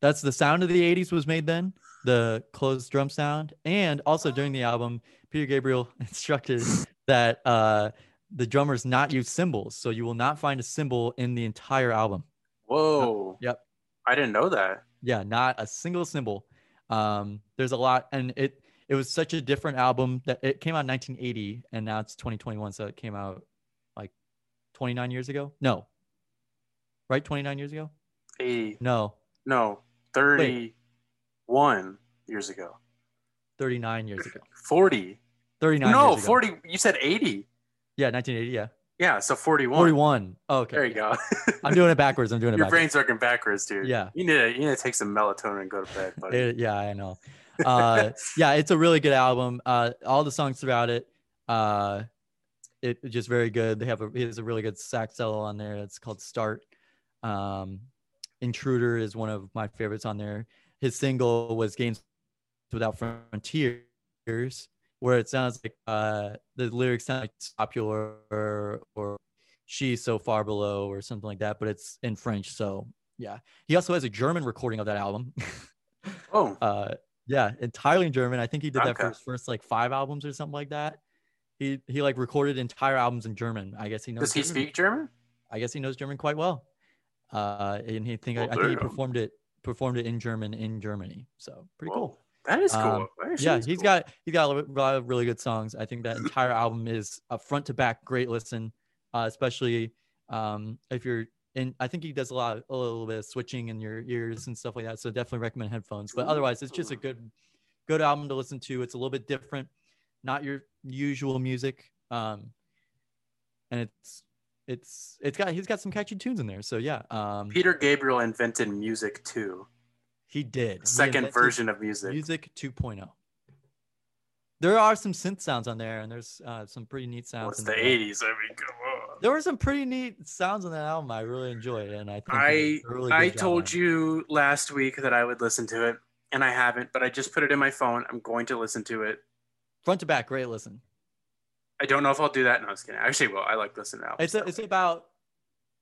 Speaker 1: That's the sound of the 80s was made then, the closed drum sound. And also during the album, Peter Gabriel instructed that uh, the drummers not use cymbals. So you will not find a cymbal in the entire album.
Speaker 2: Whoa.
Speaker 1: Yep.
Speaker 2: I didn't know that.
Speaker 1: Yeah, not a single cymbal. Um, there's a lot. And it, it was such a different album that it came out in 1980 and now it's 2021. So it came out like 29 years ago. No. Right? 29 years ago?
Speaker 2: Eighty
Speaker 1: No,
Speaker 2: no thirty one years ago.
Speaker 1: 39 years ago.
Speaker 2: Forty.
Speaker 1: 39
Speaker 2: no,
Speaker 1: years ago.
Speaker 2: forty. You said eighty.
Speaker 1: Yeah, 1980. Yeah.
Speaker 2: Yeah, so forty one.
Speaker 1: 41. Oh, okay.
Speaker 2: There you go.
Speaker 1: I'm doing it backwards. I'm doing it
Speaker 2: Your
Speaker 1: backwards.
Speaker 2: brain's working backwards, dude.
Speaker 1: Yeah.
Speaker 2: You need to you need to take some melatonin and go to bed, buddy.
Speaker 1: It- yeah, I know. Uh, yeah, it's a really good album. Uh, all the songs throughout it, uh, it it's just very good. They have a there's a really good sax solo on there. It's called Start. Um, Intruder is one of my favorites on there. His single was Games Without Frontiers, where it sounds like uh, the lyrics sound like popular or, or she's so far below or something like that, but it's in French. So yeah, he also has a German recording of that album.
Speaker 2: oh,
Speaker 1: uh yeah entirely in german i think he did that for
Speaker 2: Okay.
Speaker 1: his first like five albums or something like that he he like recorded entire albums in german i guess he knows
Speaker 2: does he
Speaker 1: german.
Speaker 2: speak German?
Speaker 1: i guess he knows german quite well uh and he think I,
Speaker 2: Well,
Speaker 1: I think he
Speaker 2: damn.
Speaker 1: performed it performed it in german in germany so pretty
Speaker 2: Whoa,
Speaker 1: cool
Speaker 2: That is cool.
Speaker 1: Um,
Speaker 2: That
Speaker 1: yeah
Speaker 2: is
Speaker 1: he's
Speaker 2: cool.
Speaker 1: got he's got a lot of really good songs i think that entire album is a front to back great listen uh, especially um if you're in i think he does a lot of, a little bit of switching in your ears and stuff like that so definitely recommend headphones but otherwise it's just a good good album to listen to it's a little bit different not your usual music um and it's it's it's got he's got some catchy tunes in there so yeah um
Speaker 2: Peter Gabriel invented music too.
Speaker 1: he did He
Speaker 2: Second
Speaker 1: invented-
Speaker 2: version of music.
Speaker 1: Music 2.0. There are some synth sounds on there, and there's uh, some pretty neat sounds.
Speaker 2: Well, it's
Speaker 1: in
Speaker 2: the
Speaker 1: there.
Speaker 2: '80s. I mean, come on.
Speaker 1: There were some pretty neat sounds on that album. I really enjoyed, and I think they
Speaker 2: I
Speaker 1: did a really
Speaker 2: I
Speaker 1: good job on
Speaker 2: told
Speaker 1: it.
Speaker 2: you last week that I would listen to it, and I haven't. But I just put it in my phone. I'm going to listen to it.
Speaker 1: front to back, great listen.
Speaker 2: I don't know if I'll do that. No, I'm just kidding. Actually, well, I like listening now.
Speaker 1: It's a, it's about,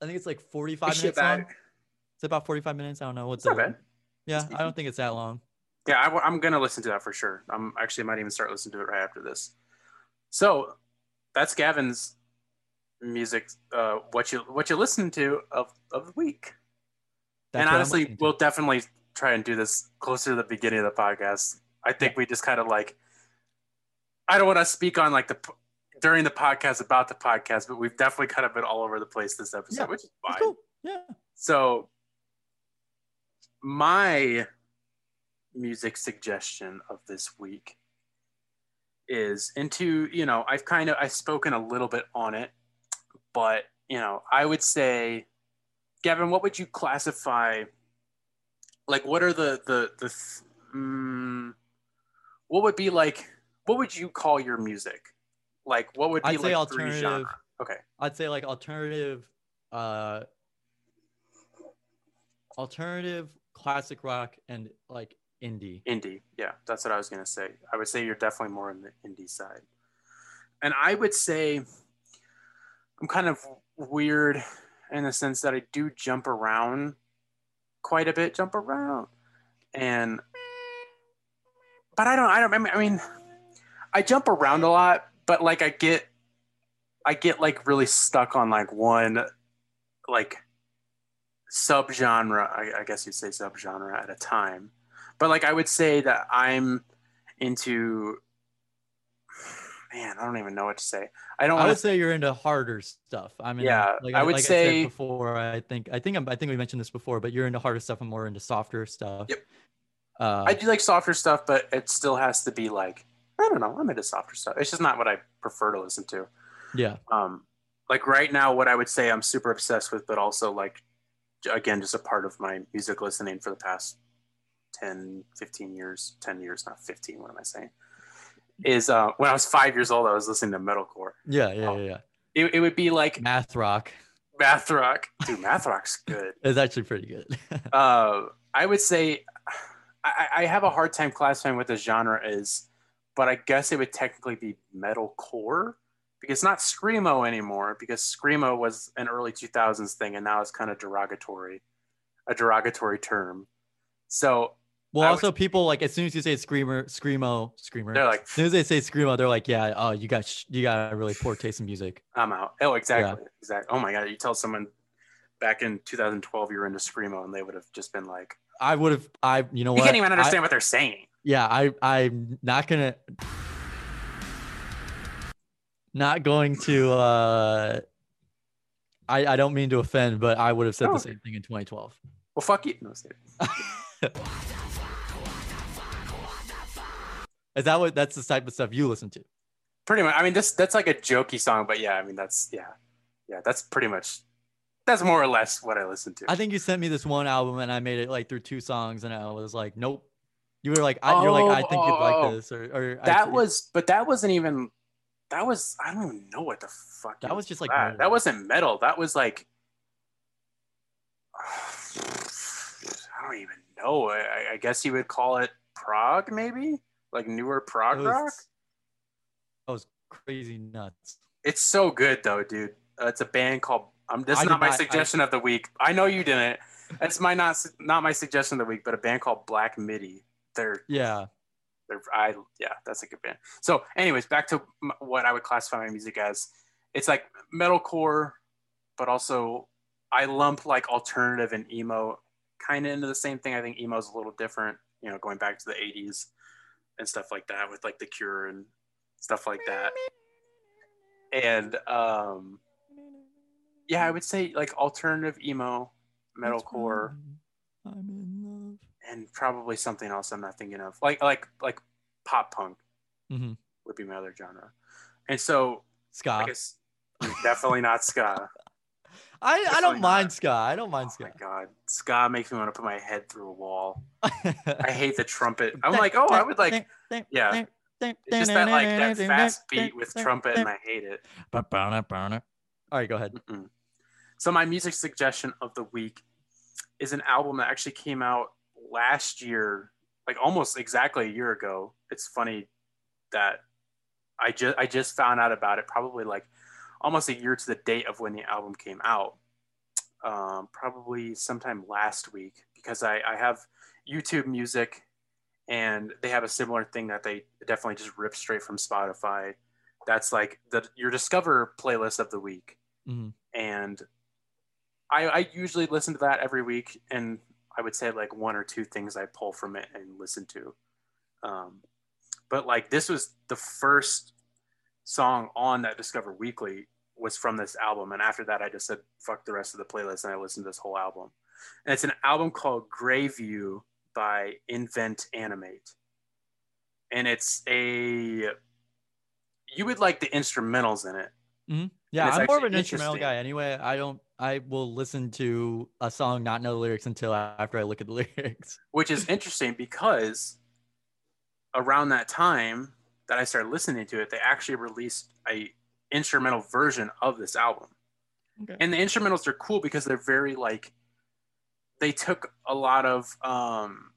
Speaker 1: I think it's like 45
Speaker 2: It's
Speaker 1: minutes
Speaker 2: about-
Speaker 1: long. It's about 45 minutes. I don't know what's
Speaker 2: not
Speaker 1: the-
Speaker 2: bad.
Speaker 1: Yeah,
Speaker 2: It's
Speaker 1: I don't think it's that long.
Speaker 2: Yeah, I, am gonna listen to that for sure. I'm actually might even start listening to it right after this. So, that's Gavin's music. Uh, what you what you listen to of of the week. and
Speaker 1: That's what I'm
Speaker 2: honestly,
Speaker 1: listening to.
Speaker 2: we'll definitely try and do this closer to the beginning of the podcast. I think we just kind of like, I don't want to speak on like the p- during the podcast about the podcast, but we've definitely kind of been all over the place this episode,
Speaker 1: Yeah,
Speaker 2: which is
Speaker 1: It's
Speaker 2: fine.
Speaker 1: cool. Yeah.
Speaker 2: So, my music suggestion of this week is into, you know, I've kind of I've spoken a little bit on it, but you know, I would say Gavin, what would you classify like what are the the the th- mm, what would be like what would you call your music? Like what would be
Speaker 1: I'd
Speaker 2: like
Speaker 1: say
Speaker 2: three
Speaker 1: alternative.
Speaker 2: genre? Okay.
Speaker 1: I'd say like alternative, uh, alternative classic rock and like indie.
Speaker 2: Indie, yeah, that's what I was gonna say. I would say you're definitely more on the indie side, and I would say I'm kind of weird in the sense that I do jump around quite a bit, jump around, and but I don't, I don't. I mean, I mean, I jump around a lot, but like I get, I get like really stuck on like one, like subgenre. I, I guess you'd say subgenre at a time but like I would say that I'm into man, I don't even know what to say. I don't
Speaker 1: I
Speaker 2: want
Speaker 1: would
Speaker 2: to.
Speaker 1: say you're into harder stuff. I mean,
Speaker 2: Yeah,
Speaker 1: like
Speaker 2: I would
Speaker 1: like I
Speaker 2: say-
Speaker 1: said before. I think I think I'm, I think we mentioned this before, but you're into harder stuff. I'm more into softer stuff.
Speaker 2: Yep.
Speaker 1: Uh,
Speaker 2: I do like softer stuff, but it still has to be like I don't know. I'm into softer stuff. It's just not what I prefer to listen to.
Speaker 1: yeah.
Speaker 2: Um, like right now, what I would say I'm super obsessed with, but also like j- again, just a part of my music listening for the past 10, 15 years, 10 years, not 15. What am I saying? Is uh, when I was five years old, I was listening to metalcore.
Speaker 1: Yeah. Yeah. Yeah.
Speaker 2: It, it would be like
Speaker 1: yeah. Math rock
Speaker 2: math rock. Dude, math rock's good.
Speaker 1: is actually pretty good.
Speaker 2: Uh, I would say I, I have a hard time classifying what the genre is, but I guess it would technically be metalcore because it's not screamo anymore because screamo was an early 2000s thing and now it's kind of derogatory, a derogatory term. So
Speaker 1: well,
Speaker 2: I
Speaker 1: also people like as soon as you say screamer, screamo, screamer,
Speaker 2: They're like,
Speaker 1: as soon as they say screamo, they're like, yeah, oh, you got sh- you got a really poor taste in music.
Speaker 2: I'm out. Oh, exactly, exactly. Oh my god, you tell someone back in 2012 you were into screamo and they would have just been like,
Speaker 1: I would have. I you know
Speaker 2: you
Speaker 1: what?
Speaker 2: can't even
Speaker 1: I-
Speaker 2: understand what they're saying.
Speaker 1: yeah i i'm not gonna not going to uh i i don't mean to offend but i would have said
Speaker 2: No.
Speaker 1: the same thing in 2012
Speaker 2: Well, fuck you. No, seriously.
Speaker 1: is that what that's the type of stuff you listen to
Speaker 2: pretty much i mean this that's like a jokey song but yeah i mean that's yeah yeah that's pretty much that's more or less what i listen to
Speaker 1: i think you sent me this one album and i made it like through two songs and i was like nope you were like I, you're like i
Speaker 2: Oh,
Speaker 1: think you'd
Speaker 2: oh,
Speaker 1: like
Speaker 2: oh.
Speaker 1: this or, or I
Speaker 2: that
Speaker 1: think-
Speaker 2: was but that wasn't even that was i don't even know what the fuck
Speaker 1: That
Speaker 2: it
Speaker 1: was just, like,
Speaker 2: that,
Speaker 1: metal.
Speaker 2: that wasn't metal that was like i don't even know i, I guess you would call it prog maybe like newer
Speaker 1: it
Speaker 2: prog
Speaker 1: was-
Speaker 2: rock
Speaker 1: that was crazy nuts
Speaker 2: It's so good though, dude. Uh, it's a band called. Um, this
Speaker 1: I
Speaker 2: is
Speaker 1: did
Speaker 2: not my
Speaker 1: not- I-
Speaker 2: suggestion of the week. I know you didn't. That's my not su- not my suggestion of the week, but a band called Black Midi. They're
Speaker 1: yeah
Speaker 2: they're I yeah, that's a good band. So, anyways, back to m- what I would classify my music as. It's like metalcore, but also I lump like alternative and emo kind of into the same thing. I think emo's a little different, you know, going back to the '80s and stuff like that with like The Cure and stuff like that. And um, yeah, I would say like alternative emo, metalcore,
Speaker 1: i'm in
Speaker 2: and probably something else I'm not thinking of, like like like pop punk
Speaker 1: love hmm
Speaker 2: would be my other genre. And so I
Speaker 1: scott
Speaker 2: guess definitely not ska.
Speaker 1: I, I
Speaker 2: Definitely
Speaker 1: don't mind
Speaker 2: not.
Speaker 1: Sky. I don't
Speaker 2: Oh
Speaker 1: mind
Speaker 2: my
Speaker 1: Sky.
Speaker 2: god, ska makes me want to put my head through a wall. Oh I
Speaker 1: I
Speaker 2: hate the trumpet. I'm like, oh, I would like yeah. it's just that like that fast beat with trumpet, and I hate it.
Speaker 1: All right, go ahead.
Speaker 2: Mm-mm. So my music suggestion of the week is an album that actually came out last year, like almost exactly a year ago. It's funny that I just I just found out about it probably like almost a year to the date of when the album came out. Um, probably sometime last week because I, I have YouTube music and they have a similar thing that they definitely just rip straight from Spotify. That's like the your Discover playlist of the week
Speaker 1: Mhm.
Speaker 2: Mm-hmm. and I, I usually listen to that every week and i would say like one or two things i pull from it and listen to um, but like this was the first song on that discover weekly was from this album and after that i just said fuck the rest of the playlist and i listened to this whole album and it's an album called Grey View by invent animate and it's a you would like the instrumentals in it
Speaker 1: Yeah,
Speaker 2: it's
Speaker 1: I'm more of an
Speaker 2: actually
Speaker 1: instrumental
Speaker 2: interesting.
Speaker 1: guy anyway. I don't. I will listen to a song, not know the lyrics until after I look at the lyrics.
Speaker 2: which is interesting because around that time that I started listening to it, they actually released a instrumental version of this album.
Speaker 1: Okay.
Speaker 2: And the instrumentals are cool because they're very like they took a lot of um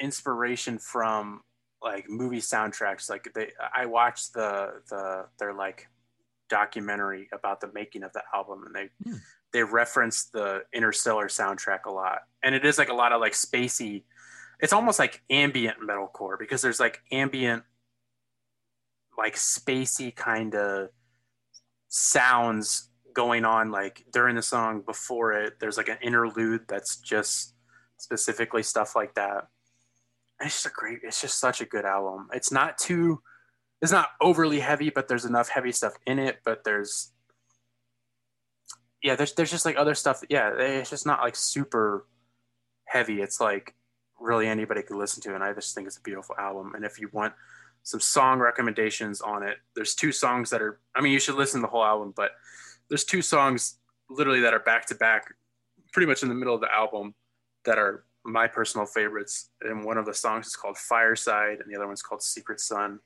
Speaker 2: inspiration from like movie soundtracks. Like they I watched the the their like documentary about the making of the album and they
Speaker 1: Hmm.
Speaker 2: they reference the interstellar soundtrack a lot and it is like a lot of like spacey it's almost like ambient metalcore because there's like ambient like spacey kind of sounds going on like during the song before it there's like an interlude that's just specifically stuff like that and it's just a great it's just such a good album it's not too it's not overly heavy, but there's enough heavy stuff in it. But there's yeah, there's there's just like other stuff. Yeah, it's just not like super heavy. It's like really anybody could listen to, and I just think it's a beautiful album. And if you want some song recommendations on it, there's two songs that are. I mean, you should listen to the whole album, but there's two songs literally that are back to back, pretty much in the middle of the album, that are my personal favorites. And one of the songs is called Fireside, and the other one's called Secret Sun.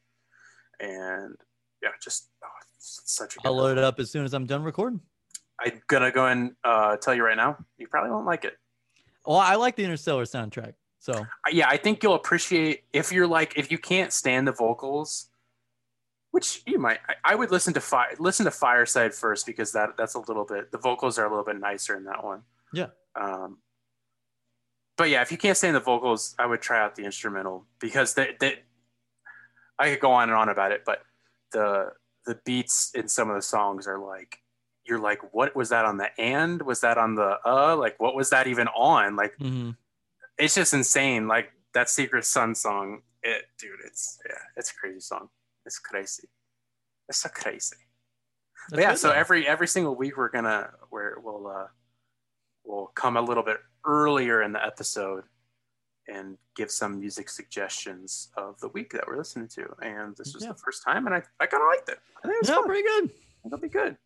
Speaker 2: And yeah, just oh, it's such a.
Speaker 1: I'll load it up as soon as I'm done recording.
Speaker 2: I'm gonna go and uh, tell you right now, you probably won't like it.
Speaker 1: Well, I like the Interstellar soundtrack. So
Speaker 2: Uh, Yeah, I think you'll appreciate if you're like if you can't stand the vocals, which you might. I, I would listen to fire listen to Fireside first because that that's a little bit the vocals are a little bit nicer in that one.
Speaker 1: Yeah.
Speaker 2: Um. But yeah, if you can't stand the vocals, I would try out the instrumental because they they. I could go on and on about it, but the the beats in some of the songs are like you're like what was that on the and was that on the uh like what was that even on like
Speaker 1: mhm.
Speaker 2: it's just insane. Like that Secret Sun song, it dude, it's yeah, it's a crazy song. It's crazy. It's so crazy. But
Speaker 1: That's
Speaker 2: yeah,
Speaker 1: good,
Speaker 2: so
Speaker 1: though.
Speaker 2: every every single week we're gonna we're, we'll uh we'll come a little bit earlier in the episode and give some music suggestions of the week that we're listening to. And this was
Speaker 1: Yeah.
Speaker 2: the first time, and I I kind of liked it. I think it was
Speaker 1: yeah,
Speaker 2: fun.
Speaker 1: pretty good.
Speaker 2: It'll be good.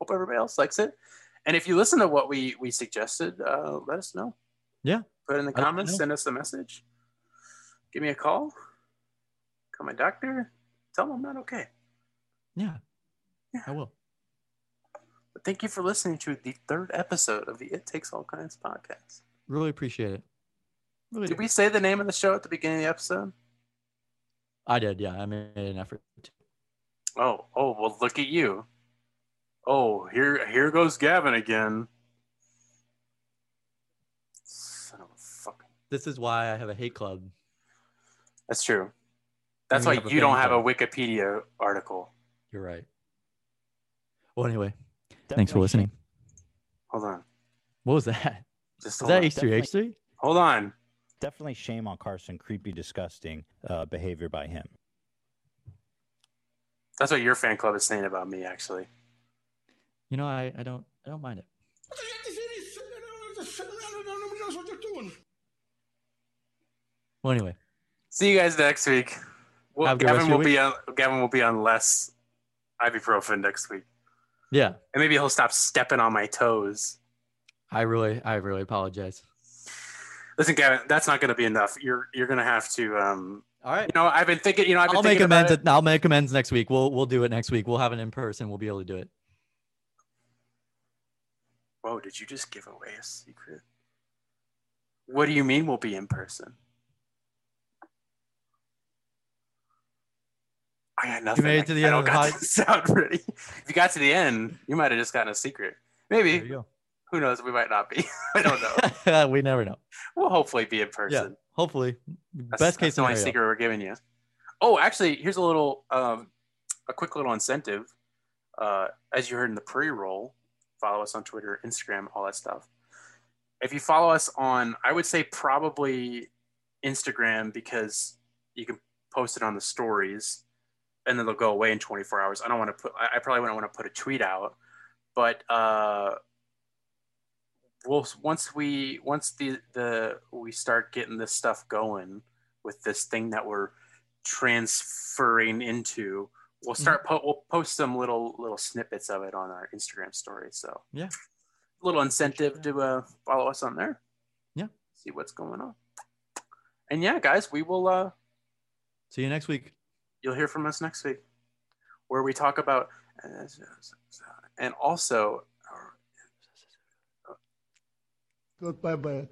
Speaker 2: Hope everybody else likes it. And if you listen to what we we suggested, uh, let us know.
Speaker 1: Yeah.
Speaker 2: Put it in the
Speaker 1: I don't
Speaker 2: comments.
Speaker 1: know.
Speaker 2: Send us a message. Give me a call. Call my doctor. Tell them I'm not okay.
Speaker 1: Yeah.
Speaker 2: Yeah.
Speaker 1: I will.
Speaker 2: But thank you for listening to the third episode of the It Takes All Kinds podcast.
Speaker 1: Really appreciate it. Really
Speaker 2: Did
Speaker 1: do.
Speaker 2: we say the name of the show at the beginning of the episode?
Speaker 1: I did. Yeah, I made an effort. to.
Speaker 2: Oh, oh, well, look at you. Oh, here, here goes Gavin again. Son of a fucking.
Speaker 1: This is why I have a hate club.
Speaker 2: That's true. That's
Speaker 1: you
Speaker 2: why
Speaker 1: have a
Speaker 2: you don't
Speaker 1: fan
Speaker 2: have a Wikipedia article.
Speaker 1: You're right. Well, anyway, thanks for listening.
Speaker 2: Hold on.
Speaker 1: What was that?
Speaker 2: Just
Speaker 1: Is
Speaker 2: hold
Speaker 1: that
Speaker 2: on.
Speaker 1: H3H3?
Speaker 2: hold on.
Speaker 4: Definitely shame on Carson. Creepy, disgusting uh, behavior by him.
Speaker 2: That's what your fan club is saying about me, actually.
Speaker 1: You know, I, I don't I don't mind it.
Speaker 3: Nobody knows what they're doing.
Speaker 1: Well, anyway,
Speaker 2: See you guys next week. Well,
Speaker 1: Have a good rest
Speaker 2: Gavin
Speaker 1: of your
Speaker 2: will be on. Gavin will be on less ibuprofen next week,
Speaker 1: yeah,
Speaker 2: and maybe he'll stop stepping on my toes.
Speaker 1: I really I really apologize.
Speaker 2: Listen, Gavin, that's not going to be enough. You're you're going to have to. Um,
Speaker 1: All right,
Speaker 2: you know, I've been thinking. You know, I've been
Speaker 1: I'll make
Speaker 2: thinking about
Speaker 1: amends.
Speaker 2: it.
Speaker 1: at- I'll make amends next week. We'll we'll do it next week. We'll have it in person. We'll be able to do it.
Speaker 2: Whoa! Did you just give away a secret? What do you mean we'll be in person? I got nothing.
Speaker 1: made it to the
Speaker 2: I
Speaker 1: end
Speaker 2: don't
Speaker 1: of the
Speaker 2: got
Speaker 1: pod-
Speaker 2: the sound ready. If you got to the end, you might have just gotten a secret. Maybe.
Speaker 1: There you
Speaker 2: who knows we might not be i don't know
Speaker 1: go. we never know.
Speaker 2: we'll hopefully be in
Speaker 1: Yeah,
Speaker 2: person
Speaker 1: hopefully,
Speaker 2: That's-
Speaker 1: best case
Speaker 2: that's the only
Speaker 1: scenario.
Speaker 2: secret we're giving you oh actually here's a little um a quick little incentive uh as you heard in the pre-roll follow us on twitter instagram all that stuff if you follow us on i would say probably instagram because you can post it on the stories and then they'll go away in 24 hours i don't want to put i I probably wouldn't want to put a tweet out but uh we'll once we once the the we start getting this stuff going with this thing that we're transferring into we'll
Speaker 1: Mm-hmm.
Speaker 2: start po- we'll post some little little snippets of it on our instagram story so
Speaker 1: Yeah.
Speaker 2: little incentive to uh, follow us on there
Speaker 1: Yeah.
Speaker 2: see what's going on and yeah guys we will uh
Speaker 1: See you next week.
Speaker 2: you'll hear from us next week where we talk about uh, and also
Speaker 5: Goodbye, bye.